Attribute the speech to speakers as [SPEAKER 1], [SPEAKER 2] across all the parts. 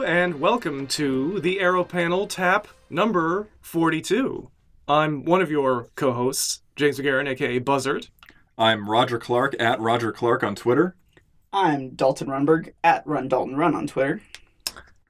[SPEAKER 1] welcome to the Arrow Panel Tap number 42. I'm one of your co hosts, James McGarren, aka Buzzard.
[SPEAKER 2] I'm Roger Clark at Roger Clark on Twitter.
[SPEAKER 3] I'm Dalton Runberg at Run Dalton Run on Twitter.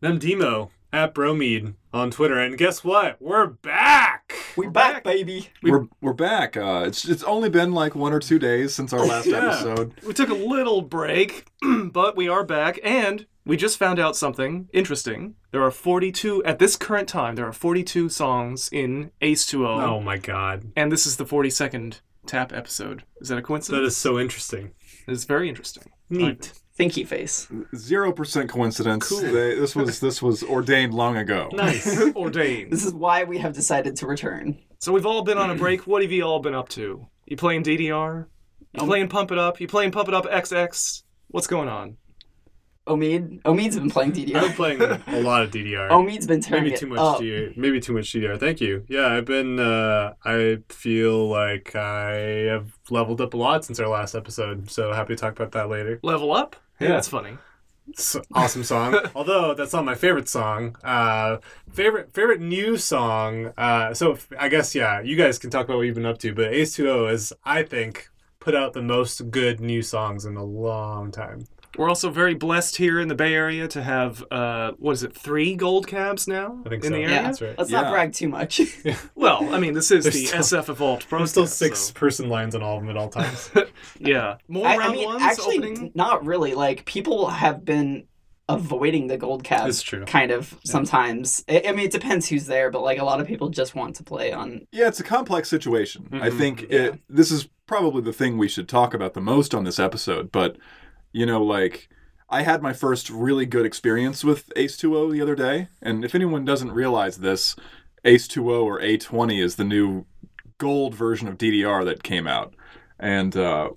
[SPEAKER 4] And I'm Demo at Bromede on Twitter. And guess what? We're back!
[SPEAKER 3] We back, baby.
[SPEAKER 1] We-
[SPEAKER 2] We're we're back. Uh, it's it's only been like one or two days since our last
[SPEAKER 4] Yeah.
[SPEAKER 2] episode.
[SPEAKER 1] We took a little break, but we are back, and we just found out something interesting. There are 42, at this current time, there are 42 songs in Ace 2
[SPEAKER 4] Oh my god.
[SPEAKER 1] and this is the 42nd tap episode. Is that a
[SPEAKER 4] That
[SPEAKER 1] coincidence?
[SPEAKER 4] is so interesting.
[SPEAKER 1] it's very interesting.
[SPEAKER 4] Neat.
[SPEAKER 3] Thinky face.
[SPEAKER 2] Zero percent coincidence. They, this was this was ordained long ago.
[SPEAKER 4] Nice.
[SPEAKER 1] Ordained.
[SPEAKER 3] This is why we have decided to return.
[SPEAKER 1] So we've all been on a break. What have you all been up to? You playing DDR? You playing Pump It Up? You playing Pump It Up XX? What's going on?
[SPEAKER 3] Omid, Omid's been playing
[SPEAKER 4] I've been
[SPEAKER 3] DDR.
[SPEAKER 4] playing a lot of DDR.
[SPEAKER 3] Omid's been tearing
[SPEAKER 4] Maybe
[SPEAKER 3] Oh, it Uh,
[SPEAKER 4] too much
[SPEAKER 3] up.
[SPEAKER 4] DDR. Maybe too much DDR. Thank you. Yeah, I've been. Uh, I feel like I have leveled up a lot since our last episode. So happy to talk about that later.
[SPEAKER 1] Level up? Yeah,
[SPEAKER 4] Yeah.
[SPEAKER 1] that's funny.
[SPEAKER 4] It's an awesome song. Although that's not my favorite song. Uh, favorite favorite new song. Uh, so f- I guess yeah, you guys can talk about what you've been up to. But Ace Two O is I think put out the most good new songs in a long time.
[SPEAKER 1] We're also very blessed here in the Bay Area to have uh, what is it, three gold cabs now
[SPEAKER 4] I think
[SPEAKER 1] in
[SPEAKER 4] so.
[SPEAKER 1] the area.
[SPEAKER 3] Yeah.
[SPEAKER 4] That's right.
[SPEAKER 3] Let's
[SPEAKER 2] Yeah.
[SPEAKER 3] not brag too much.
[SPEAKER 1] Well, I mean, this is
[SPEAKER 4] There's
[SPEAKER 1] the
[SPEAKER 4] still-
[SPEAKER 1] SF Evolved Pro.
[SPEAKER 4] I'm still
[SPEAKER 1] Cast,
[SPEAKER 4] six
[SPEAKER 1] so-
[SPEAKER 4] person lines on all of them at all times.
[SPEAKER 1] Yeah, more
[SPEAKER 3] I, I
[SPEAKER 1] round
[SPEAKER 3] mean,
[SPEAKER 1] ones
[SPEAKER 3] actually,
[SPEAKER 1] opening.
[SPEAKER 3] not really. Like, people have been avoiding the gold cap.
[SPEAKER 4] it's true.
[SPEAKER 3] Kind of sometimes. I, I mean, it depends who's there, but like a lot of people just want to play on.
[SPEAKER 2] Yeah, it's a complex situation. I
[SPEAKER 4] Mhm.
[SPEAKER 2] think
[SPEAKER 3] Mm-hmm. Yeah.
[SPEAKER 2] it, this is probably the thing we should talk about the most on this episode. But you know, like I had my first really good experience with Ace Two O the other day, and if anyone doesn't realize this, Ace Two O or A Twenty is the new gold version of DDR that came out, and uh,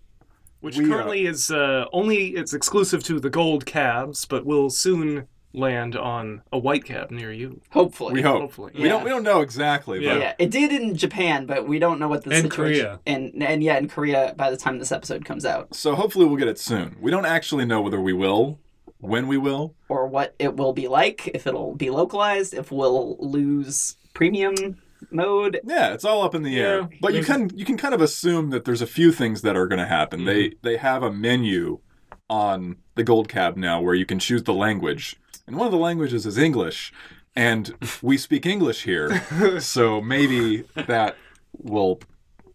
[SPEAKER 1] which
[SPEAKER 2] We, uh,
[SPEAKER 1] currently is uh, only it's exclusive to the gold cabs, but will soon land on a white cab near you.
[SPEAKER 3] Hopefully.
[SPEAKER 2] we hope.
[SPEAKER 1] Hopefully,
[SPEAKER 2] We
[SPEAKER 3] Yeah.
[SPEAKER 2] don't. We don't know exactly.
[SPEAKER 4] Yeah.
[SPEAKER 3] yeah.
[SPEAKER 2] But
[SPEAKER 3] it did in Japan, but we don't know what the
[SPEAKER 4] And
[SPEAKER 3] situation and and yeah, in Korea by the time this episode comes out
[SPEAKER 2] so hopefully we'll get it soon. We don't actually know whether we will, when we will.
[SPEAKER 3] or what it will be like if it'll be localized, if we'll lose premium mode.
[SPEAKER 2] Yeah, it's all up in the air.
[SPEAKER 4] Yeah.
[SPEAKER 2] But you
[SPEAKER 4] There's-
[SPEAKER 2] can you can kind of assume that there's a few things that are going to happen. They they have a menu on the Gold Cab now where you can choose the language, and one of the languages is English, and we speak English here, so maybe that will,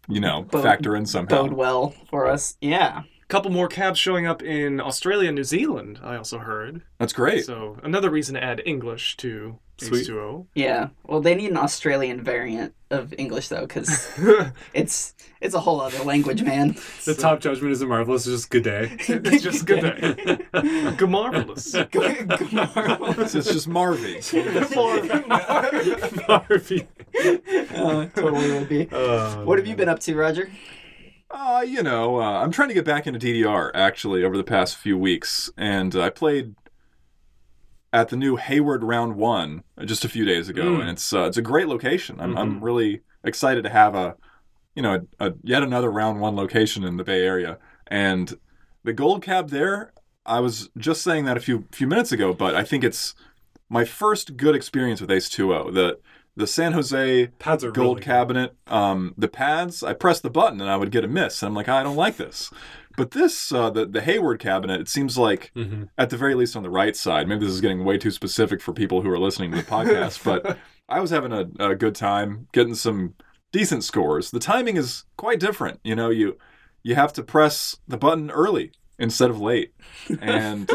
[SPEAKER 2] you know,
[SPEAKER 3] Bode-
[SPEAKER 2] factor in somehow.
[SPEAKER 1] Oh.
[SPEAKER 3] Bode well for us. Yeah.
[SPEAKER 1] couple more cabs showing up in Australia and New Zealand, I also heard.
[SPEAKER 2] That's great.
[SPEAKER 1] So another reason to add English to
[SPEAKER 4] Sweet.
[SPEAKER 1] H2O.
[SPEAKER 3] Yeah. Well, they need an Australian variant of English though cuz it's it's a whole other language, man.
[SPEAKER 4] The top judgment isn't marvelous. It's just good day.
[SPEAKER 1] it's just good day. good marvelous.
[SPEAKER 2] It's, it's just Marvy.
[SPEAKER 4] Harvey.
[SPEAKER 3] Uh, totally would be.
[SPEAKER 4] Oh,
[SPEAKER 3] What have
[SPEAKER 4] man.
[SPEAKER 3] you been up to, Roger?
[SPEAKER 2] Uh, you know, uh, I'm trying to get back into DDR actually over the past few weeks, and I played at the new Hayward Round One uh, just a few days ago,
[SPEAKER 4] Mm.
[SPEAKER 2] and it's uh, it's a great location. I'm I'm really excited to have a you know a, a yet another Round One location in the Bay Area, and the Gold Cab there. I was just saying that a few few minutes ago, but I think it's my first good experience with Ace 2O. The the San Jose
[SPEAKER 4] Pads are
[SPEAKER 2] gold
[SPEAKER 4] really
[SPEAKER 2] cabinet. Um, the pads, I pressed the button and I would get a miss. And I'm like, I don't like this. But this, uh, the, the Hayward cabinet, it seems like,
[SPEAKER 4] good. Mhm.
[SPEAKER 2] at the very least on the right side, maybe this is getting way too specific for people who are listening to the podcast, but I was having a, a good time getting some decent scores. The timing is quite different. You know, you you have to press the button early instead of late. And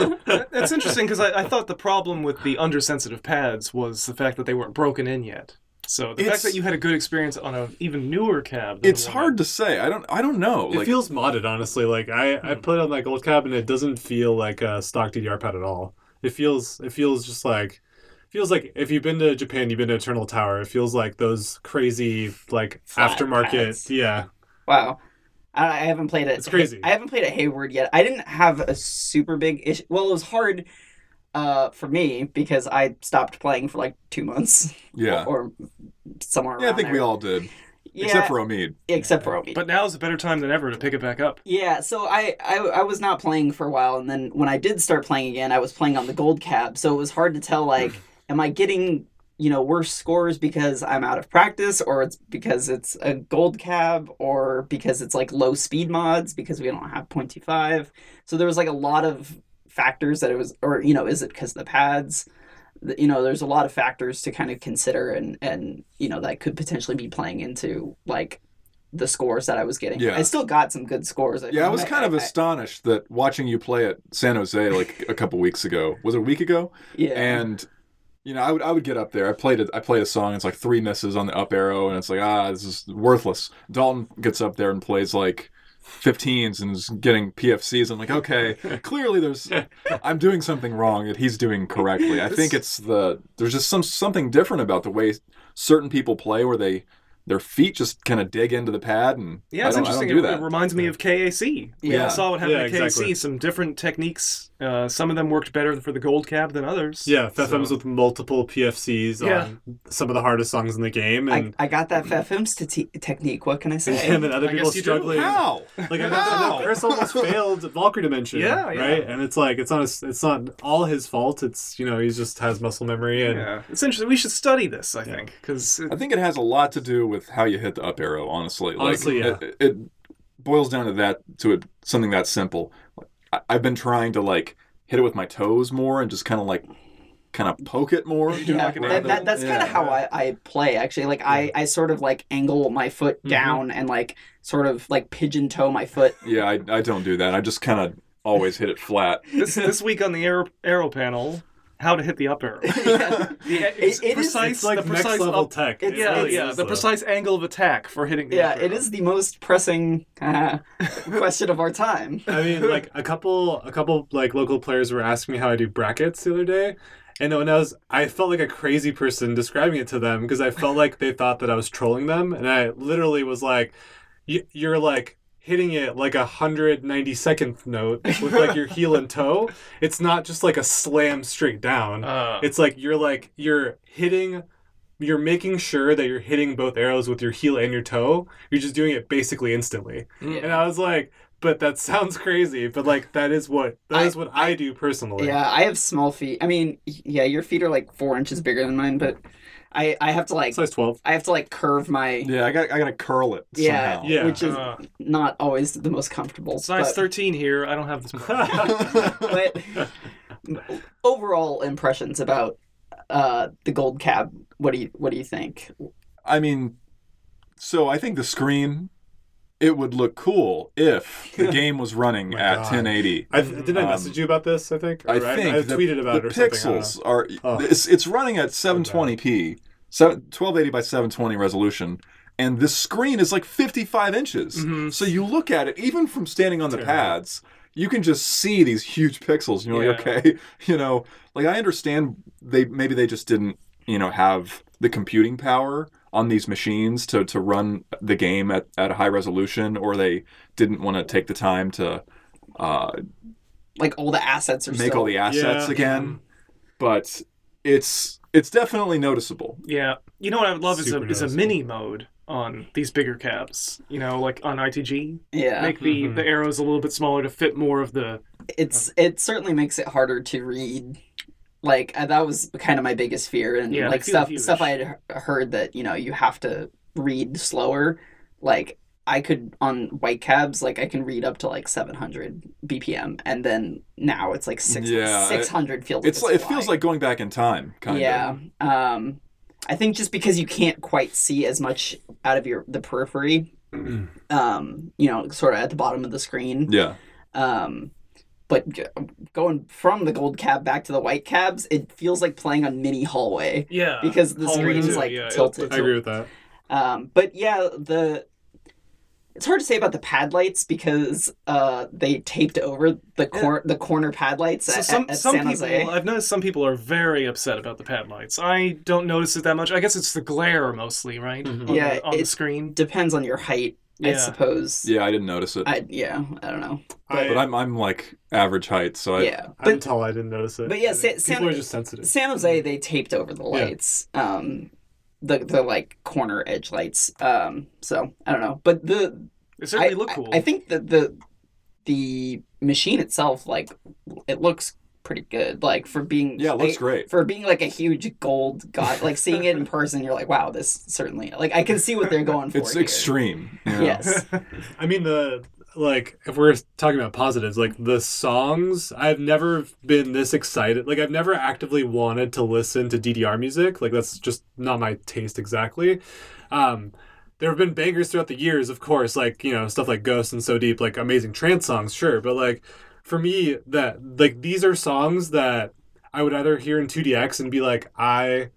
[SPEAKER 1] That's interesting because I, I thought the problem with the undersensitive pads was the fact that they weren't broken in yet. So the
[SPEAKER 2] It's-
[SPEAKER 1] fact that you had a good experience on an even newer cab. than
[SPEAKER 2] it's
[SPEAKER 1] the one-
[SPEAKER 2] hard to say. I don't I don't know.
[SPEAKER 4] It feels modded, honestly. Like I,
[SPEAKER 1] Hmm.
[SPEAKER 4] I put on that gold cap, and it doesn't feel like a stock DDR pad at all. It feels, it feels just like, feels like if you've been to Japan, you've been to Eternal Tower. It feels like those crazy like
[SPEAKER 3] Flat
[SPEAKER 4] aftermarket.
[SPEAKER 3] pads.
[SPEAKER 4] Yeah,
[SPEAKER 3] Wow. I, I haven't played it.
[SPEAKER 4] It's crazy.
[SPEAKER 3] I haven't played a Hayward yet. I didn't have a super big issue. Well, it was hard uh, for me because I stopped playing for like two months
[SPEAKER 2] yeah.
[SPEAKER 3] or somewhere.
[SPEAKER 2] Yeah, I
[SPEAKER 3] around
[SPEAKER 2] think we
[SPEAKER 3] there.
[SPEAKER 2] all did.
[SPEAKER 3] Yeah,
[SPEAKER 2] Except for Omid.
[SPEAKER 3] except for Omi.
[SPEAKER 1] But now's a better time than ever to pick it back up.
[SPEAKER 3] yeah, so I, I I was not playing for a while, and then when I did start playing again, I was playing on the gold cab, so it was hard to tell like am I getting you know worse scores because I'm out of practice, or it's because it's a gold cab, or because it's like low speed mods because we don't have 0.25. So there was like a lot of factors that it was, or you know, is it because the pads? Th- You know, there's a lot of factors to kind of consider, and and you know that could potentially be playing into like the scores that I was getting.
[SPEAKER 2] Yeah.
[SPEAKER 3] I still got some good scores.
[SPEAKER 2] Yeah, I was kind of
[SPEAKER 3] a
[SPEAKER 2] astonished that watching you play at San Jose like a couple weeks ago was it a week ago,
[SPEAKER 3] yeah.
[SPEAKER 2] and you know I would I would get up there. I played a, I played a song. It's like three misses on the up arrow, and it's like ah, this is worthless. Dalton gets up there and plays like. 15s and is getting PFCs. I'm like, okay, clearly there's, I'm doing something wrong that he's doing correctly. I think it's the there's just some something different about the way certain people play, where they their feet just kind of dig into the pad, and
[SPEAKER 1] Yeah,
[SPEAKER 2] I
[SPEAKER 1] it's
[SPEAKER 2] don't, I don't
[SPEAKER 1] interesting.
[SPEAKER 2] do
[SPEAKER 1] It-
[SPEAKER 2] that.
[SPEAKER 1] It reminds me of KAC.
[SPEAKER 3] Yeah.
[SPEAKER 1] I saw what happened
[SPEAKER 4] Yeah,
[SPEAKER 1] at KAC.
[SPEAKER 4] exactly.
[SPEAKER 1] Some different techniques. Uh, some of them worked better for the gold cab than others.
[SPEAKER 4] Yeah, Fefms
[SPEAKER 1] So-
[SPEAKER 4] with multiple PFCs on some of the hardest songs in the game,
[SPEAKER 3] I,
[SPEAKER 4] and,
[SPEAKER 3] I got
[SPEAKER 2] Mm-hmm.
[SPEAKER 3] that FFM's t- technique. What can I say?
[SPEAKER 4] and then other
[SPEAKER 1] I
[SPEAKER 4] people
[SPEAKER 1] guess you do.
[SPEAKER 4] struggling.
[SPEAKER 2] How?
[SPEAKER 4] Like I
[SPEAKER 2] How?
[SPEAKER 4] know Chris almost failed Valkyrie Dimension.
[SPEAKER 1] Yeah, yeah.
[SPEAKER 4] right. And it's like it's not his- it's not all his fault. It's you know he just has muscle memory and
[SPEAKER 1] Yeah, it's interesting. We should study this, I think, because
[SPEAKER 2] I think it has a lot to do with how you hit the up arrow. Honestly, Like,
[SPEAKER 4] Honestly, yeah.
[SPEAKER 2] it, it boils down to that to it, something that simple. I, I've been trying to like hit it with my toes more and just kind of like kind of poke it more.
[SPEAKER 3] yeah,
[SPEAKER 1] like an
[SPEAKER 3] that,
[SPEAKER 1] angle.
[SPEAKER 3] that- that's kind
[SPEAKER 2] Yeah.
[SPEAKER 3] of how I, I play actually. Like I, I sort of like angle my foot
[SPEAKER 1] Mm-hmm.
[SPEAKER 4] Mhm.
[SPEAKER 3] down and like sort of like pigeon toe my foot.
[SPEAKER 2] Yeah, I, I don't do that. I just kind of always hit it flat.
[SPEAKER 1] this this week on the arrow, arrow panel, how to hit the up arrow.
[SPEAKER 3] Yeah.
[SPEAKER 1] The,
[SPEAKER 3] It- it is-
[SPEAKER 1] precise,
[SPEAKER 4] it's like
[SPEAKER 1] the
[SPEAKER 4] next
[SPEAKER 1] precise
[SPEAKER 4] level
[SPEAKER 1] up-
[SPEAKER 4] tech. uh,
[SPEAKER 3] it's-
[SPEAKER 1] yeah,
[SPEAKER 3] really
[SPEAKER 1] yeah,
[SPEAKER 4] is,
[SPEAKER 1] the
[SPEAKER 4] though.
[SPEAKER 1] precise angle of attack for hitting the
[SPEAKER 3] yeah,
[SPEAKER 1] up arrow.
[SPEAKER 3] it is the most pressing uh, question of our time.
[SPEAKER 4] I mean, like a couple, a couple like local players were asking me how I do brackets the other day, and when I was, I felt like a crazy person describing it to them because I felt like they thought that I was trolling them, and I literally was like, "You- "You're like." Hitting it like a hundred ninety second note with like your heel and toe. It's not just like a slam straight down.
[SPEAKER 1] Uh,
[SPEAKER 4] It's like you're like you're hitting you're making sure that you're hitting both arrows with your heel and your toe. You're just doing it basically instantly.
[SPEAKER 1] Mm.
[SPEAKER 4] And I was like, but that sounds crazy, but like that is what that
[SPEAKER 3] I-
[SPEAKER 4] is what I do personally.
[SPEAKER 3] Yeah, I have small feet. I mean, y- yeah, your feet are like four inches bigger than mine, but I, I have to like
[SPEAKER 4] Size 12.
[SPEAKER 3] I have to like curve my
[SPEAKER 2] Yeah, I got I got to curl it.
[SPEAKER 3] Yeah.
[SPEAKER 2] somehow.
[SPEAKER 4] Yeah.
[SPEAKER 3] which is
[SPEAKER 1] uh,
[SPEAKER 3] not always the most comfortable.
[SPEAKER 1] size
[SPEAKER 3] but-
[SPEAKER 1] thirteen here. I don't have this. problem.
[SPEAKER 3] but overall impressions about uh, the gold cab. What do you What do you think?
[SPEAKER 2] I mean, so I think the screen it would look cool if the game was running
[SPEAKER 4] My
[SPEAKER 2] at
[SPEAKER 4] God.
[SPEAKER 2] 1080.
[SPEAKER 4] I didn't I message you about this, I think?
[SPEAKER 2] Um, I
[SPEAKER 4] Or
[SPEAKER 2] think
[SPEAKER 4] I,
[SPEAKER 2] the-
[SPEAKER 4] tweeted about
[SPEAKER 2] the
[SPEAKER 4] it or
[SPEAKER 2] pixels
[SPEAKER 4] something.
[SPEAKER 2] are
[SPEAKER 4] Oh.
[SPEAKER 2] it's, it's running at 720p, so 1280 by 720 resolution, and this screen is like 55 inches.
[SPEAKER 1] Mhm.
[SPEAKER 2] So you look at it, even from standing on the
[SPEAKER 4] Mm-hmm. Terrible.
[SPEAKER 2] pads, you can just see these huge pixels, and you're like,
[SPEAKER 1] Yeah.
[SPEAKER 2] okay, you know, like I understand they maybe they just didn't you know have the computing power on these machines to, to run the game at, at a high resolution or they didn't want to take the time to uh,
[SPEAKER 3] Like all the assets are
[SPEAKER 2] make
[SPEAKER 3] still- Mm-hmm.
[SPEAKER 2] all the assets
[SPEAKER 4] Yeah.
[SPEAKER 2] again. But it's it's definitely noticeable.
[SPEAKER 1] yeah, you know what I would love is a
[SPEAKER 4] Super
[SPEAKER 1] is a
[SPEAKER 4] noticeable.
[SPEAKER 1] mini mode on these bigger cabs. You know, like on ITG,
[SPEAKER 3] yeah.
[SPEAKER 1] make the
[SPEAKER 4] Mhm.
[SPEAKER 1] the arrows a little bit smaller to fit more of the
[SPEAKER 3] it's it certainly makes it harder to read. Like uh, that was kind of my biggest fear, and
[SPEAKER 1] Yeah,
[SPEAKER 3] like
[SPEAKER 1] I feel
[SPEAKER 3] stuff
[SPEAKER 1] huge.
[SPEAKER 3] stuff I had he- heard that you know you have to read slower. Like I could on white cabs, like I can read up to like seven hundred BPM, and then now it's like six
[SPEAKER 2] Yeah, it-
[SPEAKER 3] six hundred feels.
[SPEAKER 2] It's like, it
[SPEAKER 3] flying.
[SPEAKER 2] feels like going back in time, kind
[SPEAKER 3] yeah.
[SPEAKER 2] of.
[SPEAKER 3] Um, I think just because you can't quite see as much out of your the periphery, um, you know, sort of at the bottom of the screen.
[SPEAKER 2] Yeah.
[SPEAKER 3] Um, but g- going from the gold cab back to the white cabs, it feels like playing on mini hallway.
[SPEAKER 1] yeah
[SPEAKER 3] Because the
[SPEAKER 1] hallway
[SPEAKER 4] screen's,
[SPEAKER 1] too,
[SPEAKER 3] like,
[SPEAKER 1] it'll-
[SPEAKER 3] tilted.
[SPEAKER 4] I agree with that.
[SPEAKER 3] Um, but yeah, the it's hard to say about the pad lights because uh, they taped over the cor- the corner pad lights
[SPEAKER 1] So
[SPEAKER 3] at,
[SPEAKER 1] some
[SPEAKER 3] at- at
[SPEAKER 1] some
[SPEAKER 3] San
[SPEAKER 1] people uh,
[SPEAKER 3] Jose.
[SPEAKER 1] I've noticed some people are very upset about the pad lights. I don't notice it that much. I guess it's the glare mostly, right?
[SPEAKER 4] Mhm.
[SPEAKER 1] On
[SPEAKER 3] Yeah,
[SPEAKER 1] the, on the
[SPEAKER 3] it-
[SPEAKER 1] screen.
[SPEAKER 3] Depends on your height, I
[SPEAKER 1] Yeah.
[SPEAKER 3] suppose.
[SPEAKER 2] Yeah, I didn't notice it.
[SPEAKER 3] I, yeah, I don't know.
[SPEAKER 4] I,
[SPEAKER 2] but I'm I'm like average height, so I
[SPEAKER 3] yeah,
[SPEAKER 4] I'm tall, I didn't notice it.
[SPEAKER 3] but yeah,
[SPEAKER 4] I think
[SPEAKER 3] Sa- San-
[SPEAKER 4] people are just sensitive.
[SPEAKER 3] San Jose, they taped over the lights, um, the the like corner edge lights. Um, so I don't know, but the
[SPEAKER 1] It
[SPEAKER 3] I,
[SPEAKER 1] certainly look
[SPEAKER 3] I-
[SPEAKER 1] cool.
[SPEAKER 3] I think that the the machine itself, like, it looks pretty good. Like for being
[SPEAKER 2] Yeah, it looks
[SPEAKER 3] like,
[SPEAKER 2] great.
[SPEAKER 3] for being like a huge gold god. Like seeing it in person, you're like, wow, this certainly like I can see what they're going for.
[SPEAKER 2] It's
[SPEAKER 3] here.
[SPEAKER 2] extreme. you know?
[SPEAKER 3] Yes,
[SPEAKER 4] I mean the like if we're talking about positives, like the songs, I've never been this excited. Like I've never actively wanted to listen to DDR music. Like that's just not my taste exactly. Um there have been bangers throughout the years, of course, like, you know, stuff like Ghost and So Deep, like amazing trance songs, sure, but like for me that like these are songs that I would either hear in 2DX and be like I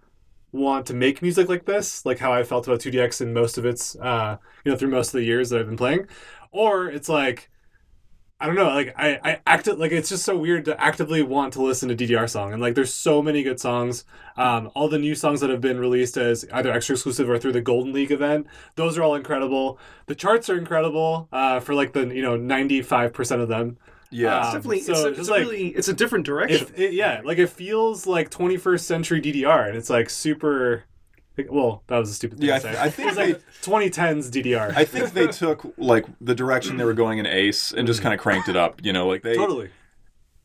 [SPEAKER 4] want to make music like this, like how I felt about 2DX in most of its uh you know through most of the years that I've been playing, or it's like I don't know, like I I act like it's just so weird to actively want to listen to DDR song and like there's so many good songs. Um, all the new songs that have been released as either extra exclusive or through the Golden League event, those are all incredible. The charts are incredible uh, for like the you know 95% of them.
[SPEAKER 2] Yeah.
[SPEAKER 4] Uh,
[SPEAKER 1] It's definitely,
[SPEAKER 4] so
[SPEAKER 1] it's, a,
[SPEAKER 4] just
[SPEAKER 1] it's a
[SPEAKER 4] like-
[SPEAKER 1] really, it's a different direction.
[SPEAKER 4] If, it, yeah, like it feels like 21st century DDR and it's like super like, well, that was a stupid thing
[SPEAKER 2] yeah, I,
[SPEAKER 4] to say.
[SPEAKER 2] th- I think
[SPEAKER 4] it's
[SPEAKER 2] they
[SPEAKER 4] like 2010s DDR.
[SPEAKER 2] I think they took like the direction they were going in Ace and just kind of cranked it up. You know, like they
[SPEAKER 4] Mm. totally.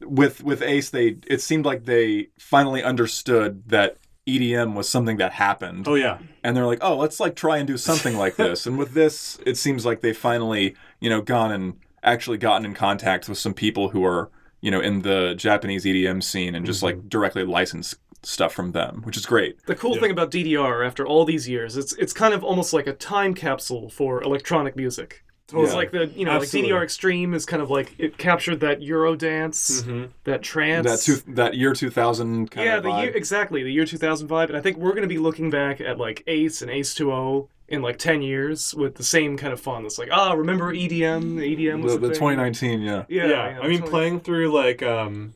[SPEAKER 2] with with Ace, they it seemed like they finally understood that EDM was something that happened,
[SPEAKER 4] Oh yeah.
[SPEAKER 2] and they're like, oh, let's like try and do something like this. and with this, it seems like they finally you know gone and actually gotten in contact with some people who are you know in the Japanese EDM scene and just
[SPEAKER 1] Mm-hmm.
[SPEAKER 2] like directly license stuff from them, which is great.
[SPEAKER 1] The cool
[SPEAKER 4] Yeah.
[SPEAKER 1] thing about DDR after all these years, it's it's kind of almost like a time capsule for electronic music.
[SPEAKER 4] Totally.
[SPEAKER 1] It's like the you know
[SPEAKER 4] Absolutely.
[SPEAKER 1] like DDR Extreme is kind of like it captured that Eurodance,
[SPEAKER 4] Mhm.
[SPEAKER 1] Mm-hmm. that trance,
[SPEAKER 2] That two, that year two thousand kind
[SPEAKER 1] yeah,
[SPEAKER 2] of
[SPEAKER 1] the
[SPEAKER 2] vibe.
[SPEAKER 1] year E exactly the year 2000 vibe, and I think we're going to be looking back at like Ace and Ace 2O in like 10 years with the same kind of fondness. Like ah, remember EDM? The EDM was
[SPEAKER 2] the,
[SPEAKER 1] a
[SPEAKER 2] the
[SPEAKER 1] thing.
[SPEAKER 2] 2019, yeah.
[SPEAKER 1] Yeah,
[SPEAKER 4] yeah,
[SPEAKER 1] yeah,
[SPEAKER 4] I mean
[SPEAKER 1] 20
[SPEAKER 4] playing through like um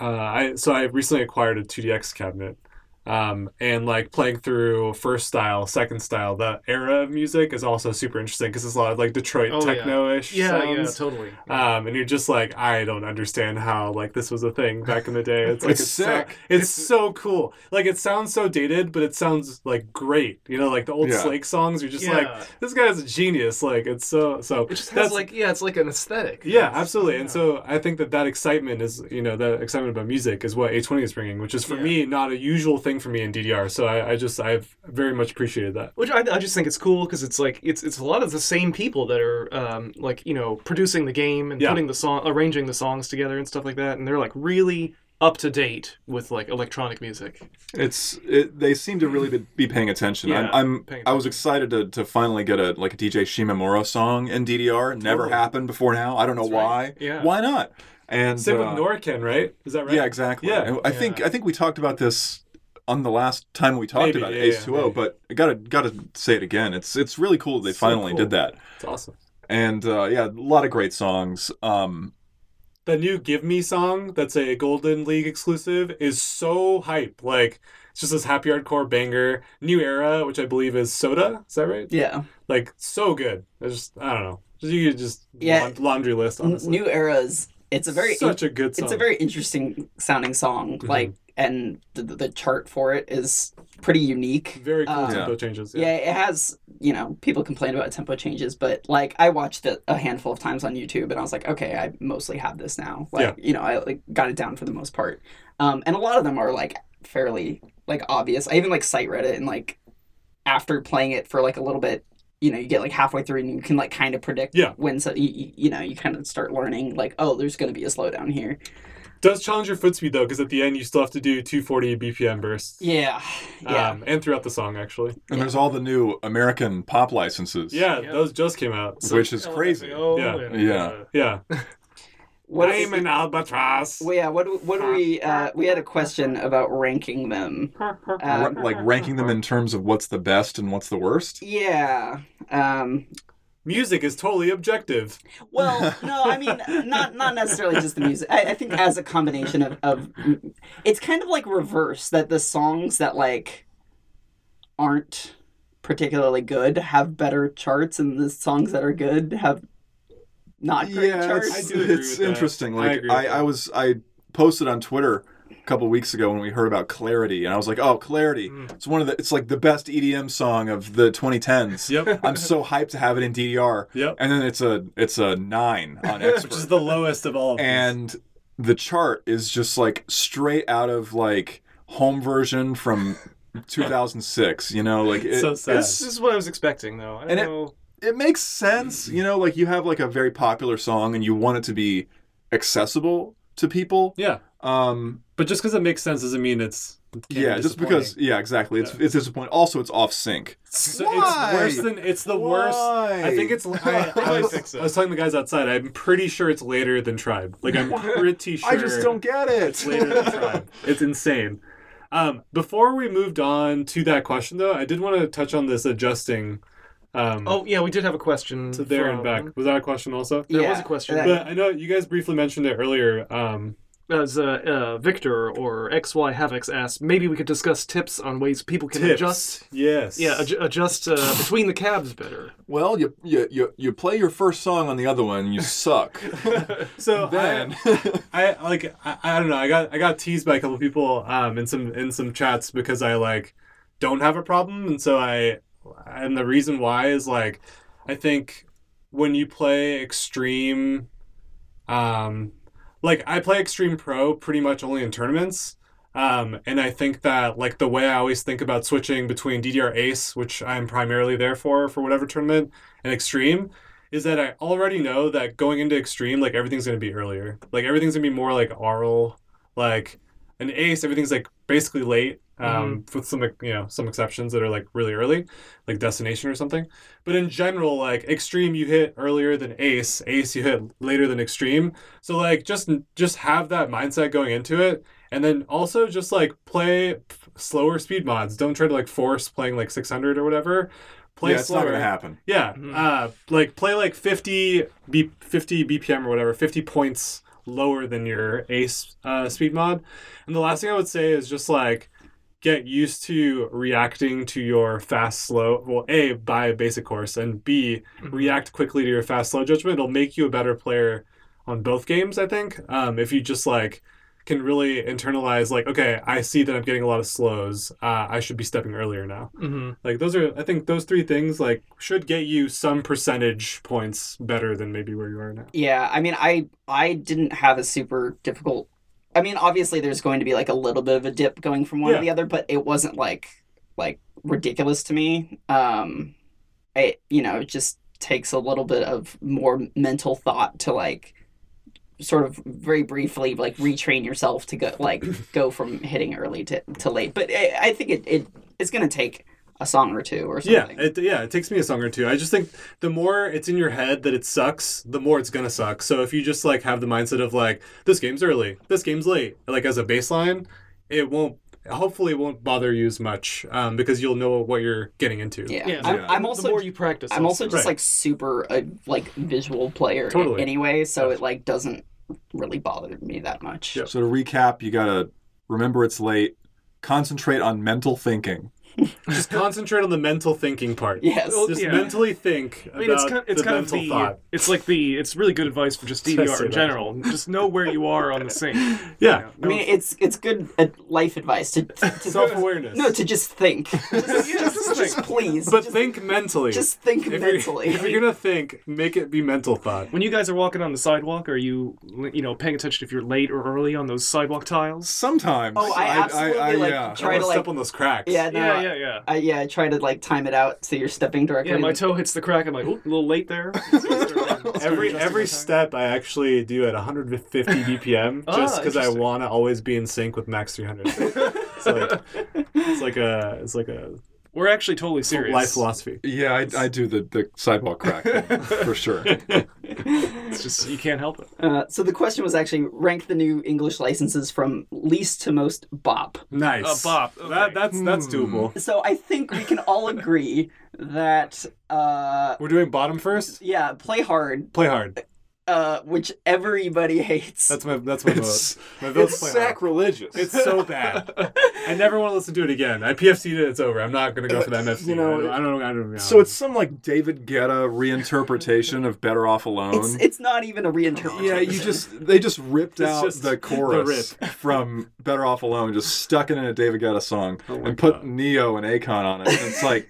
[SPEAKER 4] uh I so I recently acquired a 2DX cabinet um and like playing through first style second style that era of music is also super interesting because it's a lot of like Detroit
[SPEAKER 1] Oh, yeah.
[SPEAKER 4] techno-ish
[SPEAKER 1] Yeah, yeah,
[SPEAKER 4] sounds
[SPEAKER 1] totally.
[SPEAKER 4] um and you're just like I don't understand how like this was a thing back in the day it's like
[SPEAKER 2] It's
[SPEAKER 4] so-
[SPEAKER 2] sick.
[SPEAKER 4] it's so cool like it sounds so dated but it sounds like great you know like the old
[SPEAKER 2] Yeah.
[SPEAKER 4] Slake songs you're just
[SPEAKER 1] Yeah.
[SPEAKER 4] like this guy's a genius like it's so so
[SPEAKER 1] it just has
[SPEAKER 4] that's-
[SPEAKER 1] like yeah, it's like an aesthetic.
[SPEAKER 4] yeah,
[SPEAKER 1] It's-
[SPEAKER 4] absolutely.
[SPEAKER 1] yeah.
[SPEAKER 4] And so I think that that excitement is, you know, that excitement about music is what A20 is bringing, which is for
[SPEAKER 1] Yeah.
[SPEAKER 4] me not a usual thing for me in DDR. So I, I just, I've very much appreciated that.
[SPEAKER 1] which I, I just think it's cool because it's like it's it's a lot of the same people that are um, like you know producing the game and
[SPEAKER 4] Yeah.
[SPEAKER 1] putting the song arranging the songs together and stuff like that and they're like really up to date with like electronic music
[SPEAKER 2] It's it, they seem to really be- be paying attention.
[SPEAKER 1] Yeah,
[SPEAKER 2] I'm, I'm
[SPEAKER 1] paying
[SPEAKER 2] I was excited to, to finally get a like a DJ Shimamura song in DDR. Never
[SPEAKER 4] Totally.
[SPEAKER 2] happened before now. I don't know
[SPEAKER 1] That's
[SPEAKER 2] why.
[SPEAKER 1] right. Yeah.
[SPEAKER 2] Why not? And
[SPEAKER 4] Same with
[SPEAKER 2] uh,
[SPEAKER 4] Norcan, right? Is that right?
[SPEAKER 2] Yeah, exactly.
[SPEAKER 4] Yeah.
[SPEAKER 2] And I think
[SPEAKER 1] Yeah.
[SPEAKER 2] I think we talked about this on the last time we talked
[SPEAKER 4] Maybe,
[SPEAKER 2] about
[SPEAKER 4] yeah,
[SPEAKER 2] Ace
[SPEAKER 4] yeah,
[SPEAKER 2] Two O,
[SPEAKER 4] maybe.
[SPEAKER 2] but I gotta gotta say it again. It's it's really cool they
[SPEAKER 4] So
[SPEAKER 2] finally
[SPEAKER 4] cool.
[SPEAKER 2] did that.
[SPEAKER 4] It's awesome.
[SPEAKER 2] And uh, yeah, a lot of great songs. Um,
[SPEAKER 4] The new Give Me song that's a Golden League exclusive is so hype. Like, it's just this happy hardcore banger. New Era, which I believe is Soda. Is that right?
[SPEAKER 3] yeah.
[SPEAKER 4] Like, so good. It's just, I don't know. Just, you could just
[SPEAKER 3] Yeah.
[SPEAKER 4] laun- laundry list,
[SPEAKER 3] N-
[SPEAKER 4] honestly.
[SPEAKER 3] New eras. It's a very
[SPEAKER 4] Such a good song.
[SPEAKER 3] it's a very interesting sounding song.
[SPEAKER 4] Mhm.
[SPEAKER 3] Like and the, the chart for it is pretty unique.
[SPEAKER 4] very cool
[SPEAKER 3] uh,
[SPEAKER 4] tempo changes.
[SPEAKER 3] Yeah, it has, you know, people complain about tempo changes, but like I watched it a handful of times on YouTube and I was like, okay, I mostly have this now. Like, you know, I like got it down for the most part. Um, and a lot of them are like fairly like obvious. I even like site read it and like after playing it for like a little bit, you know, you get like halfway through and you can like kind of predict
[SPEAKER 4] Yeah.
[SPEAKER 3] when so you- you, you know, you kind of start learning like, oh, there's going to be a slowdown here.
[SPEAKER 4] does challenge your foot speed though, because at the end you still have to do 240 BPM bursts.
[SPEAKER 3] Yeah.
[SPEAKER 1] Uh,
[SPEAKER 3] Yeah.
[SPEAKER 4] Um, and throughout the song actually.
[SPEAKER 2] and
[SPEAKER 3] Yeah.
[SPEAKER 2] there's all the new American pop licenses.
[SPEAKER 4] Yeah,
[SPEAKER 1] Yeah.
[SPEAKER 4] those just came out.
[SPEAKER 2] Which is
[SPEAKER 1] oh,
[SPEAKER 2] crazy.
[SPEAKER 1] LMFAO
[SPEAKER 4] Yeah.
[SPEAKER 1] and,
[SPEAKER 2] Yeah.
[SPEAKER 1] uh,
[SPEAKER 4] Yeah.
[SPEAKER 3] What-
[SPEAKER 4] I'm an albatross.
[SPEAKER 3] Well, yeah. What do- what do we? Uh, we had a question about ranking them.
[SPEAKER 2] Ra-
[SPEAKER 3] Uh,
[SPEAKER 2] like ranking them in terms of what's the best and what's the worst.
[SPEAKER 3] yeah. Um,
[SPEAKER 4] Music is totally objective.
[SPEAKER 3] well, no, I mean, not not necessarily just the music. I, I think as a combination of, of, it's kind of like reverse that the songs that like aren't particularly good have better charts, and the songs that are good have not great charts.
[SPEAKER 2] it's,
[SPEAKER 4] I do agree
[SPEAKER 2] it's
[SPEAKER 4] with that.
[SPEAKER 2] interesting.
[SPEAKER 4] I
[SPEAKER 2] Like
[SPEAKER 4] agree with
[SPEAKER 2] I, I,
[SPEAKER 4] that.
[SPEAKER 2] was I posted on Twitter a couple weeks ago when we heard about Clarity, and I was like, oh, Clarity!
[SPEAKER 1] Mm.
[SPEAKER 2] It's one of the it's like the best EDM song of the 2010s.
[SPEAKER 4] Yep.
[SPEAKER 2] I'm so hyped to have it in DDR,
[SPEAKER 4] Yep.
[SPEAKER 2] and then it's a it's a nine on
[SPEAKER 4] Which
[SPEAKER 2] expert,
[SPEAKER 4] is the lowest of all of these.
[SPEAKER 2] and the chart is just like straight out of like home version from 2006. You know, like it,
[SPEAKER 4] so sad.
[SPEAKER 1] This is what I was expecting, though. I don't
[SPEAKER 2] And it-
[SPEAKER 1] know.
[SPEAKER 2] it makes sense. You know, like you have like a very popular song and you want it to be accessible to people.
[SPEAKER 4] yeah,
[SPEAKER 2] Um,
[SPEAKER 4] but just because it makes sense doesn't mean it's it can't
[SPEAKER 2] yeah,
[SPEAKER 4] be
[SPEAKER 2] just because. Yeah, exactly. It's it's disappointing. Also, it's off sync.
[SPEAKER 4] So
[SPEAKER 2] Why?
[SPEAKER 4] it's worse than it's the worst.
[SPEAKER 2] Why?
[SPEAKER 4] I think it's. I, I,
[SPEAKER 2] Why?
[SPEAKER 4] was, I was telling the guys outside. I'm pretty sure it's later than Tribe. Like I'm pretty sure.
[SPEAKER 2] I just don't get
[SPEAKER 4] It's later than
[SPEAKER 2] it.
[SPEAKER 4] Tribe. It's insane. Um, before we moved on to that question, though, I did want to touch on this adjusting. Um,
[SPEAKER 1] Oh yeah, we did have a question.
[SPEAKER 4] to there and
[SPEAKER 1] from-
[SPEAKER 4] back. Was that a question also?
[SPEAKER 1] There
[SPEAKER 3] yeah,
[SPEAKER 1] was a question.
[SPEAKER 3] that-
[SPEAKER 4] But I know you guys briefly mentioned it earlier. Um,
[SPEAKER 1] As uh, uh, Victor or XY Havocs asked, maybe we could discuss tips on ways people can
[SPEAKER 4] tips.
[SPEAKER 1] adjust.
[SPEAKER 4] Yes.
[SPEAKER 1] Yeah, adj- adjust uh, between the cabs better.
[SPEAKER 2] well, you, you you you play your first song on the other one, you suck.
[SPEAKER 4] so
[SPEAKER 2] then
[SPEAKER 4] I, I like I, I don't know. I got I got teased by a couple people um in some in some chats because I like don't have a problem, and so I and the reason why is like I think when you play extreme, um, like I play extreme pro pretty much only in tournaments. Um, and I think that like the way I always think about switching between DDR Ace, which I'm primarily there for for whatever tournament, and Extreme, is that I already know that going into extreme, like everything's gonna be earlier. Like everything's gonna be more like aural, like an ace. Everything's like basically late, um, with some like, you know some exceptions that are like really early, like destination or something. But in general, like extreme, you hit earlier than ace. Ace, you hit later than extreme. So like just just have that mindset going into it, and then also just like play slower speed mods. Don't try to like force playing like six hundred or whatever. Play
[SPEAKER 2] yeah, it's not
[SPEAKER 4] slower.
[SPEAKER 2] gonna happen.
[SPEAKER 4] Yeah,
[SPEAKER 1] Mhm.
[SPEAKER 4] uh, like play like 50, B- 50 BPM or whatever, 50 points lower than your ace uh, speed mod. And the last thing I would say is just like get used to reacting to your fast slow. Well, A, buy a basic course, and B, react quickly to your fast slow judgment. It'll make you a better player on both games, I think. Um, if you just like can really internalize, like, okay, I see that I'm getting a lot of slows. Uh, I should be stepping earlier now.
[SPEAKER 1] hmm
[SPEAKER 4] Like those are, I think those three things like should get you some percentage points better than maybe where you are now.
[SPEAKER 3] Yeah, I mean, I I didn't have a super difficult. I mean, obviously, there's going to be like a little bit of a dip going from one
[SPEAKER 4] Yeah.
[SPEAKER 3] to the other, but it wasn't like like ridiculous to me. Um, it you know it just takes a little bit of more mental thought to like sort of very briefly like retrain yourself to go like go from hitting early to, to late. But I, I think it, it it's gonna take a song or two or
[SPEAKER 4] Yeah,
[SPEAKER 3] something.
[SPEAKER 4] it, yeah, it takes me a song or two. I just think the more it's in your head that it sucks, the more it's gonna suck. So if you just like have the mindset of like this game's early, this game's late, like as a baseline, it won't. Hopefully, it won't bother you as much um, because you'll know what you're getting into.
[SPEAKER 3] yeah.
[SPEAKER 1] Yeah.
[SPEAKER 3] I'm, I'm also
[SPEAKER 1] the more you practice,
[SPEAKER 3] I'm also just
[SPEAKER 4] Right.
[SPEAKER 3] like super a like visual player
[SPEAKER 4] Totally.
[SPEAKER 3] anyway, so it like doesn't really bother me that much.
[SPEAKER 4] Yep.
[SPEAKER 2] So to recap, you gotta remember it's late. Concentrate on mental thinking.
[SPEAKER 4] Just concentrate on the mental thinking part.
[SPEAKER 3] Yes.
[SPEAKER 1] Well,
[SPEAKER 4] Just
[SPEAKER 1] Yeah.
[SPEAKER 4] mentally think
[SPEAKER 1] I mean,
[SPEAKER 4] about
[SPEAKER 1] it's kind, it's
[SPEAKER 4] the
[SPEAKER 1] kind of
[SPEAKER 4] mental
[SPEAKER 1] the.
[SPEAKER 4] thought.
[SPEAKER 1] It's like the. It's really good advice for just
[SPEAKER 4] Just
[SPEAKER 1] DVR
[SPEAKER 4] say
[SPEAKER 1] in
[SPEAKER 4] that.
[SPEAKER 1] general. Just know where you are on the sink.
[SPEAKER 4] Yeah,
[SPEAKER 3] I mean, it's it's good uh, life advice to, to
[SPEAKER 4] self awareness.
[SPEAKER 3] no to just think, just,
[SPEAKER 1] Yeah,
[SPEAKER 3] just,
[SPEAKER 1] just
[SPEAKER 3] just please,
[SPEAKER 4] but
[SPEAKER 3] just,
[SPEAKER 4] think mentally.
[SPEAKER 3] just think
[SPEAKER 4] If you're-
[SPEAKER 3] mentally.
[SPEAKER 4] If you're, gonna think, make it be mental thought.
[SPEAKER 1] When you guys are walking on the sidewalk, are you, you know, paying attention if you're late or early on those sidewalk tiles?
[SPEAKER 2] Sometimes.
[SPEAKER 3] Oh, I absolutely, like, Try
[SPEAKER 4] Don't
[SPEAKER 3] to,
[SPEAKER 4] wanna step
[SPEAKER 3] like-
[SPEAKER 4] on those cracks.
[SPEAKER 3] yeah, no,
[SPEAKER 1] yeah, yeah, yeah.
[SPEAKER 3] uh, I, yeah, I try to like time it out so you're stepping directly.
[SPEAKER 1] Yeah, my
[SPEAKER 3] in-
[SPEAKER 1] toe hits the crack. I'm like, "Oop, a little late there.
[SPEAKER 4] Every every
[SPEAKER 1] step.
[SPEAKER 4] step I actually do at 150 BPM
[SPEAKER 1] Ah,
[SPEAKER 4] just because I
[SPEAKER 1] interesting.
[SPEAKER 4] want to always be in sync with max 300. it's, like, it's like a it's like a
[SPEAKER 1] We're actually totally serious.
[SPEAKER 4] life philosophy.
[SPEAKER 2] Yeah, I, I do the, the sidewalk crack thing, for sure.
[SPEAKER 1] It's just you can't help it.
[SPEAKER 3] Uh, so the question was actually rank the new English licenses from least to most bop.
[SPEAKER 4] Nice.
[SPEAKER 1] A bop. Okay. Hmm.
[SPEAKER 4] That, that's that's doable.
[SPEAKER 3] So I think we can all agree that uh,
[SPEAKER 4] We're doing bottom first.
[SPEAKER 3] yeah, play hard
[SPEAKER 4] Play hard.
[SPEAKER 3] uh, which everybody hates.
[SPEAKER 4] That's my that's my
[SPEAKER 2] It's-
[SPEAKER 4] vote. My vote's
[SPEAKER 2] It's
[SPEAKER 4] play hard.
[SPEAKER 2] sacrilegious.
[SPEAKER 4] It's so bad. I never want to listen to it again. I PFC'd it. It's over. I'm not gonna go for that MFC.
[SPEAKER 2] You know,
[SPEAKER 4] I don't. I don't, I don't know.
[SPEAKER 2] so it's some like David Guetta reinterpretation of Better Off Alone.
[SPEAKER 3] it's it's not even a reinterpretation.
[SPEAKER 2] yeah, you just they just ripped
[SPEAKER 4] It's
[SPEAKER 2] out
[SPEAKER 4] just
[SPEAKER 2] the chorus from Better Off Alone, just stuck it in a David Guetta song
[SPEAKER 4] Oh my
[SPEAKER 2] and put
[SPEAKER 4] God.
[SPEAKER 2] Neo and Akon on it. And it's like,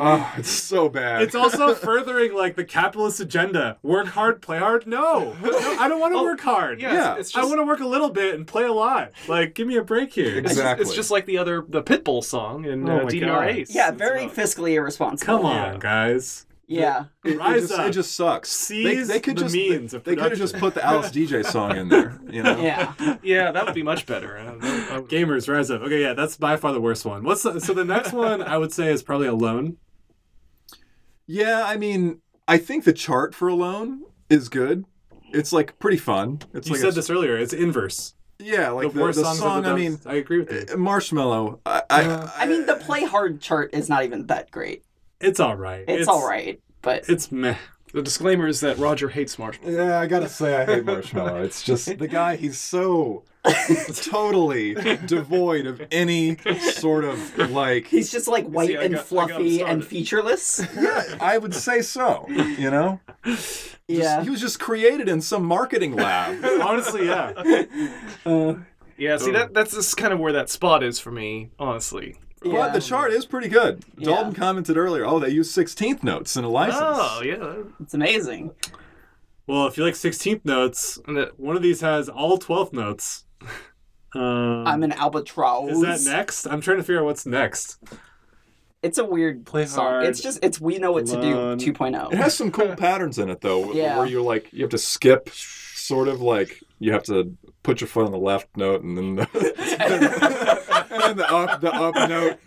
[SPEAKER 2] oh, it's so bad.
[SPEAKER 4] It's also furthering like the capitalist agenda. Work hard, play hard. hard? No, No, I don't want to work hard.
[SPEAKER 1] Oh, Yeah,
[SPEAKER 2] Yeah.
[SPEAKER 1] It's, it's
[SPEAKER 4] I
[SPEAKER 1] just,
[SPEAKER 4] want to work a little bit and play a lot. Like, give me a break here.
[SPEAKER 1] it's, just-
[SPEAKER 2] Exactly.
[SPEAKER 1] it's just like the other the Pitbull song in
[SPEAKER 4] Oh
[SPEAKER 1] uh,
[SPEAKER 4] my
[SPEAKER 1] DDR
[SPEAKER 4] God.
[SPEAKER 1] Ace.
[SPEAKER 3] Yeah,
[SPEAKER 1] It's
[SPEAKER 3] very
[SPEAKER 1] about-
[SPEAKER 3] fiscally irresponsible.
[SPEAKER 4] Come on, guys.
[SPEAKER 3] Yeah.
[SPEAKER 2] It, it
[SPEAKER 4] Rise
[SPEAKER 2] just,
[SPEAKER 4] up.
[SPEAKER 2] it just sucks.
[SPEAKER 4] Seize the
[SPEAKER 2] just
[SPEAKER 4] means of
[SPEAKER 2] they could have just
[SPEAKER 4] production.
[SPEAKER 2] put the Alice DJ song in there. You know,
[SPEAKER 3] Yeah.
[SPEAKER 1] yeah, that would be much better. Uh, that- I would-
[SPEAKER 4] Gamers, rise up. Okay, yeah, that's by far the worst one. What's the, so the next one? I would say is probably Alone.
[SPEAKER 2] yeah. I mean, I think the chart for Alone is good. It's like pretty fun. It's
[SPEAKER 4] You
[SPEAKER 2] like a-
[SPEAKER 4] said this earlier. It's inverse.
[SPEAKER 2] yeah, like
[SPEAKER 4] the
[SPEAKER 2] the,
[SPEAKER 4] worst
[SPEAKER 2] the
[SPEAKER 4] songs
[SPEAKER 2] song.
[SPEAKER 4] of
[SPEAKER 2] I
[SPEAKER 4] the
[SPEAKER 2] mean,
[SPEAKER 4] dubs. I agree with you.
[SPEAKER 2] uh, Marshmallow. I, I,
[SPEAKER 3] I mean, the play hard chart is not even that great.
[SPEAKER 4] It's all right.
[SPEAKER 3] It's, all right, but
[SPEAKER 4] It's meh.
[SPEAKER 1] The disclaimer is that Roger hates Marshmallow.
[SPEAKER 2] Yeah, I gotta say I hate Marshmallow. It's just the guy. He's so totally devoid of any sort of like.
[SPEAKER 3] he's just like white
[SPEAKER 1] I
[SPEAKER 3] and
[SPEAKER 1] got- I got
[SPEAKER 3] fluffy
[SPEAKER 1] started.
[SPEAKER 3] and featureless.
[SPEAKER 2] Yeah, I would say so. You know,
[SPEAKER 3] yeah.
[SPEAKER 2] he was just created in some marketing lab.
[SPEAKER 4] Honestly, yeah. Uh,
[SPEAKER 1] Yeah, see that that's just kind of where that spot is for me, honestly.
[SPEAKER 3] yeah.
[SPEAKER 2] But the chart is pretty good.
[SPEAKER 3] Yeah.
[SPEAKER 2] Dalton commented earlier, oh, they use 16th notes in a license.
[SPEAKER 1] Oh yeah,
[SPEAKER 3] it's amazing.
[SPEAKER 4] Well, if you like 16th notes,
[SPEAKER 1] and that-
[SPEAKER 4] one of these has all 12th notes. Um,
[SPEAKER 3] I'm an albatross.
[SPEAKER 4] is that next? I'm trying to figure out what's next.
[SPEAKER 3] It's a weird
[SPEAKER 4] Play
[SPEAKER 3] song.
[SPEAKER 4] hard.
[SPEAKER 3] It's just it's we know what
[SPEAKER 4] Alone.
[SPEAKER 3] to do oh.
[SPEAKER 2] It
[SPEAKER 3] 2.0.
[SPEAKER 2] has some cool patterns in it, though, wh-
[SPEAKER 3] Yeah.
[SPEAKER 2] where you're like, you have to skip, sort of like, you have to put your foot on the left note and then the, and then the up, the up note.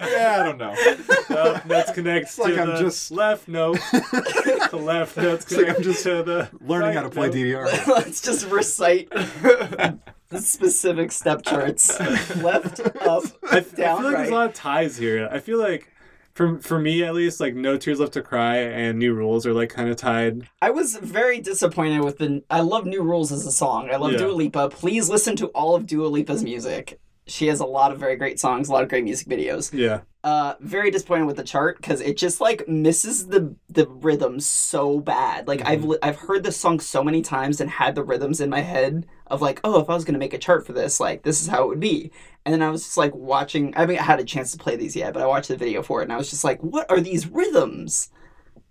[SPEAKER 2] Yeah, I don't know.
[SPEAKER 4] Up notes connect
[SPEAKER 2] like
[SPEAKER 4] to
[SPEAKER 2] I'm
[SPEAKER 4] the
[SPEAKER 2] just-
[SPEAKER 4] left note. the left notes
[SPEAKER 2] like I'm
[SPEAKER 4] connect
[SPEAKER 2] just
[SPEAKER 4] to the
[SPEAKER 2] Learning
[SPEAKER 4] right
[SPEAKER 2] how to play
[SPEAKER 4] note.
[SPEAKER 2] DDR.
[SPEAKER 3] Let's just recite the specific step charts. Left, up,
[SPEAKER 4] I
[SPEAKER 3] down,
[SPEAKER 4] feel like there's
[SPEAKER 3] right.
[SPEAKER 4] a lot of ties here. I feel like, for for me at least, like No Tears Left to Cry and New Rules are like kind of tied.
[SPEAKER 3] I was very disappointed with the. I love New Rules as a song. I love
[SPEAKER 4] Yeah.
[SPEAKER 3] Dua Lipa. Please listen to all of Dua Lipa's music. She has a lot of very great songs, a lot of great music videos.
[SPEAKER 4] Yeah.
[SPEAKER 3] Uh, very disappointed with the chart because it just like misses the the rhythm so bad. Like I've li- I've heard this song so many times and had the rhythms in my head of like, oh, if I was gonna make a chart for this, like this is how it would be. And then I was just like watching. I haven't had a chance to play these yet, but I watched the video for it and I was just like, what are these rhythms?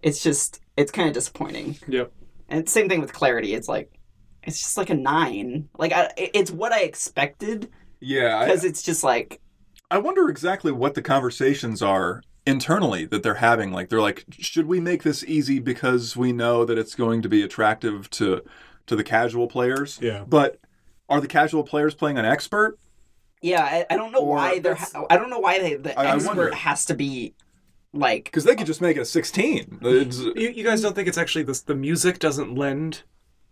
[SPEAKER 3] It's just it's kind of disappointing.
[SPEAKER 4] Yep.
[SPEAKER 3] And same thing with clarity. It's like, it's just like a nine. Like I, it- it's what I expected
[SPEAKER 2] Yeah, I,
[SPEAKER 3] because it's just like,
[SPEAKER 2] I wonder exactly what the conversations are internally that they're having. Like they're like, should we make this easy because we know that it's going to be attractive to to the casual players?
[SPEAKER 4] Yeah.
[SPEAKER 2] But are the casual players playing an expert?
[SPEAKER 3] yeah, I, I don't know
[SPEAKER 2] Or
[SPEAKER 3] why they're.
[SPEAKER 2] that's-
[SPEAKER 3] Ha- I don't know why they, the
[SPEAKER 2] I- I wonder.
[SPEAKER 3] expert has to be like.
[SPEAKER 2] Because they could just make it a sixteen. It's-
[SPEAKER 1] you, you guys don't think it's actually the the music doesn't lend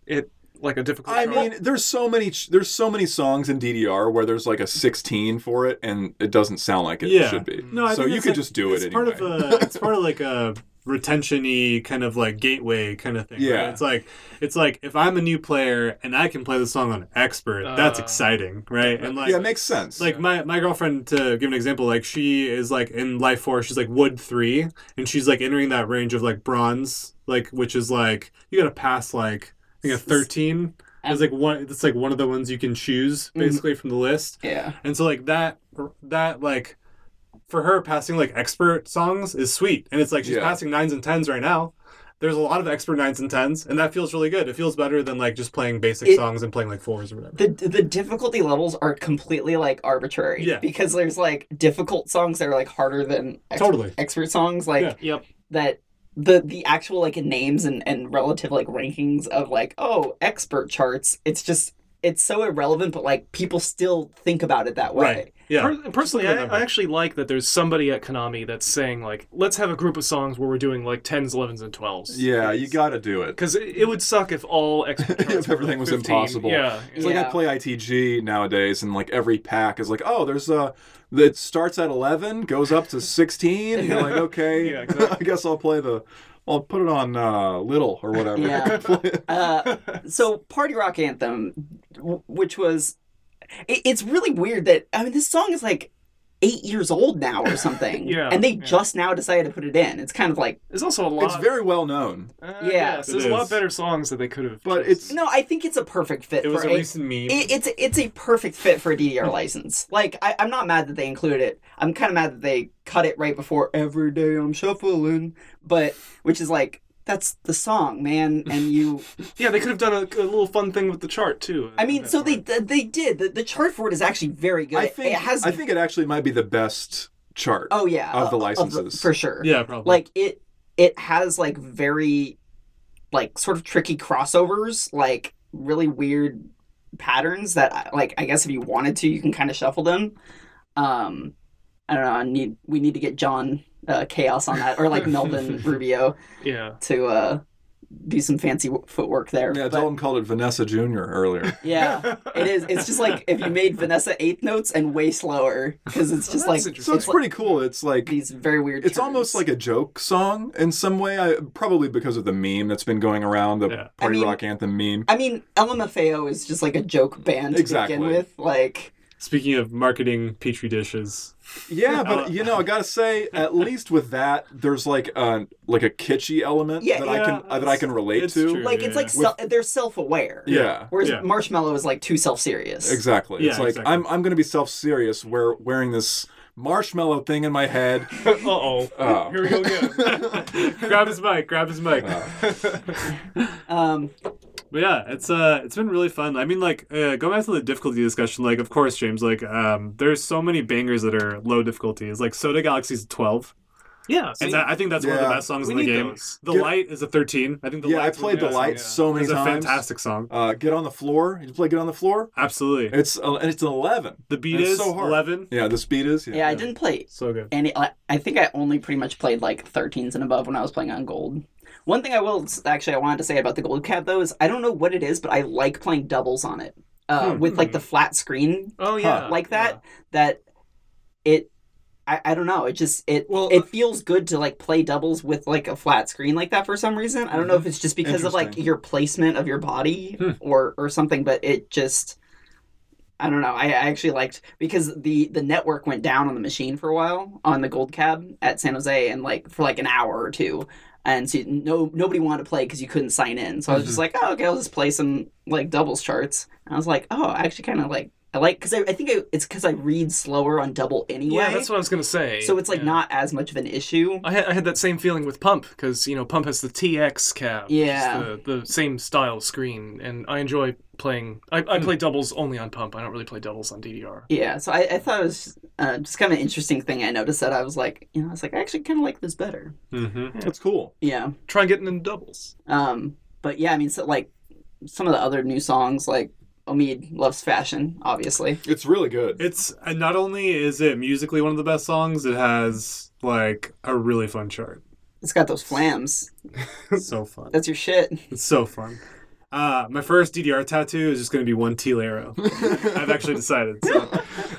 [SPEAKER 1] it like a difficult.
[SPEAKER 2] I
[SPEAKER 1] chart?
[SPEAKER 2] mean, there's so many there's so many songs in DDR where there's like a sixteen for it, and it doesn't sound like it
[SPEAKER 4] Yeah.
[SPEAKER 2] should be.
[SPEAKER 4] No, I
[SPEAKER 2] so
[SPEAKER 4] think
[SPEAKER 2] you
[SPEAKER 4] it's
[SPEAKER 2] could
[SPEAKER 4] like-
[SPEAKER 2] just do it
[SPEAKER 4] it's
[SPEAKER 2] anyway.
[SPEAKER 4] part of a it's part of like a retention-y kind of like gateway kind of thing right?
[SPEAKER 2] Yeah.
[SPEAKER 4] it's like it's like if i'm a new player and i can play the song on expert that's
[SPEAKER 1] Uh,
[SPEAKER 4] exciting right and like
[SPEAKER 2] yeah, it makes sense.
[SPEAKER 4] like my, my girlfriend to give an example like she is like in life four she's like wood three and she's like entering that range of like bronze like which is like you gotta pass like i think a 13 it's like one it's like one of the ones you can choose
[SPEAKER 3] Mm-hmm.
[SPEAKER 4] basically from the list
[SPEAKER 3] Yeah.
[SPEAKER 4] and so like that that like for her passing like expert songs is sweet. And it's like she's
[SPEAKER 2] Yeah.
[SPEAKER 4] passing nines and tens right now. There's a lot of expert nines and tens, and that feels really good. It feels better than like just playing basic
[SPEAKER 3] It-
[SPEAKER 4] songs and playing like fours or whatever.
[SPEAKER 3] The, the difficulty levels are completely like arbitrary
[SPEAKER 4] Yeah.
[SPEAKER 3] because there's like difficult songs that are like harder than ex-
[SPEAKER 4] Totally.
[SPEAKER 3] expert songs like
[SPEAKER 4] Yeah.
[SPEAKER 1] Yep.
[SPEAKER 3] that the the actual like names and and relative like rankings of like oh expert charts it's just it's so irrelevant but like people still think about it that way
[SPEAKER 4] Right. Yeah.
[SPEAKER 1] Per- personally,
[SPEAKER 4] Good
[SPEAKER 1] I,
[SPEAKER 4] number.
[SPEAKER 1] I actually like that there's somebody at Konami that's saying like, let's have a group of songs where we're doing like tens, elevens, and twelves.
[SPEAKER 2] yeah, you got to do it.
[SPEAKER 1] Because it, it would suck if all expert
[SPEAKER 2] If
[SPEAKER 1] charts were,
[SPEAKER 2] everything
[SPEAKER 1] like,
[SPEAKER 2] was
[SPEAKER 1] 15.
[SPEAKER 2] impossible.
[SPEAKER 1] Yeah.
[SPEAKER 2] It's like I
[SPEAKER 3] Yeah.
[SPEAKER 2] play ITG nowadays, and like every pack is like, oh, there's a that starts at eleven, goes up to sixteen. And you're like, okay,
[SPEAKER 1] Yeah, exactly.
[SPEAKER 2] I guess I'll play the, I'll put it on uh, little or whatever.
[SPEAKER 3] Yeah. Uh, so party rock anthem w- which was it, it's really weird that i mean this song is like eight years old now or something
[SPEAKER 1] Yeah,
[SPEAKER 3] and they
[SPEAKER 1] yeah.
[SPEAKER 3] just now decided to put it in it's kind of like
[SPEAKER 1] There's also a lot.
[SPEAKER 2] it's very well known.
[SPEAKER 1] Uh,
[SPEAKER 3] Yeah.
[SPEAKER 1] yes, there's
[SPEAKER 4] It
[SPEAKER 1] a lot
[SPEAKER 4] is.
[SPEAKER 1] better songs that they could have.
[SPEAKER 2] But
[SPEAKER 1] chosen.
[SPEAKER 2] it's-
[SPEAKER 3] no i think it's a perfect fit
[SPEAKER 4] It was
[SPEAKER 3] for
[SPEAKER 4] a
[SPEAKER 3] a-
[SPEAKER 4] recent meme.
[SPEAKER 3] It, it's it's a perfect fit for a DDR license. Like I, I'm not mad that they included it. I'm kind of mad that they cut it right before every day I'm shuffling, but which is like that's the song, man. And you,
[SPEAKER 1] Yeah, they could have done a, a little fun thing with the chart too.
[SPEAKER 3] I mean, so they they did. The, the chart for it is actually very good.
[SPEAKER 2] I think
[SPEAKER 3] it has.
[SPEAKER 2] I think it actually might be the best chart.
[SPEAKER 3] oh yeah,
[SPEAKER 2] of the licenses.
[SPEAKER 3] for sure.
[SPEAKER 1] yeah, probably.
[SPEAKER 3] like it it has like very like sort of tricky crossovers like really weird patterns that I- like i guess if you wanted to you can kind of shuffle them um i don't know i need we need to get john uh, chaos on that or like melvin rubio
[SPEAKER 1] yeah.
[SPEAKER 3] to uh do some fancy w- footwork there
[SPEAKER 2] Yeah,
[SPEAKER 3] But-
[SPEAKER 2] Dalton called it Vanessa Jr. earlier.
[SPEAKER 3] yeah it is it's just like if you made vanessa eighth notes and way slower because it's just
[SPEAKER 1] That's
[SPEAKER 3] like
[SPEAKER 2] so
[SPEAKER 1] interesting.
[SPEAKER 2] it's pretty cool. It's like
[SPEAKER 3] these very weird
[SPEAKER 2] it's almost
[SPEAKER 3] turns.
[SPEAKER 2] like a joke song in some way. I, probably because of the meme that's been going around, the
[SPEAKER 1] Yeah.
[SPEAKER 2] party
[SPEAKER 3] I mean-
[SPEAKER 2] rock anthem meme.
[SPEAKER 3] I mean, LMFAO is just like a joke band to
[SPEAKER 2] Exactly.
[SPEAKER 3] begin with. Like,
[SPEAKER 4] Speaking of marketing petri dishes,
[SPEAKER 2] Yeah, but you know, I gotta say, at least with that, there's like a like a kitschy element
[SPEAKER 3] Yeah,
[SPEAKER 2] that I
[SPEAKER 1] yeah,
[SPEAKER 2] can uh, that I can relate
[SPEAKER 4] it's
[SPEAKER 2] to.
[SPEAKER 4] true.
[SPEAKER 3] like it's like
[SPEAKER 4] Yeah.
[SPEAKER 3] se- they're self-aware.
[SPEAKER 2] Yeah.
[SPEAKER 3] Whereas
[SPEAKER 4] Yeah.
[SPEAKER 3] Marshmallow is like too self-serious.
[SPEAKER 2] Exactly. it's
[SPEAKER 4] Yeah,
[SPEAKER 2] like
[SPEAKER 4] exactly.
[SPEAKER 2] I'm I'm gonna be self serious where wearing this marshmallow thing in my head.
[SPEAKER 1] uh oh.
[SPEAKER 2] Oh. Uh,
[SPEAKER 1] Here we go again.
[SPEAKER 4] grab his mic, grab his mic.
[SPEAKER 3] Um,
[SPEAKER 4] But yeah, it's uh, it's been really fun. I mean, like, uh, going back to the difficulty discussion, like, of course, James, like, um, there's so many bangers that are low difficulties. Like, Soda Galaxy's a 12.
[SPEAKER 1] yeah. So
[SPEAKER 4] And that, I think that's one of the
[SPEAKER 2] Yeah.
[SPEAKER 4] best songs
[SPEAKER 1] We
[SPEAKER 4] in the
[SPEAKER 1] need
[SPEAKER 4] game.
[SPEAKER 1] those.
[SPEAKER 4] The
[SPEAKER 2] Yeah.
[SPEAKER 4] Light is a 13. I think the
[SPEAKER 2] yeah, I
[SPEAKER 4] Light's one
[SPEAKER 2] played
[SPEAKER 4] of the
[SPEAKER 2] the
[SPEAKER 4] best
[SPEAKER 2] light
[SPEAKER 1] yeah.
[SPEAKER 2] so many
[SPEAKER 4] songs. It's a
[SPEAKER 2] times.
[SPEAKER 4] fantastic song.
[SPEAKER 2] Uh, get on the floor. You play get on the floor.
[SPEAKER 4] Absolutely.
[SPEAKER 2] It's uh, and it's an eleven.
[SPEAKER 4] The beat
[SPEAKER 2] and it's
[SPEAKER 4] is
[SPEAKER 2] so hard.
[SPEAKER 4] 11.
[SPEAKER 2] Yeah, the speed is. Yeah.
[SPEAKER 3] yeah, I didn't play
[SPEAKER 4] So good.
[SPEAKER 3] any. I I think I only pretty much played like 13s and above when I was playing on Gold. One thing I will actually I wanted to say about the Gold Cat though is I don't know what it is, but I like playing doubles on it uh,
[SPEAKER 2] Hmm.
[SPEAKER 3] with like the flat screen
[SPEAKER 1] oh yeah.
[SPEAKER 3] like that. That it. I, I don't know. It just it
[SPEAKER 1] Well,
[SPEAKER 3] it feels good to like play doubles with like a flat screen like that for some reason. I don't know if it's just because of like
[SPEAKER 2] Interesting.
[SPEAKER 3] your placement of your body
[SPEAKER 4] Hmm.
[SPEAKER 3] or or something, but it just I don't know. I, I actually liked because the the network went down on the machine for a while on the Gold Cab at San Jose and like for like an hour or two. And so no nobody wanted to play because you couldn't sign in. So I was just
[SPEAKER 2] Mm-hmm.
[SPEAKER 3] like, oh, okay, I'll just play some like doubles charts. And I was like, oh, I actually kind of like I like because I, I think I, it's because I read slower on double anyway.
[SPEAKER 1] Yeah, that's what I was gonna say.
[SPEAKER 3] So it's like
[SPEAKER 1] Yeah.
[SPEAKER 3] not as much of an issue.
[SPEAKER 1] I had, I had that same feeling with Pump because you know Pump has the TX cab, which is
[SPEAKER 3] Yeah.
[SPEAKER 1] the, the same style screen, and I enjoy playing. I, I
[SPEAKER 3] Hmm.
[SPEAKER 1] play doubles only on Pump. I don't really play doubles on DDR.
[SPEAKER 3] Yeah, so I, I thought it was uh, just kind of an interesting thing I noticed that I was like, you know, I was like, I actually kind of like this better.
[SPEAKER 4] Mm-hmm.
[SPEAKER 2] That's cool.
[SPEAKER 3] Yeah.
[SPEAKER 1] Try getting in doubles.
[SPEAKER 3] Um, but yeah, I mean, so like some of the other new songs, like Omid loves fashion, obviously.
[SPEAKER 2] It's really good.
[SPEAKER 4] It's and not only is it musically one of the best songs, it has like a really fun chart.
[SPEAKER 3] It's got those flams.
[SPEAKER 4] It's so fun.
[SPEAKER 3] That's your shit.
[SPEAKER 4] It's so fun. Uh, my first DDR tattoo is just going to be one teal arrow. I've actually decided. So,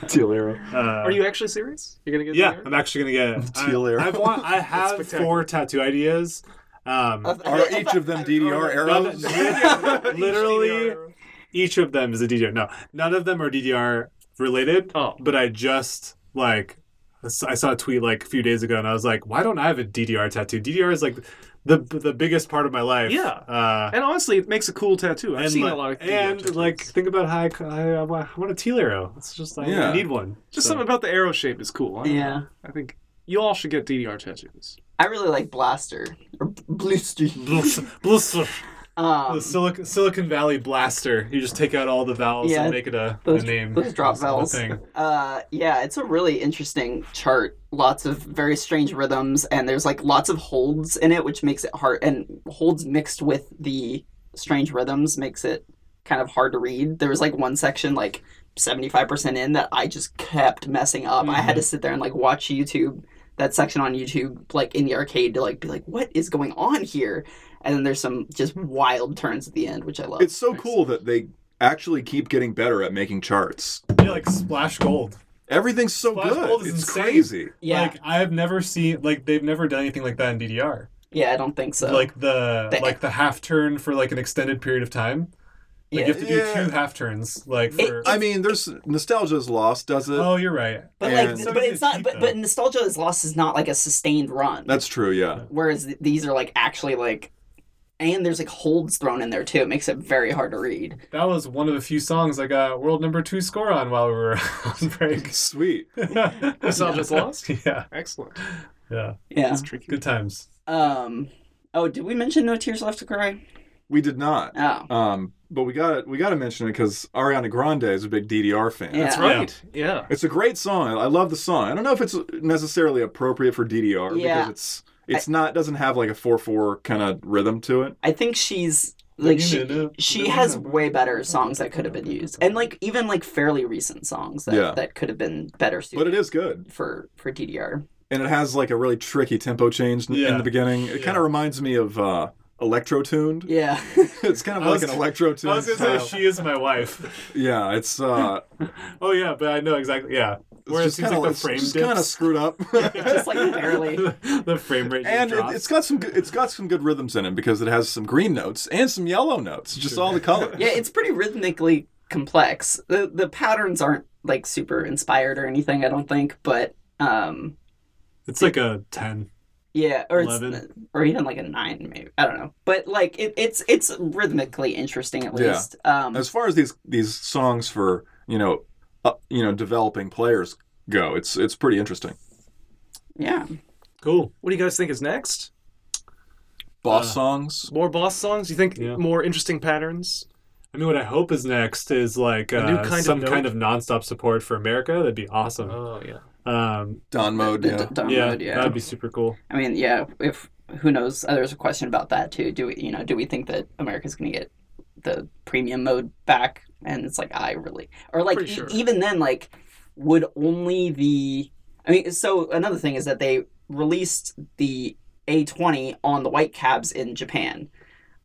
[SPEAKER 2] teal arrow.
[SPEAKER 4] uh,
[SPEAKER 1] Are you actually serious? You're gonna get
[SPEAKER 4] Yeah,
[SPEAKER 1] there?
[SPEAKER 4] I'm actually going to get it.
[SPEAKER 2] Teal
[SPEAKER 4] I,
[SPEAKER 2] arrow.
[SPEAKER 4] I've want, I have
[SPEAKER 1] spectacular.
[SPEAKER 4] four tattoo ideas. Um,
[SPEAKER 2] Are each of them DDR arrows?
[SPEAKER 4] literally, each of them is a DDR. No, none of them are DDR related.
[SPEAKER 1] Oh.
[SPEAKER 4] But I just like I saw a tweet like a few days ago, and I was like, why don't I have a DDR tattoo? DDR is like the the biggest part of my life.
[SPEAKER 1] Yeah.
[SPEAKER 4] Uh,
[SPEAKER 1] And honestly, it makes a cool tattoo. I've
[SPEAKER 4] and
[SPEAKER 1] seen
[SPEAKER 4] like,
[SPEAKER 1] a lot of DDR
[SPEAKER 4] and
[SPEAKER 1] tattoos.
[SPEAKER 4] like think about how I, c- I- I wa- I want a teal arrow. It's just like I
[SPEAKER 2] Yeah.
[SPEAKER 4] need one.
[SPEAKER 1] just
[SPEAKER 4] So-
[SPEAKER 1] something about the arrow shape is cool. I don't
[SPEAKER 3] Yeah.
[SPEAKER 1] know. I think you all should get DDR tattoos.
[SPEAKER 3] I really like Blaster or B- Blister.
[SPEAKER 4] Blus- blus-
[SPEAKER 3] Um,
[SPEAKER 4] the Silicon, Silicon Valley blaster. You just take out all the vowels
[SPEAKER 3] Yeah.
[SPEAKER 4] and make it a,
[SPEAKER 3] Those-
[SPEAKER 4] a name.
[SPEAKER 3] those drop
[SPEAKER 4] It's a
[SPEAKER 3] vowels.
[SPEAKER 4] Thing.
[SPEAKER 3] Uh, yeah, it's a really interesting chart. Lots of very strange rhythms, and there's like lots of holds in it, which makes it hard. And holds mixed with the strange rhythms makes it kind of hard to read. There was like one section, like 75% in, that I just kept messing up. I had to sit there and like watch YouTube, that section on YouTube, like in the arcade, to like be like, what is going on here? And then there's some just wild turns at the end, which I love.
[SPEAKER 2] It's so cool that they actually keep getting better at making charts.
[SPEAKER 4] Yeah, like splash gold.
[SPEAKER 2] Everything's so
[SPEAKER 4] Splash Gold
[SPEAKER 2] good.
[SPEAKER 4] is
[SPEAKER 2] It's
[SPEAKER 4] insane.
[SPEAKER 2] crazy.
[SPEAKER 3] yeah,
[SPEAKER 4] Like I have never seen like they've never done anything like that in DDR.
[SPEAKER 3] yeah, I don't think so.
[SPEAKER 4] like the,
[SPEAKER 3] The-
[SPEAKER 4] like the half turn for like an extended period of time. Like
[SPEAKER 3] Yeah.
[SPEAKER 4] you have to do
[SPEAKER 2] Yeah.
[SPEAKER 4] two half turns. Like
[SPEAKER 3] It-
[SPEAKER 4] for
[SPEAKER 2] I mean, there's nostalgia's lost, does it?
[SPEAKER 4] oh, you're right.
[SPEAKER 3] But
[SPEAKER 2] And-
[SPEAKER 3] like,
[SPEAKER 4] So
[SPEAKER 3] but
[SPEAKER 4] you
[SPEAKER 3] it's
[SPEAKER 4] just
[SPEAKER 3] not.
[SPEAKER 4] keep
[SPEAKER 3] But,
[SPEAKER 4] them.
[SPEAKER 3] but nostalgia is lost is not like a sustained run.
[SPEAKER 2] That's true. Yeah.
[SPEAKER 3] whereas th- these are like actually like, and there's like holds thrown in there too. It makes it very hard to read.
[SPEAKER 4] That was one of the few songs I got world number two score on while we were on break.
[SPEAKER 2] Sweet.
[SPEAKER 1] Nostalgia's lost?
[SPEAKER 4] Yeah,
[SPEAKER 1] Excellent.
[SPEAKER 4] yeah.
[SPEAKER 3] Yeah.
[SPEAKER 1] That's tricky.
[SPEAKER 4] Good times.
[SPEAKER 3] Um. Oh, did we mention No Tears Left to Cry?
[SPEAKER 2] We did not.
[SPEAKER 3] Oh.
[SPEAKER 2] Um, but we got to we got to mention it because Ariana Grande is a big DDR fan.
[SPEAKER 3] Yeah.
[SPEAKER 1] That's right. Yeah.
[SPEAKER 2] It's a great song. I love the song. I don't know if it's necessarily appropriate for DDR
[SPEAKER 3] Yeah.
[SPEAKER 2] because it's it's not doesn't have like a four four kind of rhythm to it.
[SPEAKER 3] I think she's like she she has way better songs that could have been used. And like even like fairly recent songs that,
[SPEAKER 2] Yeah.
[SPEAKER 3] that could have been better suited
[SPEAKER 2] But it is good,
[SPEAKER 3] for for DDR.
[SPEAKER 2] and it has like a really tricky tempo change in, in
[SPEAKER 4] Yeah.
[SPEAKER 2] the beginning. It kind
[SPEAKER 4] Yeah.
[SPEAKER 2] of reminds me of uh, electro tuned.
[SPEAKER 3] Yeah.
[SPEAKER 2] It's kind of
[SPEAKER 4] I
[SPEAKER 2] like
[SPEAKER 4] was-
[SPEAKER 2] an electro
[SPEAKER 4] I
[SPEAKER 2] tune.
[SPEAKER 4] was gonna say she is my wife.
[SPEAKER 2] yeah, it's uh,
[SPEAKER 4] Oh yeah, but I know exactly. Yeah, where it
[SPEAKER 2] it's
[SPEAKER 4] seems like the frame dips.
[SPEAKER 2] kind of screwed up.
[SPEAKER 3] Just like barely.
[SPEAKER 4] the frame rate
[SPEAKER 2] and it,
[SPEAKER 4] drops.
[SPEAKER 2] it's got some good, it's got some good rhythms in it because it has some green notes and some yellow notes, just all the colors.
[SPEAKER 3] Yeah, it's pretty rhythmically complex. The the patterns aren't like super inspired or anything, I don't think, but um
[SPEAKER 4] It's like a ten.
[SPEAKER 3] yeah, or it's,
[SPEAKER 4] 11.
[SPEAKER 3] or even like a 9 maybe. I don't know. But like it, it's it's rhythmically interesting at
[SPEAKER 2] Yeah.
[SPEAKER 3] least. Um
[SPEAKER 2] As far as these these songs for you know, uh, you know, developing players go, it's it's pretty interesting.
[SPEAKER 3] yeah.
[SPEAKER 4] Cool.
[SPEAKER 1] What do you guys think is next?
[SPEAKER 2] Boss
[SPEAKER 4] Uh,
[SPEAKER 2] songs.
[SPEAKER 1] More boss songs? You think
[SPEAKER 4] Yeah.
[SPEAKER 1] more interesting patterns?
[SPEAKER 4] I mean, what I hope is next is like
[SPEAKER 1] A
[SPEAKER 4] uh,
[SPEAKER 1] new kind of
[SPEAKER 4] some
[SPEAKER 1] note?
[SPEAKER 4] kind of nonstop support for America. That'd be awesome.
[SPEAKER 1] Oh yeah.
[SPEAKER 4] Um,
[SPEAKER 2] Don mode.
[SPEAKER 3] The-
[SPEAKER 2] Yeah.
[SPEAKER 3] the
[SPEAKER 4] yeah,
[SPEAKER 3] download, Oh, yeah.
[SPEAKER 4] that'd be super cool.
[SPEAKER 3] I mean, yeah, if who knows? Uh, There's a question about that too. Do we, you know, do we think that America's going to get the premium mode back? And it's like, I really, or like
[SPEAKER 1] Pretty
[SPEAKER 3] e-
[SPEAKER 1] sure.
[SPEAKER 3] even then, like, would only the, I mean, so another thing is that they released the A20 on the white cabs in Japan,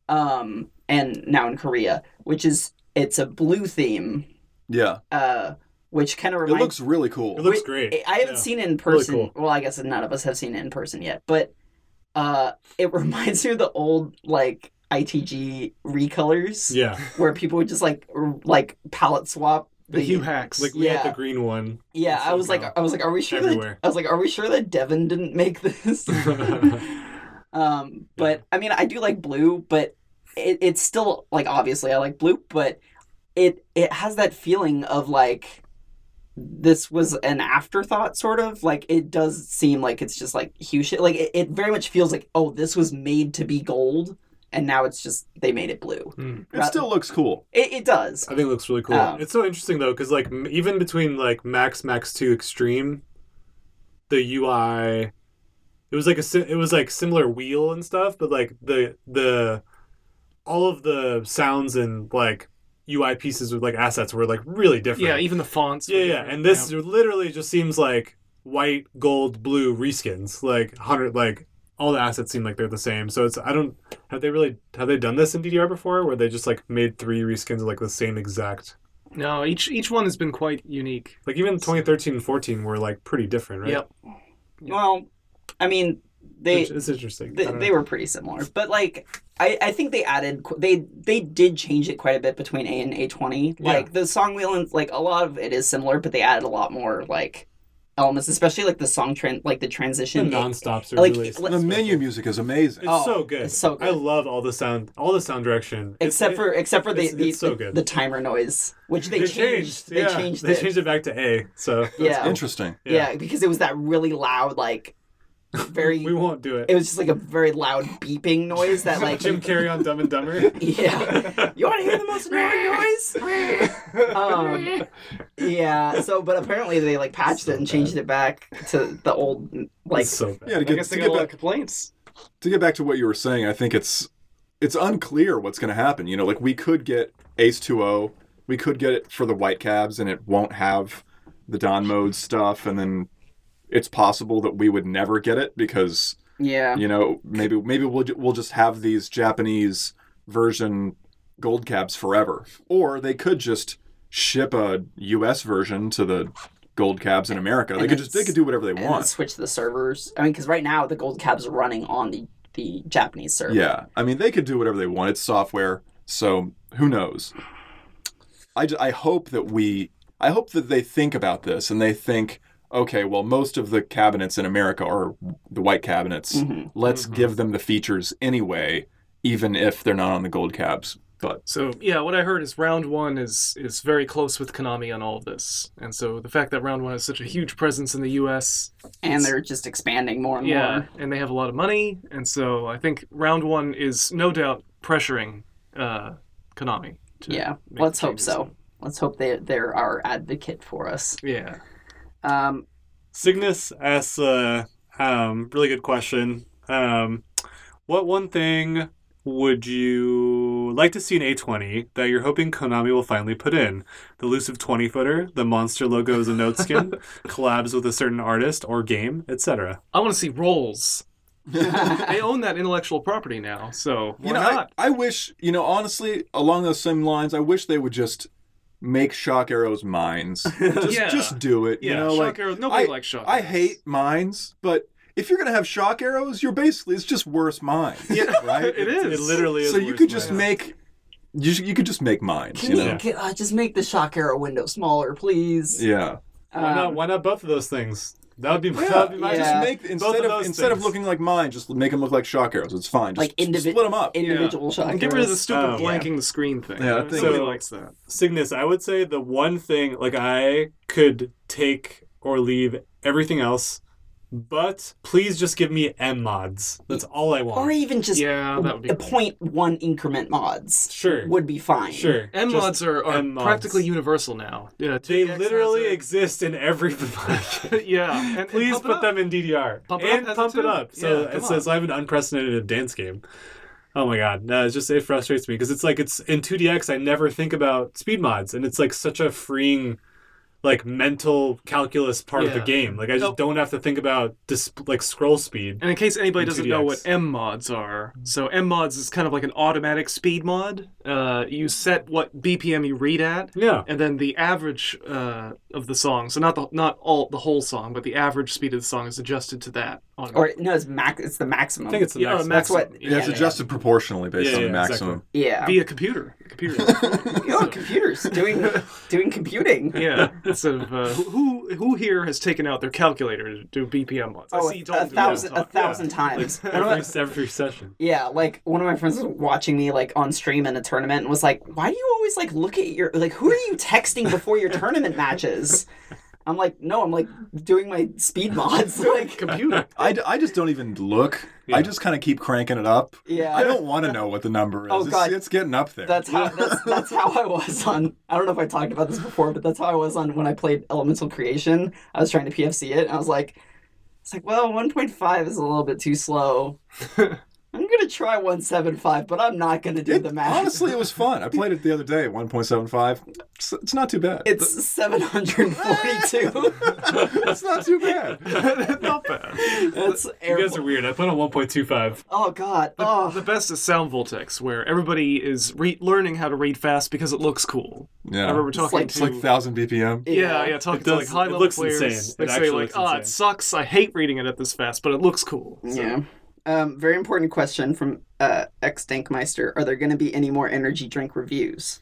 [SPEAKER 3] um, and now in Korea, which is it's a blue theme,
[SPEAKER 2] yeah.
[SPEAKER 3] uh, which kind of
[SPEAKER 2] It
[SPEAKER 3] reminds
[SPEAKER 2] looks really
[SPEAKER 4] It
[SPEAKER 2] cool.
[SPEAKER 4] looks
[SPEAKER 3] Wait,
[SPEAKER 4] great.
[SPEAKER 3] I I haven't
[SPEAKER 4] Yeah.
[SPEAKER 3] seen it in
[SPEAKER 4] Really
[SPEAKER 3] person.
[SPEAKER 4] cool.
[SPEAKER 3] Well, I guess none of us have seen it in person yet, but uh, it reminds me of the old like ITG recolors
[SPEAKER 4] Yeah,
[SPEAKER 3] where people would just like r- like palette swap.
[SPEAKER 1] The Hugh hacks.
[SPEAKER 4] like we had
[SPEAKER 3] Yeah.
[SPEAKER 4] the green one.
[SPEAKER 3] yeah, I was like,
[SPEAKER 4] somehow.
[SPEAKER 3] I was like, are we sure? That,
[SPEAKER 4] Everywhere.
[SPEAKER 3] I was like, are we sure that Devin didn't make this? um, but I mean, I do like blue, but it, it's still like obviously I like blue, but it it has that feeling of like this was an afterthought sort of like it does seem like it's just like huge shit like it, it very much feels like oh this was made to be gold and now it's just they made it blue
[SPEAKER 2] It still looks cool.
[SPEAKER 3] it, it does
[SPEAKER 4] I think it looks really cool.
[SPEAKER 3] Um,
[SPEAKER 4] it's so interesting though, because like m- even between like Max Max Two Extreme, the UI, it was like a si- it was like similar wheel and stuff, but like the the all of the sounds and like UI pieces with like assets were like really different.
[SPEAKER 1] Yeah, even the fonts. were
[SPEAKER 4] yeah, yeah.
[SPEAKER 1] different.
[SPEAKER 4] And this literally just seems like white, gold, blue reskins. Like hundred, like all the assets seem like they're the same. So it's I don't have they really have they done this in DDR before, where they just like made three reskins of like the same exact.
[SPEAKER 1] No, each each one has been quite unique.
[SPEAKER 4] Like even 2013 and 14 were like pretty different, right?
[SPEAKER 1] Yep. Yeah.
[SPEAKER 3] well i mean they
[SPEAKER 4] It's, it's interesting. I
[SPEAKER 3] they,
[SPEAKER 4] don't
[SPEAKER 3] they
[SPEAKER 4] know.
[SPEAKER 3] were pretty similar but like I, I think they added qu- they they did change it quite a bit between a and a20 like the song wheel and like a lot of it is similar but they added a lot more like elements especially like the song trend like the
[SPEAKER 4] the
[SPEAKER 3] transition
[SPEAKER 4] non-stops are
[SPEAKER 3] like,
[SPEAKER 4] really.
[SPEAKER 3] it-
[SPEAKER 2] The menu music is amazing.
[SPEAKER 4] It's
[SPEAKER 3] Oh,
[SPEAKER 4] so good.
[SPEAKER 3] it's so good.
[SPEAKER 4] I love all the sound, all the sound direction. It's-
[SPEAKER 3] except
[SPEAKER 4] it-
[SPEAKER 3] for except for the
[SPEAKER 4] it's-
[SPEAKER 3] the,
[SPEAKER 4] it's so
[SPEAKER 3] the-
[SPEAKER 4] good.
[SPEAKER 3] the timer noise which they, changed, they
[SPEAKER 4] yeah.
[SPEAKER 3] changed
[SPEAKER 4] They
[SPEAKER 3] it
[SPEAKER 4] changed it back to A. So that's
[SPEAKER 3] Yeah.
[SPEAKER 4] cool.
[SPEAKER 2] Interesting.
[SPEAKER 3] yeah. because it was that really loud like very
[SPEAKER 4] We won't do it.
[SPEAKER 3] it was just like a very loud beeping noise that like
[SPEAKER 4] Jim Carrey on Dumb and Dumber.
[SPEAKER 3] Yeah. You want to hear the most annoying noise? um, yeah. So, but apparently they like patched it and changed it back to the old like.
[SPEAKER 4] It's so bad.
[SPEAKER 2] Yeah, to
[SPEAKER 1] I
[SPEAKER 2] get,
[SPEAKER 1] guess
[SPEAKER 2] to
[SPEAKER 1] they got a
[SPEAKER 2] get,
[SPEAKER 1] lot of
[SPEAKER 2] back,
[SPEAKER 1] complaints.
[SPEAKER 2] to get back to what you were saying, I think it's it's unclear what's going to happen. You know, like we could get Ace 2O, we could get it for the White Cabs, and it won't have the Don Mode stuff, and then it's possible that we would never get it because
[SPEAKER 3] yeah.
[SPEAKER 2] you know maybe maybe we'll ju- we'll just have these Japanese version gold cabs forever, or they could just ship a U.S. version to the gold cabs in America. They
[SPEAKER 3] And
[SPEAKER 2] could just they
[SPEAKER 3] it's-
[SPEAKER 2] could do whatever they
[SPEAKER 3] And then
[SPEAKER 2] want.
[SPEAKER 3] switch the servers. I mean, because right now the gold cab's running on the the Japanese server.
[SPEAKER 2] Yeah, I mean, they could do whatever they want. It's software, so who knows? I, ju- I hope that we, I hope that they think about this and they think, okay, well, most of the cabinets in America are the white cabinets.
[SPEAKER 3] Mhm.
[SPEAKER 2] Let's give them the features anyway, even if they're not on the gold cabs. But
[SPEAKER 1] So yeah, what I heard is round one is is very close with Konami on all of this, and so the fact that round one has such a huge presence in the U.S.
[SPEAKER 3] and they're just expanding more and
[SPEAKER 1] yeah,
[SPEAKER 3] more.
[SPEAKER 1] and they have a lot of money, and so I think round one is no doubt pressuring uh, Konami. To
[SPEAKER 3] Yeah,
[SPEAKER 1] make
[SPEAKER 3] let's hope
[SPEAKER 1] changes.
[SPEAKER 3] so. Let's hope they they're our advocate for us.
[SPEAKER 1] Yeah,
[SPEAKER 3] Um,
[SPEAKER 4] Cygnus asks a um, really good question. Um, what one thing would you like to see in A20 that you're hoping Konami will finally put in? The elusive 20 footer, the monster logo as a note skin, collabs with a certain artist or game, etc.
[SPEAKER 1] I want to see rolls. They own that intellectual property now, so why
[SPEAKER 2] you know, I,
[SPEAKER 1] not?
[SPEAKER 2] I wish, you know, honestly, along those same lines, I wish they would just make Shock Arrow's mines. Just,
[SPEAKER 1] Yeah.
[SPEAKER 2] just do it.
[SPEAKER 1] yeah,
[SPEAKER 2] you know,
[SPEAKER 1] shock
[SPEAKER 2] like
[SPEAKER 1] arrows. Nobody
[SPEAKER 2] I-
[SPEAKER 1] likes shock.
[SPEAKER 2] I
[SPEAKER 1] arrows.
[SPEAKER 2] hate mines, but if you're gonna have shock arrows, you're basically it's just worse mines,
[SPEAKER 1] Yeah.
[SPEAKER 2] right?
[SPEAKER 1] It is.
[SPEAKER 4] It literally is.
[SPEAKER 2] so you
[SPEAKER 4] worth
[SPEAKER 2] could just
[SPEAKER 4] my-
[SPEAKER 2] make you, sh- you could just make mines,
[SPEAKER 3] can
[SPEAKER 2] you
[SPEAKER 3] you,
[SPEAKER 2] know?
[SPEAKER 3] can- uh, just make the shock arrow window smaller, please?
[SPEAKER 2] Yeah.
[SPEAKER 4] Why not?
[SPEAKER 3] Um,
[SPEAKER 4] Why not both of those things? That would be.
[SPEAKER 2] Yeah,
[SPEAKER 4] That would be my
[SPEAKER 2] Just
[SPEAKER 3] Yeah.
[SPEAKER 2] make
[SPEAKER 4] Both
[SPEAKER 2] instead
[SPEAKER 4] of
[SPEAKER 2] of,
[SPEAKER 4] those
[SPEAKER 2] instead of
[SPEAKER 4] things.
[SPEAKER 2] looking like mine, just make them look like shock arrows. It's fine. Just
[SPEAKER 3] Like indivi-
[SPEAKER 2] split them up.
[SPEAKER 3] individual shock arrows.
[SPEAKER 1] And get rid of the stupid
[SPEAKER 4] Oh, yeah.
[SPEAKER 1] blanking the screen thing.
[SPEAKER 2] Yeah, I think-
[SPEAKER 1] nobody
[SPEAKER 4] So-
[SPEAKER 1] likes that.
[SPEAKER 4] Cygnus, I would say the one thing like I could take or leave everything else, but please just give me M mods. That's all I
[SPEAKER 3] or
[SPEAKER 4] want.
[SPEAKER 3] even just
[SPEAKER 1] Yeah, that would be.
[SPEAKER 3] the point one increment mods
[SPEAKER 4] Sure,
[SPEAKER 3] would be fine.
[SPEAKER 4] sure.
[SPEAKER 1] M
[SPEAKER 4] Just-
[SPEAKER 1] mods are, are
[SPEAKER 4] M mods.
[SPEAKER 1] practically universal now. Yeah,
[SPEAKER 4] They
[SPEAKER 1] 2DX has
[SPEAKER 4] literally
[SPEAKER 1] it.
[SPEAKER 4] exist in every market.
[SPEAKER 1] yeah. And- and
[SPEAKER 4] Please
[SPEAKER 1] pump it
[SPEAKER 4] put
[SPEAKER 1] up.
[SPEAKER 4] them in DDR
[SPEAKER 1] Pump it up
[SPEAKER 4] and
[SPEAKER 1] as a
[SPEAKER 4] pump it
[SPEAKER 1] two.
[SPEAKER 4] up. So
[SPEAKER 1] Yeah, come
[SPEAKER 4] it says
[SPEAKER 1] on.
[SPEAKER 4] I have an unprecedented dance game. Oh my god, no! It's just it frustrates me because it's like it's in 2DX. I never think about speed mods, and it's like such a freeing, like mental calculus part of the
[SPEAKER 1] Yeah.
[SPEAKER 4] game. Like I just
[SPEAKER 1] Nope.
[SPEAKER 4] don't have to think about dis- like scroll speed.
[SPEAKER 1] And in case anybody
[SPEAKER 4] in
[SPEAKER 1] doesn't know what
[SPEAKER 4] 2DX.
[SPEAKER 1] M mods are, so M mods is kind of like an automatic speed mod. Uh, you set what BPM you read at,
[SPEAKER 4] Yeah,
[SPEAKER 1] and then the average uh, of the song. So not the not all the whole song, but the average speed of the song is adjusted to that. On
[SPEAKER 3] Or no, it's max. It's the maximum.
[SPEAKER 4] I think it's the
[SPEAKER 1] yeah,
[SPEAKER 4] maximum.
[SPEAKER 3] max- That's what-
[SPEAKER 2] Yeah, it's
[SPEAKER 3] Yeah.
[SPEAKER 2] adjusted proportionally based
[SPEAKER 4] Yeah,
[SPEAKER 2] on the
[SPEAKER 4] yeah,
[SPEAKER 2] maximum.
[SPEAKER 3] yeah.
[SPEAKER 1] via computer. Computer.
[SPEAKER 3] You know, computers doing doing computing.
[SPEAKER 1] yeah. Instead of uh, who who who here has taken out their calculator to do BPM mods?
[SPEAKER 3] Oh,
[SPEAKER 1] I see
[SPEAKER 3] a,
[SPEAKER 1] Dalton
[SPEAKER 3] a
[SPEAKER 1] do that all the
[SPEAKER 3] thousand, a
[SPEAKER 1] time.
[SPEAKER 3] thousand times. One of my-
[SPEAKER 4] every, every session.
[SPEAKER 3] Yeah, like one of my friends was watching me like on stream in a tournament and was like, "Why do you always like look at your like who are you texting before your tournament matches?" I'm like, "No, I'm like doing my speed mods." Like,
[SPEAKER 1] computer.
[SPEAKER 2] I, d- I just don't even look.
[SPEAKER 4] Yeah.
[SPEAKER 2] I just kind of keep cranking it up.
[SPEAKER 3] Yeah.
[SPEAKER 2] I don't want to know what the number is.
[SPEAKER 3] Oh,
[SPEAKER 2] it's,
[SPEAKER 3] God.
[SPEAKER 2] it's getting up there.
[SPEAKER 3] that's how that's, that's how I was on. I don't know if I talked about this before, but that's how I was on when I played Elemental Creation. I was trying to PFC it, and I was like, "It's like, well, 1.5 is a little bit too slow." I'm gonna try 175, but I'm not gonna do
[SPEAKER 2] It-
[SPEAKER 3] the math.
[SPEAKER 2] honestly, it was fun. I played it the other day at 1.75. It's, it's not too bad.
[SPEAKER 3] it's 742.
[SPEAKER 2] it's not too bad.
[SPEAKER 1] Not bad.
[SPEAKER 3] That's
[SPEAKER 4] You
[SPEAKER 3] air.
[SPEAKER 4] guys are weird. I put on 1.25.
[SPEAKER 3] Oh God! Oh,
[SPEAKER 1] The best is Sound Voltex, where everybody is re- learning how to read fast because it looks cool. I
[SPEAKER 2] Yeah.
[SPEAKER 1] remember talking
[SPEAKER 3] like-
[SPEAKER 2] It's
[SPEAKER 1] to
[SPEAKER 2] like 1,000 BPM.
[SPEAKER 1] yeah, yeah, talking
[SPEAKER 4] It
[SPEAKER 1] to
[SPEAKER 4] does-
[SPEAKER 1] like high
[SPEAKER 4] it
[SPEAKER 1] level
[SPEAKER 4] looks
[SPEAKER 1] players.
[SPEAKER 4] insane.
[SPEAKER 1] They
[SPEAKER 4] It
[SPEAKER 1] say
[SPEAKER 4] actually
[SPEAKER 1] like,
[SPEAKER 4] looks
[SPEAKER 1] "Ah, it
[SPEAKER 4] insane."
[SPEAKER 1] sucks. I hate reading it at this fast, but it looks cool." So-
[SPEAKER 3] Yeah. Um, very important question from uh, ex Dankmeister. Are there going to be any more energy drink reviews?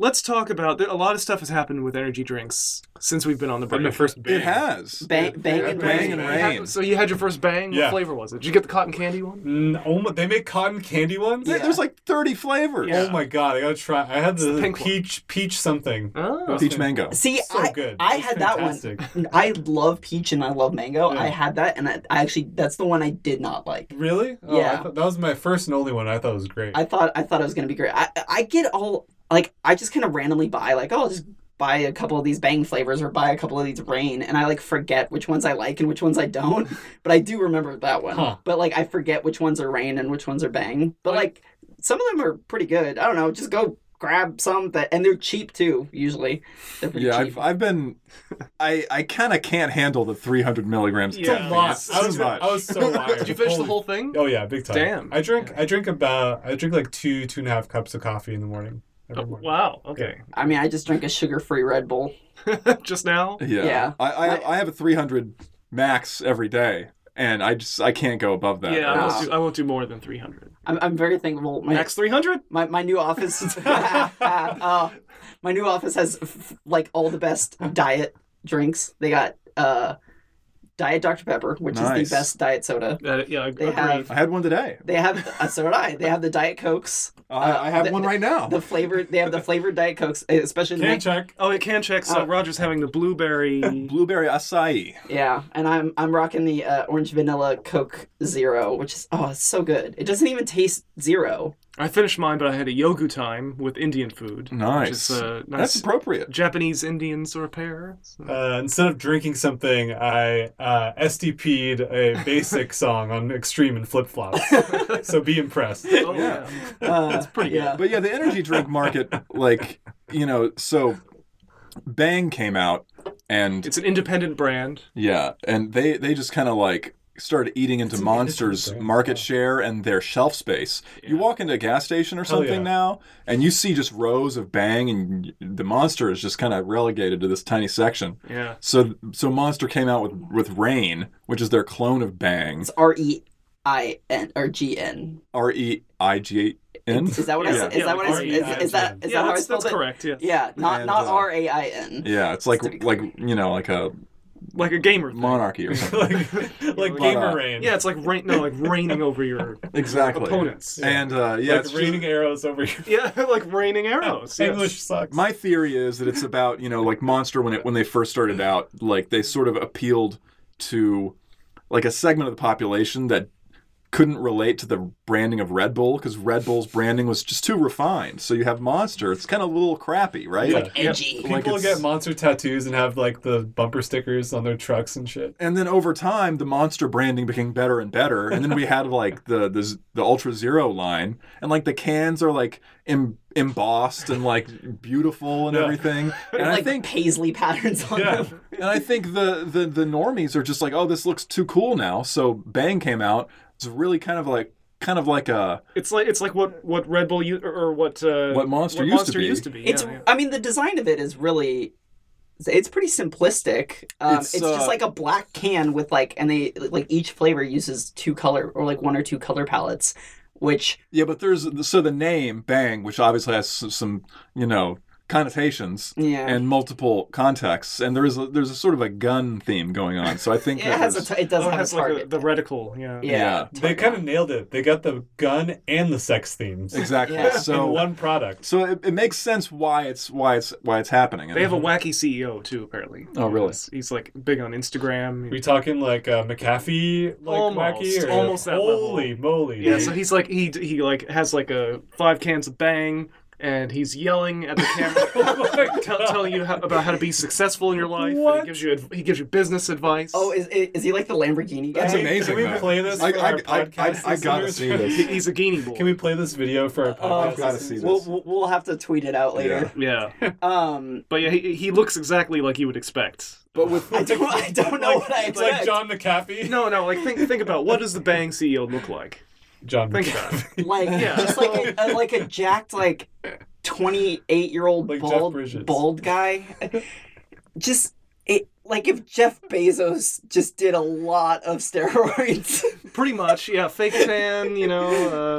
[SPEAKER 1] Let's talk about a lot of stuff has happened with energy drinks since we've been on the break.
[SPEAKER 4] I'm the first bang.
[SPEAKER 2] It has.
[SPEAKER 3] Bang, bang, and
[SPEAKER 2] Bang
[SPEAKER 3] rain.
[SPEAKER 2] and
[SPEAKER 1] You
[SPEAKER 2] rain.
[SPEAKER 1] had- so you had your first bang. What
[SPEAKER 4] Yeah.
[SPEAKER 1] flavor was it? Did you get the cotton candy one?
[SPEAKER 4] Mm, oh my- they make cotton candy ones.
[SPEAKER 2] There- There's like 30 flavors.
[SPEAKER 1] Yeah.
[SPEAKER 4] Oh my god, I gotta try. I had the,
[SPEAKER 1] pink one.
[SPEAKER 4] peach peach something.
[SPEAKER 1] Oh.
[SPEAKER 2] Peach mango.
[SPEAKER 3] See,
[SPEAKER 4] So
[SPEAKER 3] I,
[SPEAKER 4] good.
[SPEAKER 3] I
[SPEAKER 4] It's
[SPEAKER 3] had that
[SPEAKER 4] fantastic.
[SPEAKER 3] one. I love peach and I love mango.
[SPEAKER 4] Yeah.
[SPEAKER 3] I had that, and I, I actually that's the one I did not like.
[SPEAKER 4] Really? Oh, I
[SPEAKER 3] Yeah.
[SPEAKER 4] thought- that was my first and only one. I thought it was great.
[SPEAKER 3] I thought I thought it was going to be great. I I get all like I just kind of randomly buy like oh I'll just buy a couple of these bang flavors or buy a couple of these rain and I like forget which ones I like and which ones I don't. But I do remember that one.
[SPEAKER 4] Huh.
[SPEAKER 3] But like I forget which ones are rain and which ones are bang. But
[SPEAKER 1] Like-
[SPEAKER 3] like some of them are pretty good. I don't know. Just go grab some that and they're cheap too. Usually they're pretty
[SPEAKER 2] Yeah,
[SPEAKER 3] cheap.
[SPEAKER 2] I've, I've been. I, I kind of can't handle the 300 milligrams.
[SPEAKER 1] It's a
[SPEAKER 2] caffeine.
[SPEAKER 1] lot.
[SPEAKER 2] It's
[SPEAKER 4] I
[SPEAKER 2] too
[SPEAKER 4] was,
[SPEAKER 2] much.
[SPEAKER 4] I was so wired.
[SPEAKER 1] Did you finish the
[SPEAKER 4] Holy-
[SPEAKER 1] whole thing?
[SPEAKER 4] Oh yeah, big time.
[SPEAKER 1] Damn.
[SPEAKER 4] I drink.
[SPEAKER 1] Yeah.
[SPEAKER 4] I drink about. I drink like two, two and a half cups of coffee in the morning. Every
[SPEAKER 1] Oh,
[SPEAKER 4] morning.
[SPEAKER 1] wow. Okay.
[SPEAKER 3] I mean, I just drank a sugar-free Red Bull.
[SPEAKER 1] Just now.
[SPEAKER 2] Yeah.
[SPEAKER 3] Yeah.
[SPEAKER 2] I, I I have a 300 max every day, and I just I can't go above that.
[SPEAKER 1] Yeah, I
[SPEAKER 3] Wow.
[SPEAKER 1] won't, do, I won't do more than 300.
[SPEAKER 3] I'm, I'm very thankful. My,
[SPEAKER 1] Max 300?
[SPEAKER 3] my, my new office uh, my new office has f- like all the best diet drinks they got uh Diet Dr Pepper, which is
[SPEAKER 2] Nice.
[SPEAKER 3] the best diet soda.
[SPEAKER 1] Uh, yeah, I
[SPEAKER 3] They
[SPEAKER 1] agree.
[SPEAKER 2] I
[SPEAKER 3] have-
[SPEAKER 2] had one today.
[SPEAKER 3] They have uh, so did I. They have the Diet Cokes,
[SPEAKER 2] I,
[SPEAKER 3] Uh,
[SPEAKER 2] I have
[SPEAKER 3] the-
[SPEAKER 2] one right now.
[SPEAKER 3] the flavored. They have the flavored Diet Cokes, eh, especially
[SPEAKER 4] Can
[SPEAKER 3] Nick.
[SPEAKER 4] check.
[SPEAKER 1] Oh, it can check. So
[SPEAKER 3] Uh,
[SPEAKER 1] Roger's having the blueberry.
[SPEAKER 2] Blueberry acai.
[SPEAKER 3] Yeah, and I'm I'm rocking the uh, orange vanilla Coke Zero, which is oh, it's so good. It doesn't even taste zero.
[SPEAKER 1] I finished mine, but I had a yogu time with Indian food.
[SPEAKER 2] Nice.
[SPEAKER 1] Which is a
[SPEAKER 2] That's
[SPEAKER 1] nice
[SPEAKER 2] appropriate.
[SPEAKER 1] Japanese Indian sort of pair. So-
[SPEAKER 4] Uh, instead of drinking something, I uh, STP'd a basic song on Extreme and Flip Flops. so be impressed.
[SPEAKER 1] oh,
[SPEAKER 2] yeah.
[SPEAKER 1] yeah.
[SPEAKER 3] Uh, That's
[SPEAKER 1] pretty good.
[SPEAKER 3] yeah.
[SPEAKER 2] But yeah, the energy drink market, like you know, so Bang came out, and
[SPEAKER 1] It's an independent brand.
[SPEAKER 2] Yeah, and they they just kind of like started eating into
[SPEAKER 4] It's an
[SPEAKER 2] Monster's
[SPEAKER 4] interesting thing.
[SPEAKER 2] market share and their shelf space. You
[SPEAKER 1] Yeah.
[SPEAKER 2] walk into a gas station or
[SPEAKER 4] Hell
[SPEAKER 2] something
[SPEAKER 4] yeah.
[SPEAKER 2] now, and you see just rows of Bang, and the Monster is just kind of relegated to this tiny section.
[SPEAKER 1] Yeah.
[SPEAKER 2] So so Monster came out with with Rain, which is their clone of Bang.
[SPEAKER 3] It's R E I N or G N.
[SPEAKER 2] R E I G N.
[SPEAKER 3] Is that what I
[SPEAKER 2] Yeah.
[SPEAKER 3] said? Is
[SPEAKER 1] Yeah,
[SPEAKER 3] that what I said? Is,
[SPEAKER 4] like
[SPEAKER 3] is that is
[SPEAKER 1] yeah,
[SPEAKER 3] that how I
[SPEAKER 1] that's,
[SPEAKER 3] spelled
[SPEAKER 1] that's
[SPEAKER 3] it?
[SPEAKER 1] correct. Yeah.
[SPEAKER 3] Yeah, not
[SPEAKER 2] And,
[SPEAKER 3] not
[SPEAKER 2] uh,
[SPEAKER 3] R A I N.
[SPEAKER 2] Yeah, it's
[SPEAKER 3] Just to be
[SPEAKER 2] like like
[SPEAKER 3] clear.
[SPEAKER 2] you know like a
[SPEAKER 1] Like a gamer. Thing.
[SPEAKER 2] monarchy or something.
[SPEAKER 4] like like
[SPEAKER 1] But,
[SPEAKER 4] Gamer
[SPEAKER 2] uh,
[SPEAKER 4] Rain.
[SPEAKER 1] Yeah, it's like rain. No, like raining over your
[SPEAKER 2] exactly.
[SPEAKER 1] opponents.
[SPEAKER 2] And uh, yeah,
[SPEAKER 4] like
[SPEAKER 2] it's just-
[SPEAKER 4] raining arrows over your
[SPEAKER 1] Yeah, like raining arrows. yes.
[SPEAKER 4] English sucks.
[SPEAKER 2] My theory is that it's about you know like Monster when it when they first started out, like they sort of appealed to like a segment of the population that couldn't relate to the branding of Red Bull because Red Bull's branding was just too refined. So you have Monster, it's kind of a little crappy, right?
[SPEAKER 4] Yeah.
[SPEAKER 2] Like,
[SPEAKER 3] Edgy.
[SPEAKER 2] like
[SPEAKER 4] People
[SPEAKER 2] it's-
[SPEAKER 4] get monster tattoos and have like the bumper stickers on their trucks and shit.
[SPEAKER 2] and then over time, the Monster branding became better and better, and then we had like the the, Z- the Ultra Zero line, and like the cans are like em- embossed and like beautiful and
[SPEAKER 4] Yeah.
[SPEAKER 2] everything. And I
[SPEAKER 3] like
[SPEAKER 2] think
[SPEAKER 3] paisley patterns on
[SPEAKER 4] Yeah.
[SPEAKER 3] them.
[SPEAKER 2] And I think the, the the normies are just like, oh, this looks too cool now. So Bang came out. It's really kind of like kind of like a
[SPEAKER 1] It's like it's like what what Red Bull u- or what uh,
[SPEAKER 2] What Monster used to be.
[SPEAKER 1] used to be.
[SPEAKER 3] It's
[SPEAKER 1] yeah, yeah.
[SPEAKER 3] I mean the design of it is really it's pretty simplistic. Um,
[SPEAKER 2] It's,
[SPEAKER 3] it's
[SPEAKER 2] uh,
[SPEAKER 3] just like a black can with like and they like each flavor uses two color or like one or two color palettes, which
[SPEAKER 2] yeah. But there's so the name Bang, which obviously has some, some you know connotations
[SPEAKER 3] yeah.
[SPEAKER 2] and multiple contexts, and there is a, there's a sort of a gun theme going on. So I think
[SPEAKER 3] it
[SPEAKER 2] that
[SPEAKER 3] has a
[SPEAKER 2] is-
[SPEAKER 3] t- it
[SPEAKER 1] Oh,
[SPEAKER 3] does
[SPEAKER 1] it
[SPEAKER 3] have
[SPEAKER 1] has
[SPEAKER 3] a
[SPEAKER 1] like
[SPEAKER 3] target.
[SPEAKER 1] a, the reticle. Yeah.
[SPEAKER 2] yeah.
[SPEAKER 3] yeah.
[SPEAKER 4] They kind of nailed it. They got the gun and the sex themes
[SPEAKER 2] exactly.
[SPEAKER 3] Yeah.
[SPEAKER 4] in
[SPEAKER 2] So
[SPEAKER 4] one product.
[SPEAKER 2] so it, it makes sense why it's why it's why it's happening.
[SPEAKER 1] They have a wacky CEO too, apparently.
[SPEAKER 2] Oh, really?
[SPEAKER 1] He's, he's, like big on Instagram.
[SPEAKER 4] Are we talking like uh, McAfee, like
[SPEAKER 1] Almost.
[SPEAKER 4] wacky, or
[SPEAKER 1] Almost that level.
[SPEAKER 4] holy moly?
[SPEAKER 1] Yeah,
[SPEAKER 4] dude.
[SPEAKER 1] so he's like he he like has like a five cans of bang, and he's yelling at the camera,
[SPEAKER 4] Oh my
[SPEAKER 1] tell,
[SPEAKER 4] God.
[SPEAKER 1] telling you how, about how to be successful in your life. and
[SPEAKER 4] What?
[SPEAKER 1] he gives you adv- he gives you business advice.
[SPEAKER 3] Oh, is, is is he like the Lamborghini guy?
[SPEAKER 2] That's
[SPEAKER 4] Can we-
[SPEAKER 2] amazing,
[SPEAKER 4] Can
[SPEAKER 2] though.
[SPEAKER 4] we play this?
[SPEAKER 2] I-
[SPEAKER 4] for
[SPEAKER 2] I-
[SPEAKER 4] our
[SPEAKER 2] I-
[SPEAKER 4] podcast
[SPEAKER 2] I- I gotta
[SPEAKER 4] listeners?
[SPEAKER 2] see this.
[SPEAKER 1] He- he's a guinea boy.
[SPEAKER 4] Can we play this video
[SPEAKER 1] Uh,
[SPEAKER 4] for our podcast?
[SPEAKER 2] Oh, I've gotta see
[SPEAKER 4] listeners?
[SPEAKER 2] this.
[SPEAKER 3] Um, We'll, we'll we'll have to tweet it out later.
[SPEAKER 1] Yeah,
[SPEAKER 3] Um,
[SPEAKER 1] but yeah, he, he looks exactly like you would expect.
[SPEAKER 2] but with
[SPEAKER 3] I don't I don't know
[SPEAKER 4] Like-
[SPEAKER 3] what I
[SPEAKER 4] it's like
[SPEAKER 3] expect.
[SPEAKER 4] John McAfee.
[SPEAKER 1] No, no, like think think about what does the bang CEO look like?
[SPEAKER 4] John
[SPEAKER 1] Think about it.
[SPEAKER 3] like
[SPEAKER 1] Yeah.
[SPEAKER 3] just like a, a like a jacked like 28 year old
[SPEAKER 4] Like Jeff
[SPEAKER 3] bald
[SPEAKER 4] Bridges.
[SPEAKER 3] bald guy just it like if jeff bezos just did a lot of steroids
[SPEAKER 1] Pretty much, yeah. Fake tan, you know,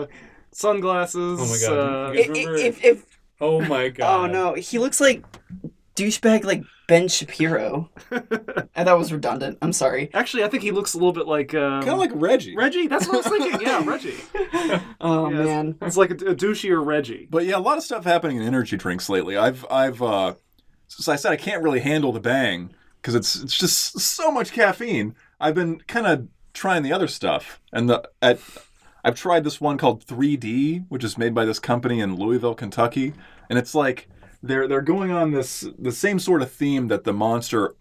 [SPEAKER 1] uh, sunglasses.
[SPEAKER 4] Oh my God.
[SPEAKER 1] uh,
[SPEAKER 4] You
[SPEAKER 3] if,
[SPEAKER 4] guys remember-
[SPEAKER 3] if, if
[SPEAKER 4] Oh my
[SPEAKER 3] oh
[SPEAKER 4] god.
[SPEAKER 3] no he looks like douchebag like ben shapiro and that was redundant i'm sorry
[SPEAKER 1] actually, I think he looks a little bit like um,
[SPEAKER 2] kind of like Reggie.
[SPEAKER 1] Reggie. That's what I was thinking. Yeah, Reggie.
[SPEAKER 3] oh
[SPEAKER 1] Yeah, it's-
[SPEAKER 3] man
[SPEAKER 1] It's like a, a douchier Reggie.
[SPEAKER 2] But yeah, a lot of stuff happening in energy drinks lately. I've I've uh as I said I can't really handle the bang because it's it's just so much caffeine. I've been kind of trying the other stuff and the at I've tried this one called 3D, which is made by this company in Louisville, Kentucky, and it's like they're they're going on this the same sort of theme that the Monster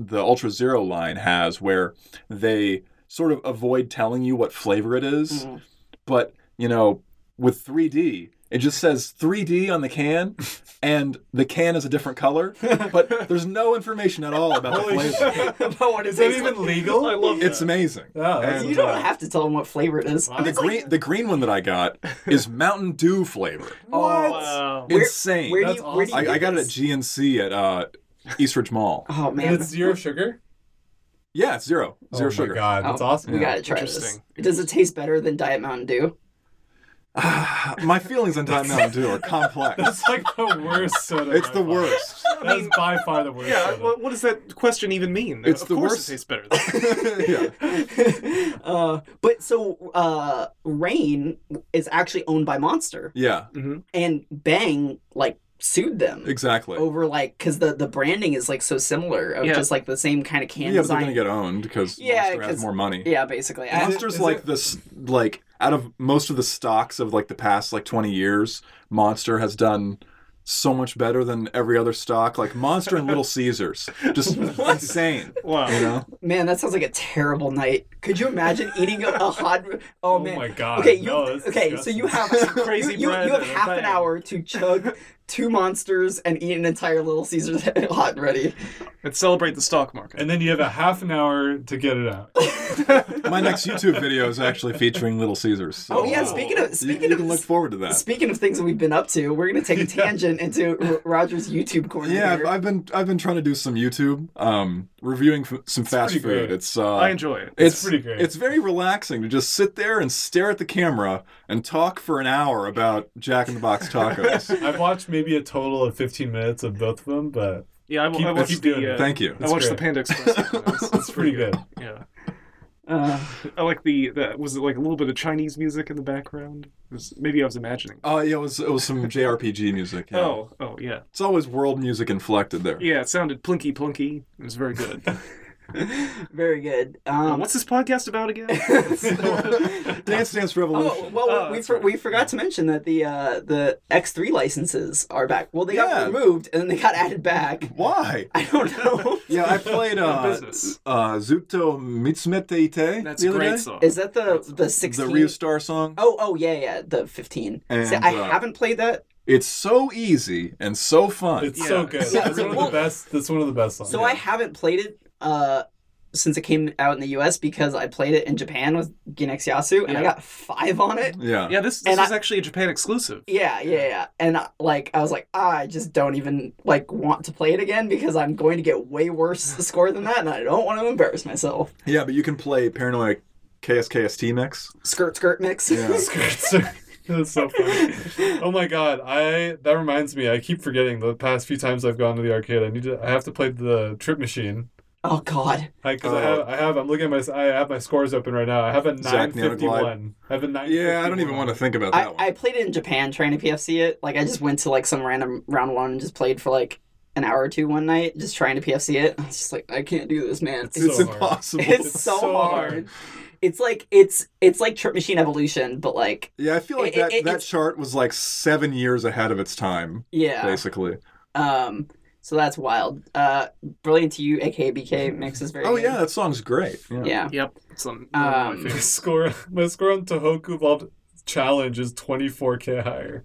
[SPEAKER 2] the Ultra Zero line has where they sort of avoid telling you what flavor it is,
[SPEAKER 3] Mm.
[SPEAKER 2] but you know, with 3D, it just says 3D on the can, and the can is a different color, but there's no information at all about the
[SPEAKER 4] Holy
[SPEAKER 2] flavor.
[SPEAKER 4] shit.
[SPEAKER 3] But what
[SPEAKER 4] Is
[SPEAKER 3] it
[SPEAKER 4] that
[SPEAKER 3] tastes
[SPEAKER 4] even
[SPEAKER 3] like-
[SPEAKER 4] legal? I love
[SPEAKER 2] It's amazing.
[SPEAKER 4] Oh, that's
[SPEAKER 3] you
[SPEAKER 2] And,
[SPEAKER 3] don't
[SPEAKER 2] uh,
[SPEAKER 3] have to tell him what flavor it is
[SPEAKER 2] the green the green one that I got is Mountain Dew flavor.
[SPEAKER 3] Oh,
[SPEAKER 1] Wow.
[SPEAKER 3] Where-
[SPEAKER 2] Insane.
[SPEAKER 3] where do
[SPEAKER 4] That's
[SPEAKER 3] you, where do you
[SPEAKER 4] awesome.
[SPEAKER 2] I, I
[SPEAKER 3] get
[SPEAKER 2] got it at
[SPEAKER 3] this?
[SPEAKER 2] GNC at uh, Eastridge Mall.
[SPEAKER 3] oh
[SPEAKER 4] And
[SPEAKER 3] man
[SPEAKER 4] it's zero sugar.
[SPEAKER 2] Yeah, it's zero.
[SPEAKER 4] Zero
[SPEAKER 2] Zero sugar.
[SPEAKER 4] Oh God, that's
[SPEAKER 3] Oh,
[SPEAKER 4] awesome.
[SPEAKER 3] we gotta try this
[SPEAKER 1] Interesting.
[SPEAKER 3] does it taste better than diet mountain dew
[SPEAKER 2] Ah, my feelings on Time Mountain Dew are complex.
[SPEAKER 4] That's like the worst soda.
[SPEAKER 2] It's
[SPEAKER 4] by
[SPEAKER 2] the
[SPEAKER 4] far.
[SPEAKER 2] worst.
[SPEAKER 4] That is by far the worst.
[SPEAKER 1] Yeah,
[SPEAKER 4] soda.
[SPEAKER 1] what, what does that question even mean?
[SPEAKER 2] It's
[SPEAKER 1] of
[SPEAKER 2] the
[SPEAKER 1] course
[SPEAKER 2] worst-
[SPEAKER 1] it tastes better. than-
[SPEAKER 2] yeah.
[SPEAKER 3] uh, but so uh, Rain is actually owned by Monster,
[SPEAKER 2] Yeah.
[SPEAKER 3] and Bang like sued them
[SPEAKER 2] Exactly.
[SPEAKER 3] over like because the the branding is like so similar of
[SPEAKER 1] Yeah.
[SPEAKER 3] just like the same kind of can
[SPEAKER 2] yeah, but they're
[SPEAKER 3] design.
[SPEAKER 2] gonna get owned because
[SPEAKER 3] Yeah,
[SPEAKER 2] Monster has
[SPEAKER 3] 'cause-
[SPEAKER 2] more money.
[SPEAKER 3] yeah, basically. I-
[SPEAKER 2] Monster's
[SPEAKER 4] is
[SPEAKER 2] like
[SPEAKER 4] it-
[SPEAKER 2] this, like out of most of the stocks of like the past like twenty years, Monster has done so much better than every other stock. Like Monster and Little Caesars, just insane.
[SPEAKER 1] Wow.
[SPEAKER 2] You know,
[SPEAKER 3] man, that sounds like a terrible night. Could you imagine eating a, a hot? Oh,
[SPEAKER 4] Oh
[SPEAKER 3] man.
[SPEAKER 4] my god.
[SPEAKER 3] Okay, you,
[SPEAKER 4] no, that's
[SPEAKER 3] okay. So
[SPEAKER 4] disgusting.
[SPEAKER 3] you have
[SPEAKER 1] Crazy
[SPEAKER 3] you, you,
[SPEAKER 1] bread
[SPEAKER 3] you have
[SPEAKER 1] and a
[SPEAKER 3] half an
[SPEAKER 1] thing.
[SPEAKER 3] hour to chug two monsters and eat an entire Little Caesars hot and ready.
[SPEAKER 1] Let's celebrate the stock market.
[SPEAKER 4] and then you have a half an hour to get it out.
[SPEAKER 2] my next YouTube video is actually featuring Little Caesars. so
[SPEAKER 3] Oh yeah, speaking of
[SPEAKER 2] you,
[SPEAKER 3] speaking
[SPEAKER 2] you
[SPEAKER 3] of
[SPEAKER 2] can look forward to that.
[SPEAKER 3] Speaking of things that we've been up to, we're gonna take a tangent into R- Roger's YouTube corner.
[SPEAKER 2] Yeah, I've,
[SPEAKER 3] here.
[SPEAKER 2] I've been I've been trying to do some YouTube, um, reviewing f- some fast
[SPEAKER 4] pretty
[SPEAKER 2] food.
[SPEAKER 4] great.
[SPEAKER 2] It's uh,
[SPEAKER 1] I enjoy it.
[SPEAKER 2] It's,
[SPEAKER 4] pretty great.
[SPEAKER 2] It's very relaxing to just sit there and stare at the camera and talk for an hour about Jack in the Box tacos.
[SPEAKER 4] I've watched maybe a total of 15 minutes of both of them, but
[SPEAKER 1] Yeah, I, wa-
[SPEAKER 4] Keep-
[SPEAKER 1] I watched
[SPEAKER 4] keep doing
[SPEAKER 1] the
[SPEAKER 4] it.
[SPEAKER 1] uh,
[SPEAKER 2] Thank you.
[SPEAKER 1] I
[SPEAKER 4] That's
[SPEAKER 1] watched the
[SPEAKER 4] great.
[SPEAKER 1] Panda Express. It's-
[SPEAKER 4] it's
[SPEAKER 1] it's
[SPEAKER 4] pretty good.
[SPEAKER 1] Yeah,
[SPEAKER 3] uh,
[SPEAKER 1] I like the, the was it like a little bit of Chinese music in the background? It was, maybe I was imagining.
[SPEAKER 2] Oh yeah, it was it was some JRPG music. yeah.
[SPEAKER 1] Oh, oh yeah,
[SPEAKER 2] it's always world music inflected there.
[SPEAKER 1] yeah. It sounded plinky plunky. It was very good.
[SPEAKER 3] very good.
[SPEAKER 1] Uh,
[SPEAKER 3] Um,
[SPEAKER 1] what's this podcast about again?
[SPEAKER 2] Oh, Dance Dance Revolution.
[SPEAKER 3] Oh well,
[SPEAKER 1] Oh,
[SPEAKER 3] we,
[SPEAKER 1] that's
[SPEAKER 3] for,
[SPEAKER 1] right.
[SPEAKER 3] we forgot to mention that the uh, the X three licenses are back. Well, they
[SPEAKER 2] Yeah.
[SPEAKER 3] got removed and then they got added back.
[SPEAKER 2] Why?
[SPEAKER 3] I don't know.
[SPEAKER 2] Yeah, I played uh,
[SPEAKER 1] business.
[SPEAKER 2] uh, Zupto Mitsumete Ite.
[SPEAKER 1] That's
[SPEAKER 2] the
[SPEAKER 1] a
[SPEAKER 2] other
[SPEAKER 1] great
[SPEAKER 2] day.
[SPEAKER 1] song.
[SPEAKER 3] Is that the the sixteen?
[SPEAKER 2] The Ryu Star song.
[SPEAKER 3] Oh, oh yeah, yeah, the fifteen.
[SPEAKER 2] And,
[SPEAKER 3] See, I
[SPEAKER 2] uh,
[SPEAKER 3] haven't played that,
[SPEAKER 2] It's so easy and so fun.
[SPEAKER 4] It's so
[SPEAKER 1] Yeah.
[SPEAKER 4] good.
[SPEAKER 1] Yeah,
[SPEAKER 4] it's one of
[SPEAKER 3] well-
[SPEAKER 4] the best. That's one of the
[SPEAKER 2] oh,
[SPEAKER 4] best songs.
[SPEAKER 3] so I haven't played it uh, since it came out in the U.S. because I played it in Japan with Ginex Yasu, and I
[SPEAKER 1] Yeah.
[SPEAKER 3] got five on it.
[SPEAKER 2] yeah.
[SPEAKER 1] yeah, this this
[SPEAKER 3] And
[SPEAKER 1] is actually a Japan exclusive.
[SPEAKER 3] Yeah, yeah, yeah. And uh, like I was like, I just don't even like want to play it again because I'm going to get way worse score than that, and I don't want to embarrass myself.
[SPEAKER 2] Yeah, but you can play Paranoia KSKST mix.
[SPEAKER 3] Skirt, skirt mix.
[SPEAKER 2] Yeah.
[SPEAKER 4] Skirts are- That's so funny. Oh my god, I that reminds me. I keep forgetting the past few times I've gone to the arcade. I need to. I have to play the trip machine.
[SPEAKER 3] oh God.
[SPEAKER 4] Because
[SPEAKER 2] Oh.
[SPEAKER 4] I have, I have, I'm looking at my, I have my scores open right now. I have a
[SPEAKER 2] Zach
[SPEAKER 4] 951. I have a 951.
[SPEAKER 2] Yeah, I don't even want to think about that
[SPEAKER 3] I,
[SPEAKER 2] one.
[SPEAKER 3] I played it in Japan trying to PFC it. Like I just went to like some random round one and just played for like an hour or two one night, just trying to PFC it. I was just like, I can't do this, man. It's,
[SPEAKER 4] so
[SPEAKER 2] it's
[SPEAKER 4] hard.
[SPEAKER 2] impossible.
[SPEAKER 3] it's so, hard. It's like it's it's like Trip Machine Evolution, but like
[SPEAKER 2] yeah, I feel like
[SPEAKER 3] It-
[SPEAKER 2] that,
[SPEAKER 3] it-
[SPEAKER 2] that
[SPEAKER 3] it's-
[SPEAKER 2] chart was like seven years ahead of its time,
[SPEAKER 3] yeah.
[SPEAKER 2] basically.
[SPEAKER 3] Um. So that's wild. Uh, brilliant to you, aka BK mix is very.
[SPEAKER 2] Oh,
[SPEAKER 3] good.
[SPEAKER 2] yeah, that song's great. Yeah.
[SPEAKER 3] Yeah.
[SPEAKER 1] Yep, it's on
[SPEAKER 3] Um,
[SPEAKER 4] My score, my score on Tohoku Vault Challenge is 24k higher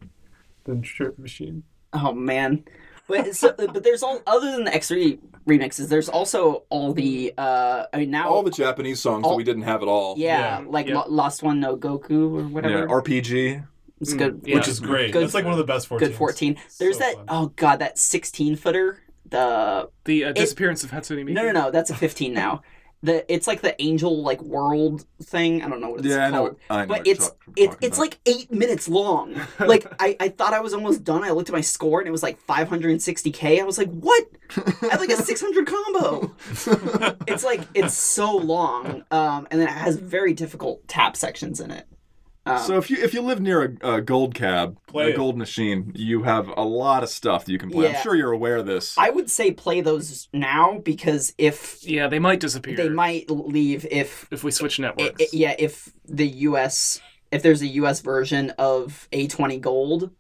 [SPEAKER 4] than Trip Machine.
[SPEAKER 3] Oh man. But so, but there's all other than the X3 remixes. There's also all the uh. I mean now.
[SPEAKER 2] All the Japanese songs
[SPEAKER 3] All-
[SPEAKER 2] that we didn't have at all.
[SPEAKER 3] yeah,
[SPEAKER 4] yeah,
[SPEAKER 3] like
[SPEAKER 1] yeah.
[SPEAKER 3] Lo- Lost One No Goku or
[SPEAKER 2] Yeah,
[SPEAKER 3] whatever.
[SPEAKER 2] RPG.
[SPEAKER 3] it's good.
[SPEAKER 1] Yeah.
[SPEAKER 4] Which is great.
[SPEAKER 3] Good-
[SPEAKER 4] That's like one of the best 14s.
[SPEAKER 3] Good 14. There's
[SPEAKER 4] So
[SPEAKER 3] that.
[SPEAKER 4] fun.
[SPEAKER 3] Oh god, that 16 footer. The
[SPEAKER 1] the uh, disappearance of Hatsune Miku.
[SPEAKER 3] no no no. That's a 15 now. The it's like the angel like world thing. I don't know what it's
[SPEAKER 2] yeah, I
[SPEAKER 3] called.
[SPEAKER 2] know. I know
[SPEAKER 3] but
[SPEAKER 2] what you're
[SPEAKER 3] it's
[SPEAKER 2] talk-
[SPEAKER 3] it,
[SPEAKER 2] talking
[SPEAKER 3] it's
[SPEAKER 2] about.
[SPEAKER 3] like eight minutes long. Like I, I thought I was almost done. I looked at my score and it was like 560k. I was like, what? I have like a 600 combo. it's like it's so long, um, and then it has very difficult tap sections in it. Um,
[SPEAKER 2] So if you if you live near a, a gold cab, a
[SPEAKER 4] Play it.
[SPEAKER 2] gold machine, you have a lot of stuff that you can play.
[SPEAKER 3] Yeah.
[SPEAKER 2] I'm sure you're aware of this.
[SPEAKER 3] I would say play those now because if
[SPEAKER 1] Yeah, they might disappear.
[SPEAKER 3] they might leave if
[SPEAKER 1] if we switch
[SPEAKER 3] i
[SPEAKER 1] networks.
[SPEAKER 3] i- yeah if the U.S. if there's a U.S. version of A20 Gold,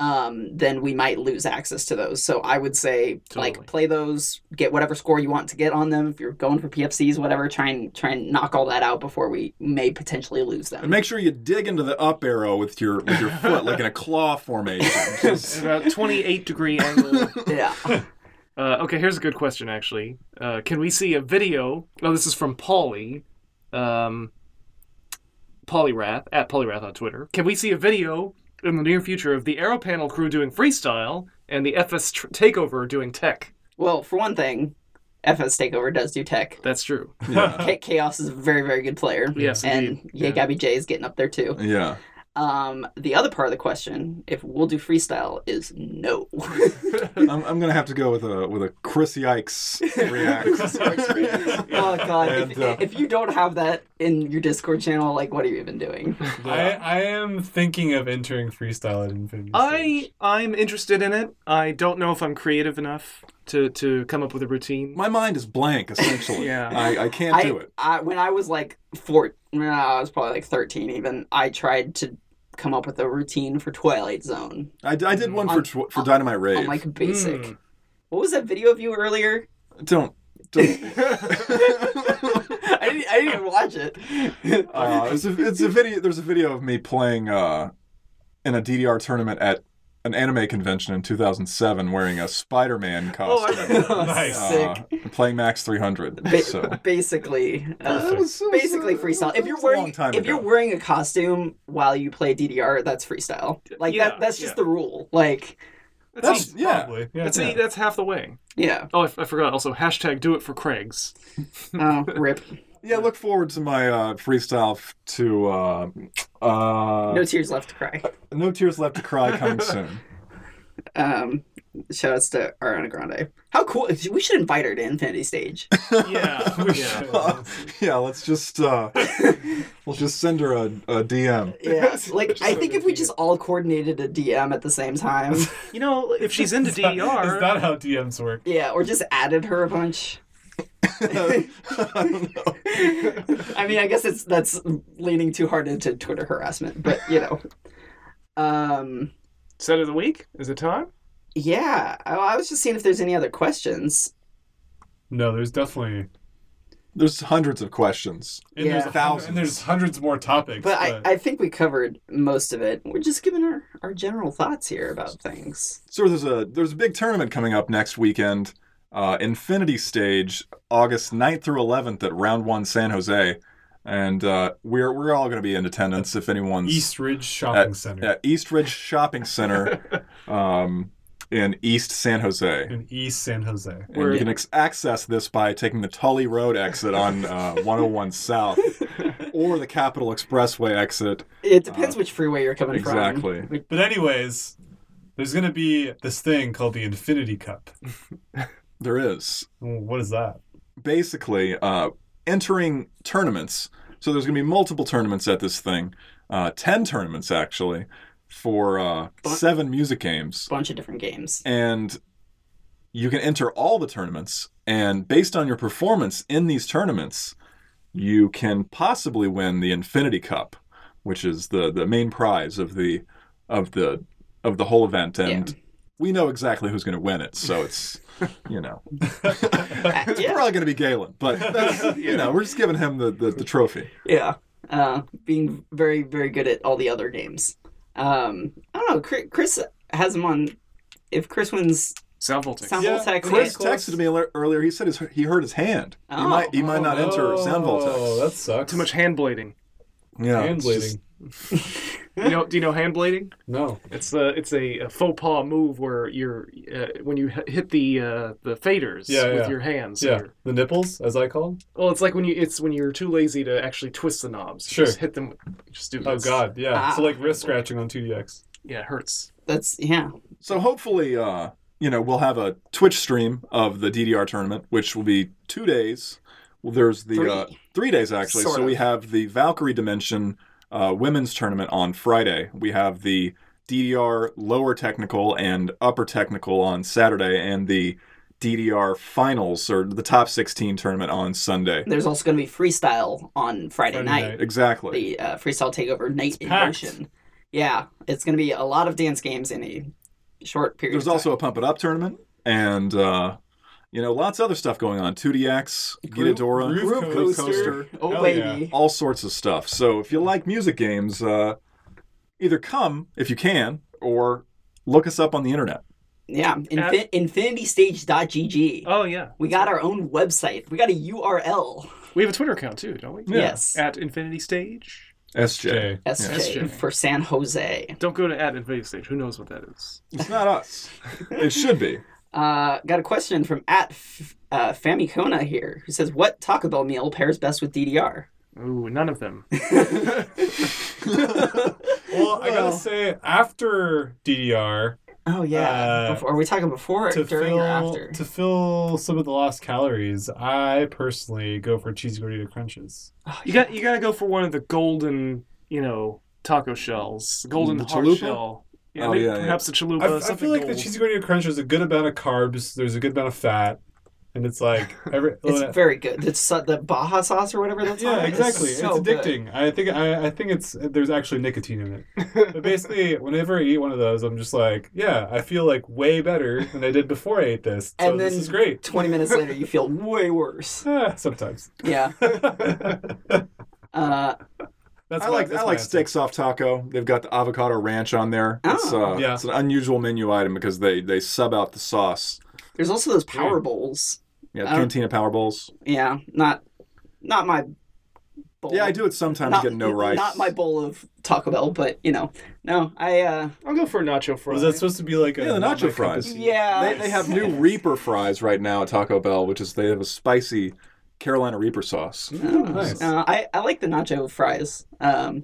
[SPEAKER 3] um, then we might lose access to those. So I would say like
[SPEAKER 1] Totally.
[SPEAKER 3] play those, get whatever score you want to get on them. If you're going for PFCs, whatever, try and try and knock all that out before we may potentially lose them.
[SPEAKER 2] And make sure you dig into the up arrow with your with your foot, like in a claw formation. Just-
[SPEAKER 1] At about 28 degree angle.
[SPEAKER 3] yeah.
[SPEAKER 1] Uh, okay, here's a good question actually. Uh, can we see a video? Oh, this is from Polly, um, Polyrath at Polyrath on Twitter. Can we see a video in the near future of the Arrow Panel crew doing freestyle and the FS tr- Takeover doing tech?
[SPEAKER 3] Well, for one thing, FS Takeover does do tech.
[SPEAKER 1] That's true.
[SPEAKER 2] yeah.
[SPEAKER 3] Cha- Chaos is a very, very good player.
[SPEAKER 1] Oh. Yes,
[SPEAKER 3] and
[SPEAKER 1] indeed.
[SPEAKER 3] yeah, Gabby J is getting up there too.
[SPEAKER 2] Yeah.
[SPEAKER 3] Um, the other part of the question, if we'll do freestyle, is no.
[SPEAKER 2] I'm, I'm gonna have to go with a with a Chris Yikes react.
[SPEAKER 3] oh god, if,
[SPEAKER 2] And, uh,
[SPEAKER 3] if you don't have that in your Discord channel, like what are you even doing?
[SPEAKER 2] uh,
[SPEAKER 4] I, I am thinking of entering freestyle at Infinity.
[SPEAKER 1] I I'm interested in it. I don't know if I'm creative enough to to come up with a routine.
[SPEAKER 2] My mind is blank essentially.
[SPEAKER 1] Yeah.
[SPEAKER 2] I, I can't do
[SPEAKER 3] I,
[SPEAKER 2] it.
[SPEAKER 3] I when I was like four, no, I was probably like thirteen even. I tried to come up with a routine for Twilight Zone
[SPEAKER 2] I, I did one for
[SPEAKER 3] On-
[SPEAKER 2] tw- for Dynamite Rave.
[SPEAKER 3] on like basic.
[SPEAKER 1] Mm.
[SPEAKER 3] What was that video of you earlier?
[SPEAKER 2] Don't. don't.
[SPEAKER 3] I didn't, I didn't even watch it.
[SPEAKER 2] uh, it's, a, it's a video. There's a video of me playing uh, in a DDR tournament at an anime convention in 2007, wearing a Spider-Man
[SPEAKER 1] Oh, I
[SPEAKER 2] costume.
[SPEAKER 1] remember.
[SPEAKER 4] Nice.
[SPEAKER 3] Sick.
[SPEAKER 2] Uh, and playing Max 300.
[SPEAKER 3] Ba-
[SPEAKER 2] so
[SPEAKER 3] Basically, uh,
[SPEAKER 2] That was- that was-
[SPEAKER 3] basically
[SPEAKER 2] that was-
[SPEAKER 3] freestyle.
[SPEAKER 2] that
[SPEAKER 3] If you're
[SPEAKER 2] was a long
[SPEAKER 3] wearing
[SPEAKER 2] time
[SPEAKER 3] if you're
[SPEAKER 2] ago.
[SPEAKER 3] wearing a costume while you play DDR, that's freestyle. Like
[SPEAKER 1] Yeah,
[SPEAKER 3] that, that's just
[SPEAKER 1] yeah.
[SPEAKER 3] the rule. Like
[SPEAKER 1] That's
[SPEAKER 2] That's- yeah.
[SPEAKER 4] Probably. Yeah.
[SPEAKER 1] that's e, that's, that's half the way.
[SPEAKER 3] yeah.
[SPEAKER 1] Oh, I, f- I forgot. Also, hashtag do it for Craig's.
[SPEAKER 3] Oh, rip.
[SPEAKER 2] Yeah, look forward to my uh, freestyle f- to uh, uh,
[SPEAKER 3] No tears left to cry.
[SPEAKER 2] No Tears Left to Cry coming soon.
[SPEAKER 3] Um, shout outs to Ariana Grande. How cool! We should invite her to Infinity Stage.
[SPEAKER 1] Yeah, yeah.
[SPEAKER 2] Uh, yeah, let's just uh, we'll just send her a, a DM.
[SPEAKER 3] Yeah, like I think if we just all coordinated a DM at the same time,
[SPEAKER 1] You know, if she's into E
[SPEAKER 4] Is that-
[SPEAKER 1] DDR,
[SPEAKER 4] Is that how DMs work?
[SPEAKER 3] yeah, or just added her a bunch.
[SPEAKER 2] I don't know.
[SPEAKER 3] I mean, I guess it's that's leaning too hard into Twitter harassment, but you know. Um,
[SPEAKER 1] set of the week is it time?
[SPEAKER 3] yeah, I, I was just seeing if there's any other questions.
[SPEAKER 4] No, there's definitely
[SPEAKER 2] There's hundreds of questions.
[SPEAKER 4] and
[SPEAKER 3] Yeah.
[SPEAKER 4] there's a hundred- and there's hundreds more topics.
[SPEAKER 3] But I, I think we covered most of it. We're just giving our, our general thoughts here about things.
[SPEAKER 2] So there's a there's a big tournament coming up next weekend, uh, Infinity Stage, August 9th through 11th at Round One San Jose, and uh, we're we're all going to be in attendance if anyone's
[SPEAKER 4] East Ridge Shopping Center
[SPEAKER 2] at East Ridge Shopping Center um, in East San Jose.
[SPEAKER 4] in East San Jose.
[SPEAKER 2] And you can ex- access this by taking the Tully Road exit on uh, 101 South or the Capitol Expressway exit.
[SPEAKER 3] It depends which freeway you're coming from.
[SPEAKER 2] Exactly.
[SPEAKER 4] But anyways, there's gonna be this thing called the Infinity Cup.
[SPEAKER 2] There is.
[SPEAKER 4] What is that?
[SPEAKER 2] basically uh, entering tournaments. So there's going to be multiple tournaments at this thing, uh, ten tournaments actually, for uh,
[SPEAKER 3] Bu-
[SPEAKER 2] seven music games,
[SPEAKER 3] Bunch of different games.
[SPEAKER 2] and you can enter all the tournaments. And based on your performance in these tournaments, you can possibly win the Infinity Cup, which is the the main prize of the of the of the whole event. And we know exactly who's going to win it, so it's you know.
[SPEAKER 3] Uh,
[SPEAKER 2] It's
[SPEAKER 3] yeah,
[SPEAKER 2] probably going to be Galen, but that's, you know, we're just giving him the, the, the trophy.
[SPEAKER 3] yeah. Uh, being very very good at all the other games. Um, I don't know. Chris, Chris has him on. If Chris wins
[SPEAKER 1] Sound voltage.
[SPEAKER 3] Sound
[SPEAKER 4] Yeah,
[SPEAKER 3] Voltex,
[SPEAKER 2] Chris
[SPEAKER 3] and-
[SPEAKER 2] texted me ear- earlier. He said his, he hurt his hand. he
[SPEAKER 3] Oh.
[SPEAKER 2] might he might not enter Sound
[SPEAKER 4] Oh,
[SPEAKER 2] Voltex.
[SPEAKER 4] that sucks.
[SPEAKER 1] Too much hand blading.
[SPEAKER 2] Yeah,
[SPEAKER 4] hand
[SPEAKER 2] it's just-
[SPEAKER 4] bleeding.
[SPEAKER 1] You know? Do you know hand blading?
[SPEAKER 4] No.
[SPEAKER 1] It's a it's a, a faux pas move where you're uh, when you h- hit the uh, the faders
[SPEAKER 4] Yeah,
[SPEAKER 1] with
[SPEAKER 4] yeah.
[SPEAKER 1] your hands.
[SPEAKER 4] Yeah.
[SPEAKER 1] you're-
[SPEAKER 4] The nipples, as I call them.
[SPEAKER 1] Well, it's like when you it's when you're too lazy to actually twist the knobs. You
[SPEAKER 4] Sure.
[SPEAKER 1] Just hit them. you Just do
[SPEAKER 4] Oh
[SPEAKER 1] this.
[SPEAKER 4] god, yeah.
[SPEAKER 3] Ah.
[SPEAKER 4] So like wrist scratching on 2DX.
[SPEAKER 1] Yeah, it hurts.
[SPEAKER 3] That's yeah.
[SPEAKER 2] So hopefully, uh, you know, we'll have a Twitch stream of the DDR tournament, which will be two days. Well, there's the
[SPEAKER 3] Three.
[SPEAKER 2] Uh, three days actually.
[SPEAKER 3] Sort
[SPEAKER 2] so
[SPEAKER 3] of.
[SPEAKER 2] we have the Valkyrie Dimension uh, women's tournament on Friday. We have the DDR lower technical and upper technical on Saturday, and the DDR finals or the top 16 tournament on Sunday.
[SPEAKER 3] There's also going to be freestyle on Friday,
[SPEAKER 4] Friday
[SPEAKER 3] night.
[SPEAKER 4] night.
[SPEAKER 2] Exactly.
[SPEAKER 3] The uh, freestyle takeover night in
[SPEAKER 4] packed.
[SPEAKER 3] motion. Yeah, it's going to be a lot of dance games in a short period.
[SPEAKER 2] There's
[SPEAKER 3] of
[SPEAKER 2] also a Pump It Up tournament, and uh, you know, lots of other stuff going on. 2DX,
[SPEAKER 4] Groove-
[SPEAKER 2] Ghidorah,
[SPEAKER 4] Groove
[SPEAKER 2] Groove
[SPEAKER 4] Coaster.
[SPEAKER 3] time. Oh
[SPEAKER 4] Hell yeah.
[SPEAKER 3] baby,
[SPEAKER 2] all sorts of stuff. So if you like music games, uh, either come if you can, or look us up on the internet.
[SPEAKER 3] yeah. Infin- InfinityStage.gg.
[SPEAKER 1] Oh yeah.
[SPEAKER 3] we got our own website. We got a URL.
[SPEAKER 1] We have a Twitter account too, don't we?
[SPEAKER 2] Yeah.
[SPEAKER 3] Yes,
[SPEAKER 1] At Infinity Stage.
[SPEAKER 2] SJ.
[SPEAKER 4] Jay.
[SPEAKER 3] SJ,
[SPEAKER 1] SJ.
[SPEAKER 3] for San Jose.
[SPEAKER 1] Don't go to at Infinity Stage. Who knows what that is?
[SPEAKER 2] It's not us. it should be.
[SPEAKER 3] Uh, got a question from at F- uh, Famicona here, who says, "What Taco Bell meal pairs best with DDR?"
[SPEAKER 1] Ooh, none of them.
[SPEAKER 4] Well, I
[SPEAKER 3] Well.
[SPEAKER 4] gotta say, after DDR,
[SPEAKER 3] oh yeah.
[SPEAKER 4] Uh,
[SPEAKER 3] before, are we talking before, or
[SPEAKER 4] to
[SPEAKER 3] during,
[SPEAKER 4] fill
[SPEAKER 3] or after?
[SPEAKER 4] to fill some of the lost calories, I personally go for cheesy gordita crunches.
[SPEAKER 3] Oh,
[SPEAKER 1] You got you gotta go for one of the golden, you know, taco shells, golden
[SPEAKER 2] The
[SPEAKER 1] hard
[SPEAKER 2] chalupa?
[SPEAKER 1] shell. Yeah,
[SPEAKER 2] Oh,
[SPEAKER 1] maybe
[SPEAKER 2] yeah, yeah.
[SPEAKER 1] perhaps a chalupa.
[SPEAKER 4] I, I
[SPEAKER 1] Uh, something
[SPEAKER 4] feel like the
[SPEAKER 1] gold.
[SPEAKER 4] cheesy gordita crunch is a good amount of carbs. There's a good amount of fat, and it's like every. oh,
[SPEAKER 3] It's very good. It's so- the Baja sauce or whatever that's on
[SPEAKER 4] yeah,
[SPEAKER 3] it is
[SPEAKER 4] exactly.
[SPEAKER 3] so
[SPEAKER 4] it's
[SPEAKER 3] good.
[SPEAKER 4] addicting. I think I, I think it's there's actually nicotine in it. But basically, whenever I eat one of those, I'm just like, yeah, I feel like way better than I did before I ate this. So
[SPEAKER 3] And
[SPEAKER 4] this
[SPEAKER 3] then-
[SPEAKER 4] is great.
[SPEAKER 3] Twenty minutes later, you feel way worse.
[SPEAKER 4] Ah, sometimes.
[SPEAKER 3] Yeah. Uh,
[SPEAKER 4] that's
[SPEAKER 2] I
[SPEAKER 4] my-
[SPEAKER 2] like
[SPEAKER 4] that's
[SPEAKER 2] I
[SPEAKER 4] my
[SPEAKER 2] like
[SPEAKER 4] answer.
[SPEAKER 2] steak soft taco. They've got the avocado ranch on there. It's,
[SPEAKER 3] Oh.
[SPEAKER 2] uh,
[SPEAKER 4] Yeah.
[SPEAKER 2] it's an unusual menu item because they they sub out the sauce.
[SPEAKER 3] there's also those power
[SPEAKER 4] Weird.
[SPEAKER 3] bowls.
[SPEAKER 2] Yeah,
[SPEAKER 3] Oh.
[SPEAKER 2] Cantina Power Bowls.
[SPEAKER 3] Yeah, not not my bowl.
[SPEAKER 2] Yeah, I do it sometimes
[SPEAKER 3] Not,
[SPEAKER 2] get no rice.
[SPEAKER 3] Not my bowl of Taco Bell, but you know, no, I uh,
[SPEAKER 1] I'll go for nacho fry.
[SPEAKER 4] Was that supposed to be like a
[SPEAKER 2] Yeah, the
[SPEAKER 4] not
[SPEAKER 2] nacho
[SPEAKER 4] my cup of
[SPEAKER 2] fries.
[SPEAKER 4] tea?
[SPEAKER 3] yeah,
[SPEAKER 2] They, they have new Reaper fries right now at Taco Bell, which is they have a spicy Carolina Reaper sauce.
[SPEAKER 3] Mm,
[SPEAKER 4] Nice.
[SPEAKER 3] uh, I I like the nacho fries. Um,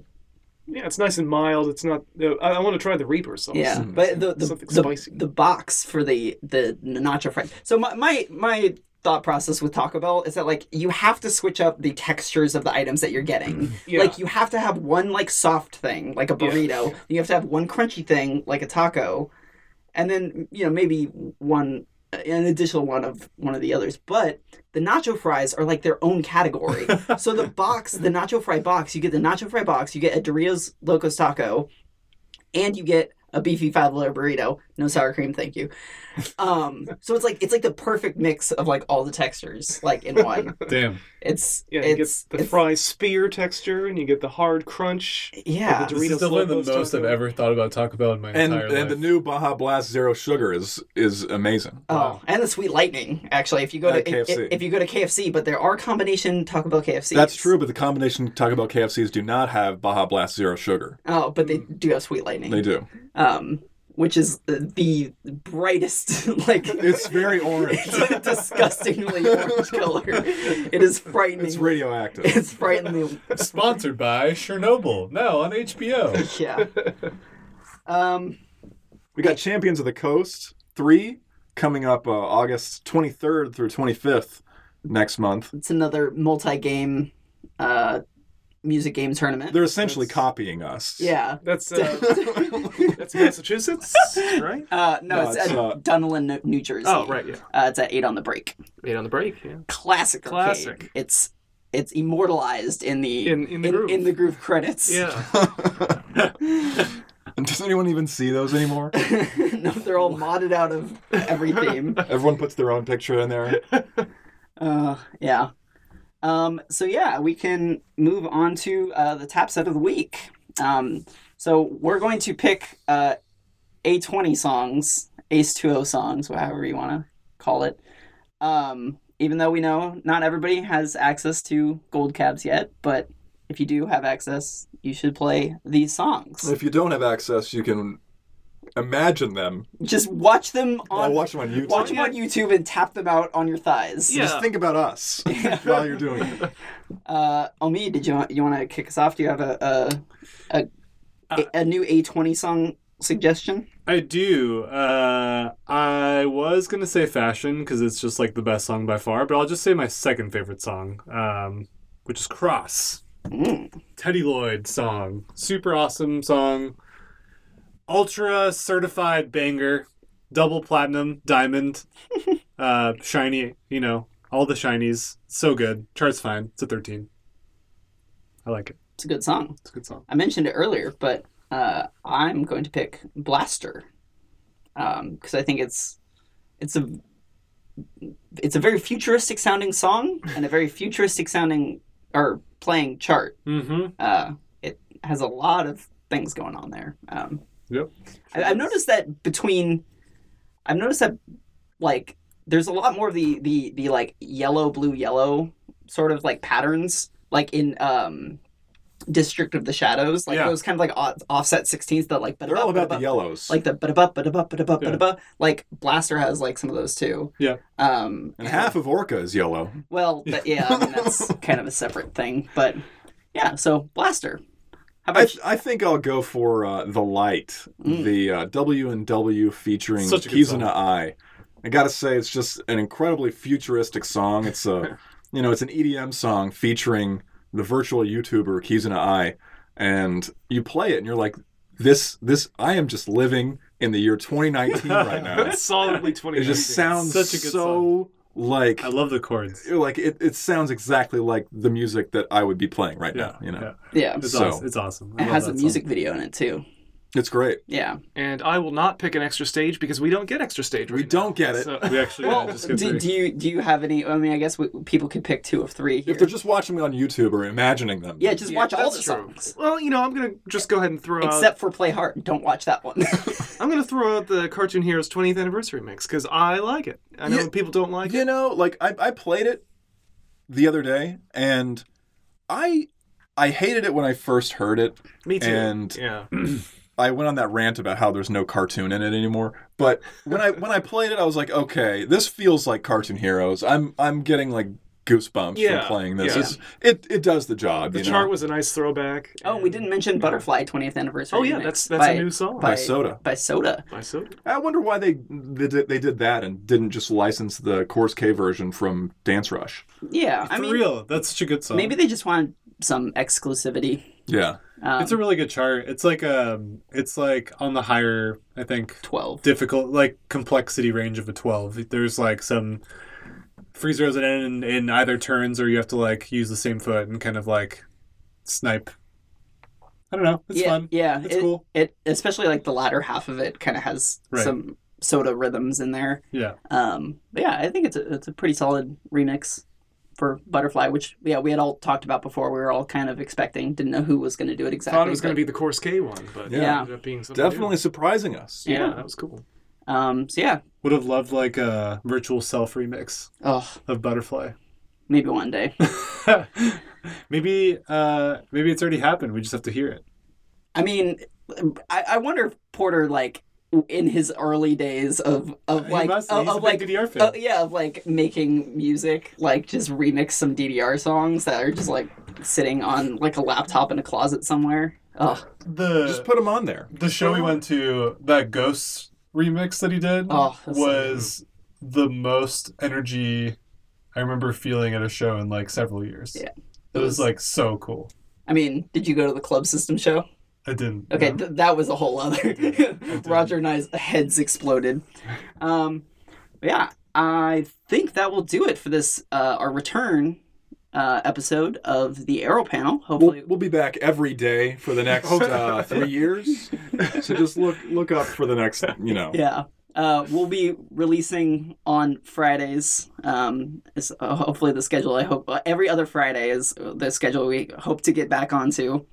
[SPEAKER 1] Yeah, it's nice and mild. It's not. Uh, I, I want to try the Reaper sauce.
[SPEAKER 3] yeah, but the the,
[SPEAKER 1] Something
[SPEAKER 3] the,
[SPEAKER 1] spicy.
[SPEAKER 3] the box for the the nacho fries. So my my my thought process with Taco Bell is that like you have to switch up the textures of the items that you're getting.
[SPEAKER 1] Yeah.
[SPEAKER 3] Like you have to have one like soft thing, like a
[SPEAKER 1] Yeah.
[SPEAKER 3] burrito. You have to have one crunchy thing, like a taco, and then you know maybe one an additional one of one of the others. But the nacho fries are like their own category. so the box, the nacho fry box, you get the nacho fry box, you get a Doritos Locos Taco, and you get a beefy five layer burrito. No sour cream, thank you. Um, so it's like it's like the perfect mix of like all the textures like in one.
[SPEAKER 4] Damn.
[SPEAKER 3] It's
[SPEAKER 1] Yeah, you
[SPEAKER 3] it's
[SPEAKER 1] get the
[SPEAKER 3] it's-
[SPEAKER 1] fry spear texture, and you get the hard crunch.
[SPEAKER 3] yeah.
[SPEAKER 1] the
[SPEAKER 4] This
[SPEAKER 1] Doritos
[SPEAKER 4] is definitely the
[SPEAKER 1] Locos
[SPEAKER 4] most I've
[SPEAKER 1] Taco.
[SPEAKER 4] ever thought about Taco Bell in my
[SPEAKER 2] And
[SPEAKER 4] entire
[SPEAKER 2] and the
[SPEAKER 4] life.
[SPEAKER 2] new Baja Blast Zero Sugar is is amazing.
[SPEAKER 3] Oh, and the Sweet Lightning. Actually, if you go
[SPEAKER 2] Uh,
[SPEAKER 3] to if,
[SPEAKER 2] KFC.
[SPEAKER 3] if you go to KFC, but there are combination Taco Bell KFC.
[SPEAKER 2] That's true, but the combination Taco Bell KFCs do not have Baja Blast Zero Sugar.
[SPEAKER 3] Oh, but they do have Sweet Lightning.
[SPEAKER 2] Mm. They do.
[SPEAKER 3] um, which is the, the brightest, like
[SPEAKER 2] It's very orange.
[SPEAKER 3] it's a disgustingly orange color. It is frightening.
[SPEAKER 2] It's radioactive.
[SPEAKER 3] It's frighteningly
[SPEAKER 4] Sponsored by Chernobyl, now on HBO.
[SPEAKER 3] yeah. Um,
[SPEAKER 2] We got Champions of the Coast three coming up uh, August 23rd through 25th next month.
[SPEAKER 3] it's another multi-game, uh, music game tournament.
[SPEAKER 2] They're essentially copying us.
[SPEAKER 3] yeah.
[SPEAKER 1] That's uh, that's Massachusetts, right?
[SPEAKER 3] Uh, no,
[SPEAKER 2] No,
[SPEAKER 3] it's,
[SPEAKER 2] it's,
[SPEAKER 3] at
[SPEAKER 2] uh,
[SPEAKER 3] Dunlin, New- New Jersey.
[SPEAKER 1] Oh, right, yeah.
[SPEAKER 3] Uh, it's at eight on the break.
[SPEAKER 1] Eight on the break. Yeah.
[SPEAKER 3] Classic. arcade.
[SPEAKER 1] Classic.
[SPEAKER 3] It's it's immortalized in the
[SPEAKER 1] In- in the groove.
[SPEAKER 3] in the groove credits.
[SPEAKER 1] Yeah.
[SPEAKER 2] Does anyone even see those anymore?
[SPEAKER 3] no, they're all modded out of every theme.
[SPEAKER 2] Everyone puts their own picture in there.
[SPEAKER 3] Uh, yeah. Um, so yeah, we can move on to uh, the tap set of the week. Um, so we're going to pick uh, A20 songs, Ace 20 songs, however you want to call it. Um, even though we know not everybody has access to gold cabs yet, but if you do have access, you should play these songs.
[SPEAKER 2] If you don't have access, you can imagine them.
[SPEAKER 3] Just watch them
[SPEAKER 2] I'll
[SPEAKER 3] on
[SPEAKER 2] watch them on YouTube.
[SPEAKER 3] watch them on YouTube and tap them out on your thighs.
[SPEAKER 1] Yeah.
[SPEAKER 2] Just think about us while you're doing it.
[SPEAKER 3] Uh, Omi, did you want, you want to kick us off? Do you have a a a, a, a new A twenty song suggestion?
[SPEAKER 4] I do. Uh, I was gonna say fashion because it's just like the best song by far, but I'll just say my second favorite song, um, which is Cross.
[SPEAKER 3] Mm.
[SPEAKER 4] Teddy Lloyd song. Super awesome song. Ultra certified banger. Double platinum, diamond, uh, shiny, you know, all the shinies. So good. Chart's fine. It's a 13. I like it.
[SPEAKER 3] It's a good song.
[SPEAKER 4] It's a good song.
[SPEAKER 3] I mentioned it earlier, but uh, I'm going to pick Blaster because I think it's it's a it's a very futuristic sounding song and a very futuristic sounding or playing chart.
[SPEAKER 4] Mm-hmm.
[SPEAKER 3] uh, it has a lot of things going on there. Um,
[SPEAKER 4] Yep.
[SPEAKER 3] I, I've noticed that between, I've noticed that like there's a lot more of the the the like yellow blue yellow sort of like patterns like in um District of the Shadows like
[SPEAKER 4] Yeah.
[SPEAKER 3] those kind of like off- offset sixteenths that like
[SPEAKER 2] They're all about the
[SPEAKER 3] ba-da-ba,
[SPEAKER 2] yellows.
[SPEAKER 3] like the ba da ba ba da ba ba da ba
[SPEAKER 4] Yeah.
[SPEAKER 3] ba da ba like Blaster has like some of those too.
[SPEAKER 4] Yeah.
[SPEAKER 3] Um.
[SPEAKER 2] and half of Orca is yellow.
[SPEAKER 3] Well, but yeah, I mean, that's kind of a separate thing, but Yeah, so Blaster. How
[SPEAKER 2] I,
[SPEAKER 3] about
[SPEAKER 2] I think I'll go for uh, the light,
[SPEAKER 3] Mm.
[SPEAKER 2] the uh, W and W featuring
[SPEAKER 4] Such a good song.
[SPEAKER 2] Kizuna I. I gotta say, it's just an incredibly futuristic song. It's a, you know, it's an EDM song featuring the virtual YouTuber Kizuna I, and you play it and you're like, this, this, I am just living in the year 2019 right now.
[SPEAKER 1] That's solidly 20.
[SPEAKER 2] It just sounds
[SPEAKER 4] Such a good
[SPEAKER 2] so like
[SPEAKER 4] I love the chords.
[SPEAKER 2] like it, it sounds exactly like the music that I would be playing right
[SPEAKER 4] Yeah,
[SPEAKER 2] now. You know,
[SPEAKER 4] yeah.
[SPEAKER 3] yeah?
[SPEAKER 4] It's
[SPEAKER 2] So-
[SPEAKER 4] awesome. It's awesome. I
[SPEAKER 3] It
[SPEAKER 4] love
[SPEAKER 3] has a
[SPEAKER 4] that song.
[SPEAKER 3] music video in it too.
[SPEAKER 2] it's great.
[SPEAKER 3] Yeah.
[SPEAKER 1] And I will not pick an extra stage because we don't get extra stage.
[SPEAKER 2] We
[SPEAKER 1] right now.
[SPEAKER 2] don't get it.
[SPEAKER 1] So-
[SPEAKER 4] We actually
[SPEAKER 3] Well,
[SPEAKER 4] yeah, just get
[SPEAKER 3] do,
[SPEAKER 4] three.
[SPEAKER 3] do you do you have any? I mean, I guess we, people could pick two of three here.
[SPEAKER 2] If they're just watching me on YouTube or imagining them,
[SPEAKER 3] yeah, just
[SPEAKER 1] Yeah,
[SPEAKER 3] watch all the
[SPEAKER 1] that's true.
[SPEAKER 3] songs
[SPEAKER 1] Well, you know, I'm gonna just go ahead and throw out.
[SPEAKER 3] except for Play Hard. Don't watch that one.
[SPEAKER 1] I'm gonna throw out the Cartoon Heroes 20th anniversary mix because I like it. I know
[SPEAKER 2] Yeah.
[SPEAKER 1] people don't like
[SPEAKER 2] you
[SPEAKER 1] it.
[SPEAKER 2] know, like I, I played it the other day, and I I hated it when I first heard it.
[SPEAKER 1] Me too.
[SPEAKER 2] And-
[SPEAKER 1] yeah,
[SPEAKER 2] I went on that rant about how there's no cartoon in it anymore. But when I when I played it, I was like, okay, this feels like Cartoon Heroes. I'm I'm getting like goosebumps
[SPEAKER 1] Yeah,
[SPEAKER 2] from playing this.
[SPEAKER 1] yeah.
[SPEAKER 2] It's, it it does the job.
[SPEAKER 1] the
[SPEAKER 2] you
[SPEAKER 1] chart
[SPEAKER 2] know?
[SPEAKER 1] was a nice throwback.
[SPEAKER 3] oh, we didn't mention Butterfly 20th anniversary.
[SPEAKER 1] Oh yeah, that's
[SPEAKER 3] remix
[SPEAKER 1] that's
[SPEAKER 3] by,
[SPEAKER 1] a new song.
[SPEAKER 2] by
[SPEAKER 3] by-
[SPEAKER 2] Soda.
[SPEAKER 3] by Soda.
[SPEAKER 1] By Soda.
[SPEAKER 2] I wonder why they they did, they did that and didn't just license the Course K version from Dance Rush.
[SPEAKER 3] Yeah,
[SPEAKER 4] For
[SPEAKER 3] I mean,
[SPEAKER 4] real, that's such a good song.
[SPEAKER 3] maybe they just wanted some exclusivity.
[SPEAKER 2] Yeah,
[SPEAKER 3] Um,
[SPEAKER 4] it's a really good chart. It's like um, it's like on the higher, I think,
[SPEAKER 3] twelve.
[SPEAKER 4] difficult like complexity range of a 12 there's like some free zeros that end in, in either turns or you have to like use the same foot and kind of like snipe i don't know it's
[SPEAKER 3] yeah,
[SPEAKER 4] fun
[SPEAKER 3] yeah,
[SPEAKER 4] it's
[SPEAKER 3] it,
[SPEAKER 4] cool
[SPEAKER 3] It especially like the latter half of it kind of has
[SPEAKER 4] Right.
[SPEAKER 3] some Soda rhythms in there.
[SPEAKER 4] yeah
[SPEAKER 3] Um, but yeah, I think it's a, it's a pretty solid remix for Butterfly, which yeah we had all talked about before. We were all kind of expecting, didn't know who was going to do it exactly.
[SPEAKER 1] Thought it was gonna
[SPEAKER 3] but,
[SPEAKER 1] be the Course K one, but
[SPEAKER 2] Yeah.
[SPEAKER 1] it ended up being something
[SPEAKER 2] definitely surprising us.
[SPEAKER 1] new. Yeah,
[SPEAKER 3] Yeah.
[SPEAKER 1] that was cool.
[SPEAKER 3] Um, so yeah,
[SPEAKER 4] would have loved like a virtual self remix
[SPEAKER 3] oh,
[SPEAKER 4] of butterfly
[SPEAKER 3] maybe one day.
[SPEAKER 4] maybe uh maybe it's already happened we just have to hear it
[SPEAKER 3] I mean, I, I wonder if Porter like in his early days of of
[SPEAKER 4] He
[SPEAKER 3] like
[SPEAKER 4] must-
[SPEAKER 3] of,
[SPEAKER 4] he's a
[SPEAKER 3] of, like
[SPEAKER 4] big DDR fan.
[SPEAKER 3] uh, yeah of like making music like just remix some DDR songs that are just like sitting on like a laptop in a closet somewhere. Oh,
[SPEAKER 4] the
[SPEAKER 2] Just put them on there.
[SPEAKER 4] the show we went to, that Ghosts remix that he did,
[SPEAKER 3] Oh, that's
[SPEAKER 4] was the most energy I remember feeling at a show in like several years.
[SPEAKER 3] Yeah.
[SPEAKER 4] It was like so cool.
[SPEAKER 3] I mean, did you go to the club system show?
[SPEAKER 4] I didn't.
[SPEAKER 3] Okay,
[SPEAKER 4] no.
[SPEAKER 3] th- that was a whole other. Roger and I's heads exploded. Um, but yeah, I think that will do it for this uh, our return uh, episode of the Arrow Panel. Hopefully,
[SPEAKER 2] We'll, we'll be back every day for the next uh, three years. So just look look up for the next, you know.
[SPEAKER 3] yeah. Uh, we'll be releasing on Fridays. Um, is uh, hopefully the schedule. I hope uh, every other Friday is the schedule we hope to get back ontu.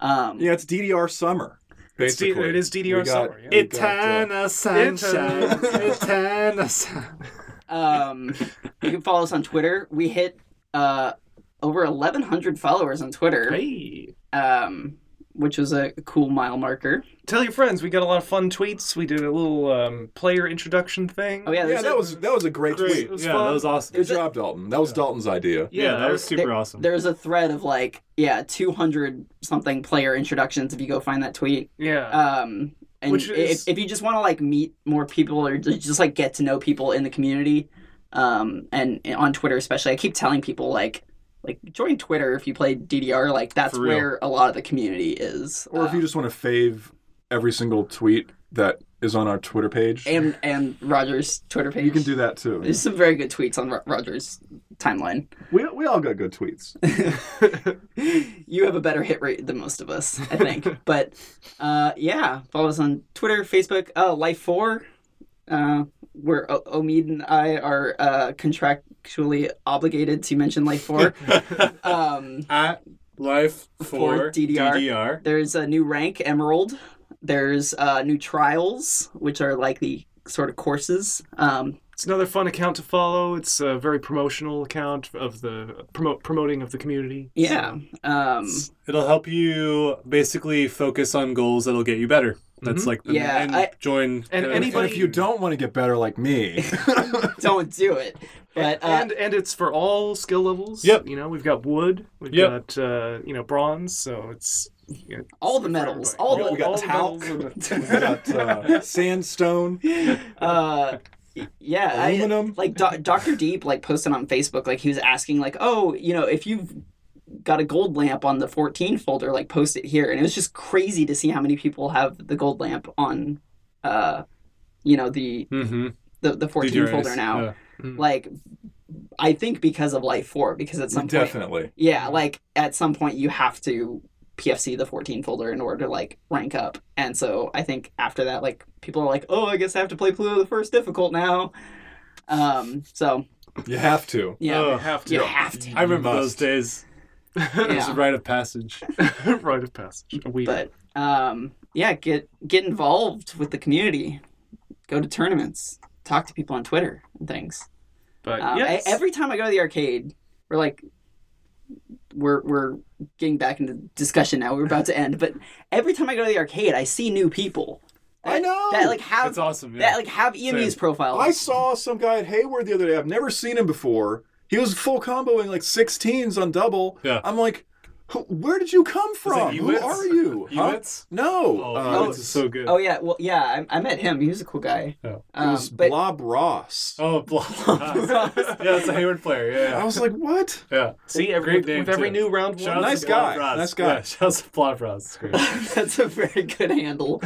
[SPEAKER 3] Um,
[SPEAKER 2] Yeah, it's DDR summer.
[SPEAKER 1] It's D-
[SPEAKER 2] Basically,
[SPEAKER 1] it is DDR
[SPEAKER 2] We got-
[SPEAKER 1] summer, yeah.
[SPEAKER 2] we got, uh,
[SPEAKER 4] Eternal sunshine. Eternal sun-
[SPEAKER 3] um, you can follow us on Twitter. We hit uh, over 1,100 followers on Twitter.
[SPEAKER 1] Hey,
[SPEAKER 3] um, which was a cool mile marker.
[SPEAKER 1] tell your friends we got a lot of fun tweets. We did a little um, player introduction thing.
[SPEAKER 3] Oh yeah,
[SPEAKER 2] yeah,
[SPEAKER 3] there's
[SPEAKER 2] that
[SPEAKER 3] a,
[SPEAKER 2] was that was a great,
[SPEAKER 4] Great.
[SPEAKER 2] tweet.
[SPEAKER 1] was
[SPEAKER 4] yeah,
[SPEAKER 1] fun.
[SPEAKER 4] that was awesome.
[SPEAKER 2] Good job, Dalton. That was Dalton's idea.
[SPEAKER 1] yeah,
[SPEAKER 4] that was super
[SPEAKER 3] there-
[SPEAKER 4] awesome.
[SPEAKER 3] there's a thread of like yeah, 200 something player introductions if you go find that tweet.
[SPEAKER 1] yeah.
[SPEAKER 3] Um, and
[SPEAKER 1] Which is-
[SPEAKER 3] if, if you just want to like meet more people or ju- just like get to know people in the community, um, and, and on Twitter especially, I keep telling people like. Like join Twitter if you play DDR. Like that's
[SPEAKER 4] For real.
[SPEAKER 3] where a lot of the community is. uh,
[SPEAKER 2] Or if you just want to fave every single tweet that is on our Twitter page,
[SPEAKER 3] and and Roger's Twitter page,
[SPEAKER 2] you can do that too.
[SPEAKER 3] There's some very good tweets on Ro- Roger's timeline.
[SPEAKER 2] We, we all got good tweets.
[SPEAKER 3] you have a better hit rate than most of us, I think. but uh, yeah, follow us on Twitter, Facebook, uh, Life Four, uh, where o- Omid and I are uh, contractually obligated to mention Life Four. um,
[SPEAKER 4] At life for
[SPEAKER 3] For DDR.
[SPEAKER 4] DDR.
[SPEAKER 3] there's a new rank, Emerald. There's uh, new trials, which are like the sort of courses. Um,
[SPEAKER 1] It's another fun account to follow. It's a very promotional account of the promote promoting of the community.
[SPEAKER 3] yeah. Um,
[SPEAKER 4] It'll help you basically focus on goals that'll get you better. That's
[SPEAKER 1] Mhm.
[SPEAKER 4] like the
[SPEAKER 3] Yeah,
[SPEAKER 4] and
[SPEAKER 3] I-
[SPEAKER 4] join
[SPEAKER 1] And
[SPEAKER 4] the-
[SPEAKER 1] anybody-
[SPEAKER 2] And if you don't want to get better like me,
[SPEAKER 3] Don't do it. But uh,
[SPEAKER 1] and and it's for all skill levels.
[SPEAKER 4] Yep.
[SPEAKER 1] You know, we've got wood, we've
[SPEAKER 4] Yep.
[SPEAKER 1] got uh, you know bronze, so it's you know,
[SPEAKER 3] all the metals, all
[SPEAKER 2] We
[SPEAKER 3] the
[SPEAKER 2] got- we got talc.
[SPEAKER 1] metals
[SPEAKER 2] we got uh, sandstone,
[SPEAKER 3] uh y- yeah I,
[SPEAKER 2] aluminum.
[SPEAKER 3] like Do- dr deep like posted on facebook like he was asking like oh you know if you've got a gold lamp on the 14 folder like post it here and it was just crazy to see how many people have the gold lamp on uh you know the
[SPEAKER 4] Mm-hmm.
[SPEAKER 3] the, the 14 folder now like i think because of life 4 because at some point
[SPEAKER 2] Definitely.
[SPEAKER 3] yeah like at some point you have to pfc the 14 folder in order to like rank up and so i think after that like people are like oh i guess i have to play pluto the first difficult now um so
[SPEAKER 2] You have to.
[SPEAKER 3] yeah
[SPEAKER 4] Ugh.
[SPEAKER 1] have
[SPEAKER 3] you have to
[SPEAKER 4] I remember
[SPEAKER 2] Must.
[SPEAKER 4] those days. It was a
[SPEAKER 3] yeah.
[SPEAKER 4] rite of passage.
[SPEAKER 1] rite of passage. A weed.
[SPEAKER 3] but um yeah get get involved with the community go to tournaments talk to people on twitter and things
[SPEAKER 2] Uh,
[SPEAKER 1] But
[SPEAKER 3] um,
[SPEAKER 1] yes.
[SPEAKER 3] I- every time i go to the arcade we're like we're we're getting back into discussion now we're about to end but every time i go to the arcade i see new people
[SPEAKER 2] I know!
[SPEAKER 3] that like have
[SPEAKER 4] That's awesome.
[SPEAKER 3] that
[SPEAKER 4] Yeah.
[SPEAKER 3] like have emu's
[SPEAKER 4] Same.
[SPEAKER 3] profiles
[SPEAKER 2] I saw some guy at Hayward the other day. I've never seen him before. He was full comboing like 16s on double.
[SPEAKER 4] Yeah.
[SPEAKER 2] I'm like, "Who- where did you come from? Who
[SPEAKER 4] Ewitz?
[SPEAKER 2] are you? Huh?
[SPEAKER 4] Ewitts?
[SPEAKER 2] No.
[SPEAKER 4] Oh,
[SPEAKER 2] Uh,
[SPEAKER 4] Ewitts is so good.
[SPEAKER 3] oh yeah well yeah I, I met him he was a cool guy
[SPEAKER 4] Yeah.
[SPEAKER 2] Oh. It
[SPEAKER 3] um,
[SPEAKER 2] was
[SPEAKER 3] but
[SPEAKER 2] Blob Ross.
[SPEAKER 4] Oh, blah. yeah, it's a Hayward player.
[SPEAKER 2] I
[SPEAKER 4] Yeah,
[SPEAKER 2] was like, what?
[SPEAKER 4] yeah.
[SPEAKER 1] see every
[SPEAKER 4] Great
[SPEAKER 1] with,
[SPEAKER 4] name,
[SPEAKER 1] with every
[SPEAKER 4] too.
[SPEAKER 1] new round
[SPEAKER 4] yeah.
[SPEAKER 1] one.
[SPEAKER 4] Shouts
[SPEAKER 2] Nice
[SPEAKER 4] to Blah
[SPEAKER 2] guy,
[SPEAKER 4] Bros.
[SPEAKER 2] nice guy.
[SPEAKER 4] Yeah, shouts to Blah Bros. It's Great.
[SPEAKER 3] That's a very good handle.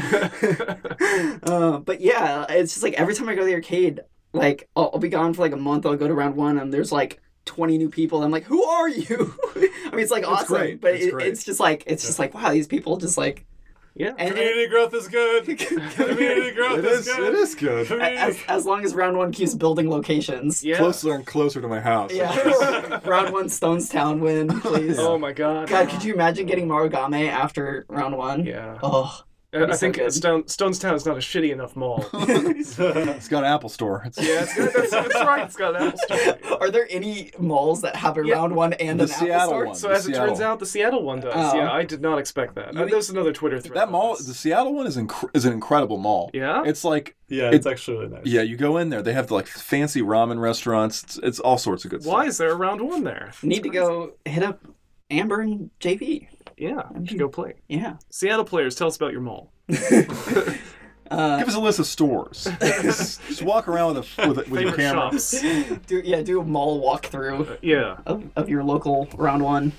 [SPEAKER 3] uh, but yeah, it's just like every time I go to the arcade, like I'll, I'll be gone for like a month. I'll go to round one, and there's like 20 new people. I'm like, who are you? I mean, it's like awesome,
[SPEAKER 2] great.
[SPEAKER 3] but
[SPEAKER 2] It's
[SPEAKER 3] it,
[SPEAKER 2] great.
[SPEAKER 3] it's just like it's just like wow, these people just like
[SPEAKER 1] Yeah.
[SPEAKER 3] And, and
[SPEAKER 4] Community growth is good. Community growth
[SPEAKER 2] It
[SPEAKER 4] is,
[SPEAKER 2] is,
[SPEAKER 4] good.
[SPEAKER 2] it is good.
[SPEAKER 4] Community-
[SPEAKER 3] as, as long as round one keeps building locations,
[SPEAKER 1] Yeah.
[SPEAKER 2] Closer and closer to my house.
[SPEAKER 3] yeah. round one Stonestown win, please.
[SPEAKER 1] Oh my god.
[SPEAKER 3] God, could you imagine getting Marugame after round one?
[SPEAKER 1] Yeah.
[SPEAKER 3] Oh,
[SPEAKER 1] Uh, I
[SPEAKER 3] so
[SPEAKER 1] think
[SPEAKER 3] good.
[SPEAKER 1] Stone, Stonestown is not a shitty enough mall.
[SPEAKER 2] It's got an Apple Store. It's
[SPEAKER 1] yeah, it's, that's, that's right. It's got an Apple Store.
[SPEAKER 3] are there any malls that have a
[SPEAKER 1] Yeah.
[SPEAKER 3] round one and
[SPEAKER 2] The
[SPEAKER 3] an Apple
[SPEAKER 2] Seattle
[SPEAKER 3] Store?
[SPEAKER 2] one.
[SPEAKER 1] So as it
[SPEAKER 2] Seattle. Uh,
[SPEAKER 1] turns out, the Seattle one does.
[SPEAKER 3] Oh.
[SPEAKER 1] Yeah, I did not expect that.
[SPEAKER 3] You
[SPEAKER 1] Uh,
[SPEAKER 3] mean-
[SPEAKER 1] there's another Twitter thread.
[SPEAKER 2] that
[SPEAKER 1] on
[SPEAKER 2] mall,
[SPEAKER 1] this.
[SPEAKER 2] the Seattle one is inc- is an incredible mall.
[SPEAKER 1] Yeah.
[SPEAKER 2] It's like,
[SPEAKER 4] yeah, it's actually really nice.
[SPEAKER 2] yeah, you go in there. They have like fancy ramen restaurants. It's, it's all sorts of good
[SPEAKER 1] Why
[SPEAKER 2] stuff.
[SPEAKER 1] is there a round one there?
[SPEAKER 3] Need to go hit up Amber and JP.
[SPEAKER 1] Yeah, you should go play.
[SPEAKER 3] Yeah.
[SPEAKER 1] Seattle players, tell us about your mall.
[SPEAKER 3] Uh,
[SPEAKER 2] Give us a list of stores. just, just walk around with a with a, with a
[SPEAKER 1] Favorite
[SPEAKER 2] camera.
[SPEAKER 1] shops.
[SPEAKER 3] do yeah, do a mall walkthrough
[SPEAKER 1] Yeah.
[SPEAKER 3] of, of your local round one.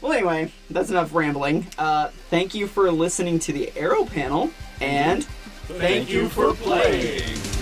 [SPEAKER 3] Well, anyway, that's enough rambling. Uh, thank you for listening to the Arrow panel, and thank you for playing.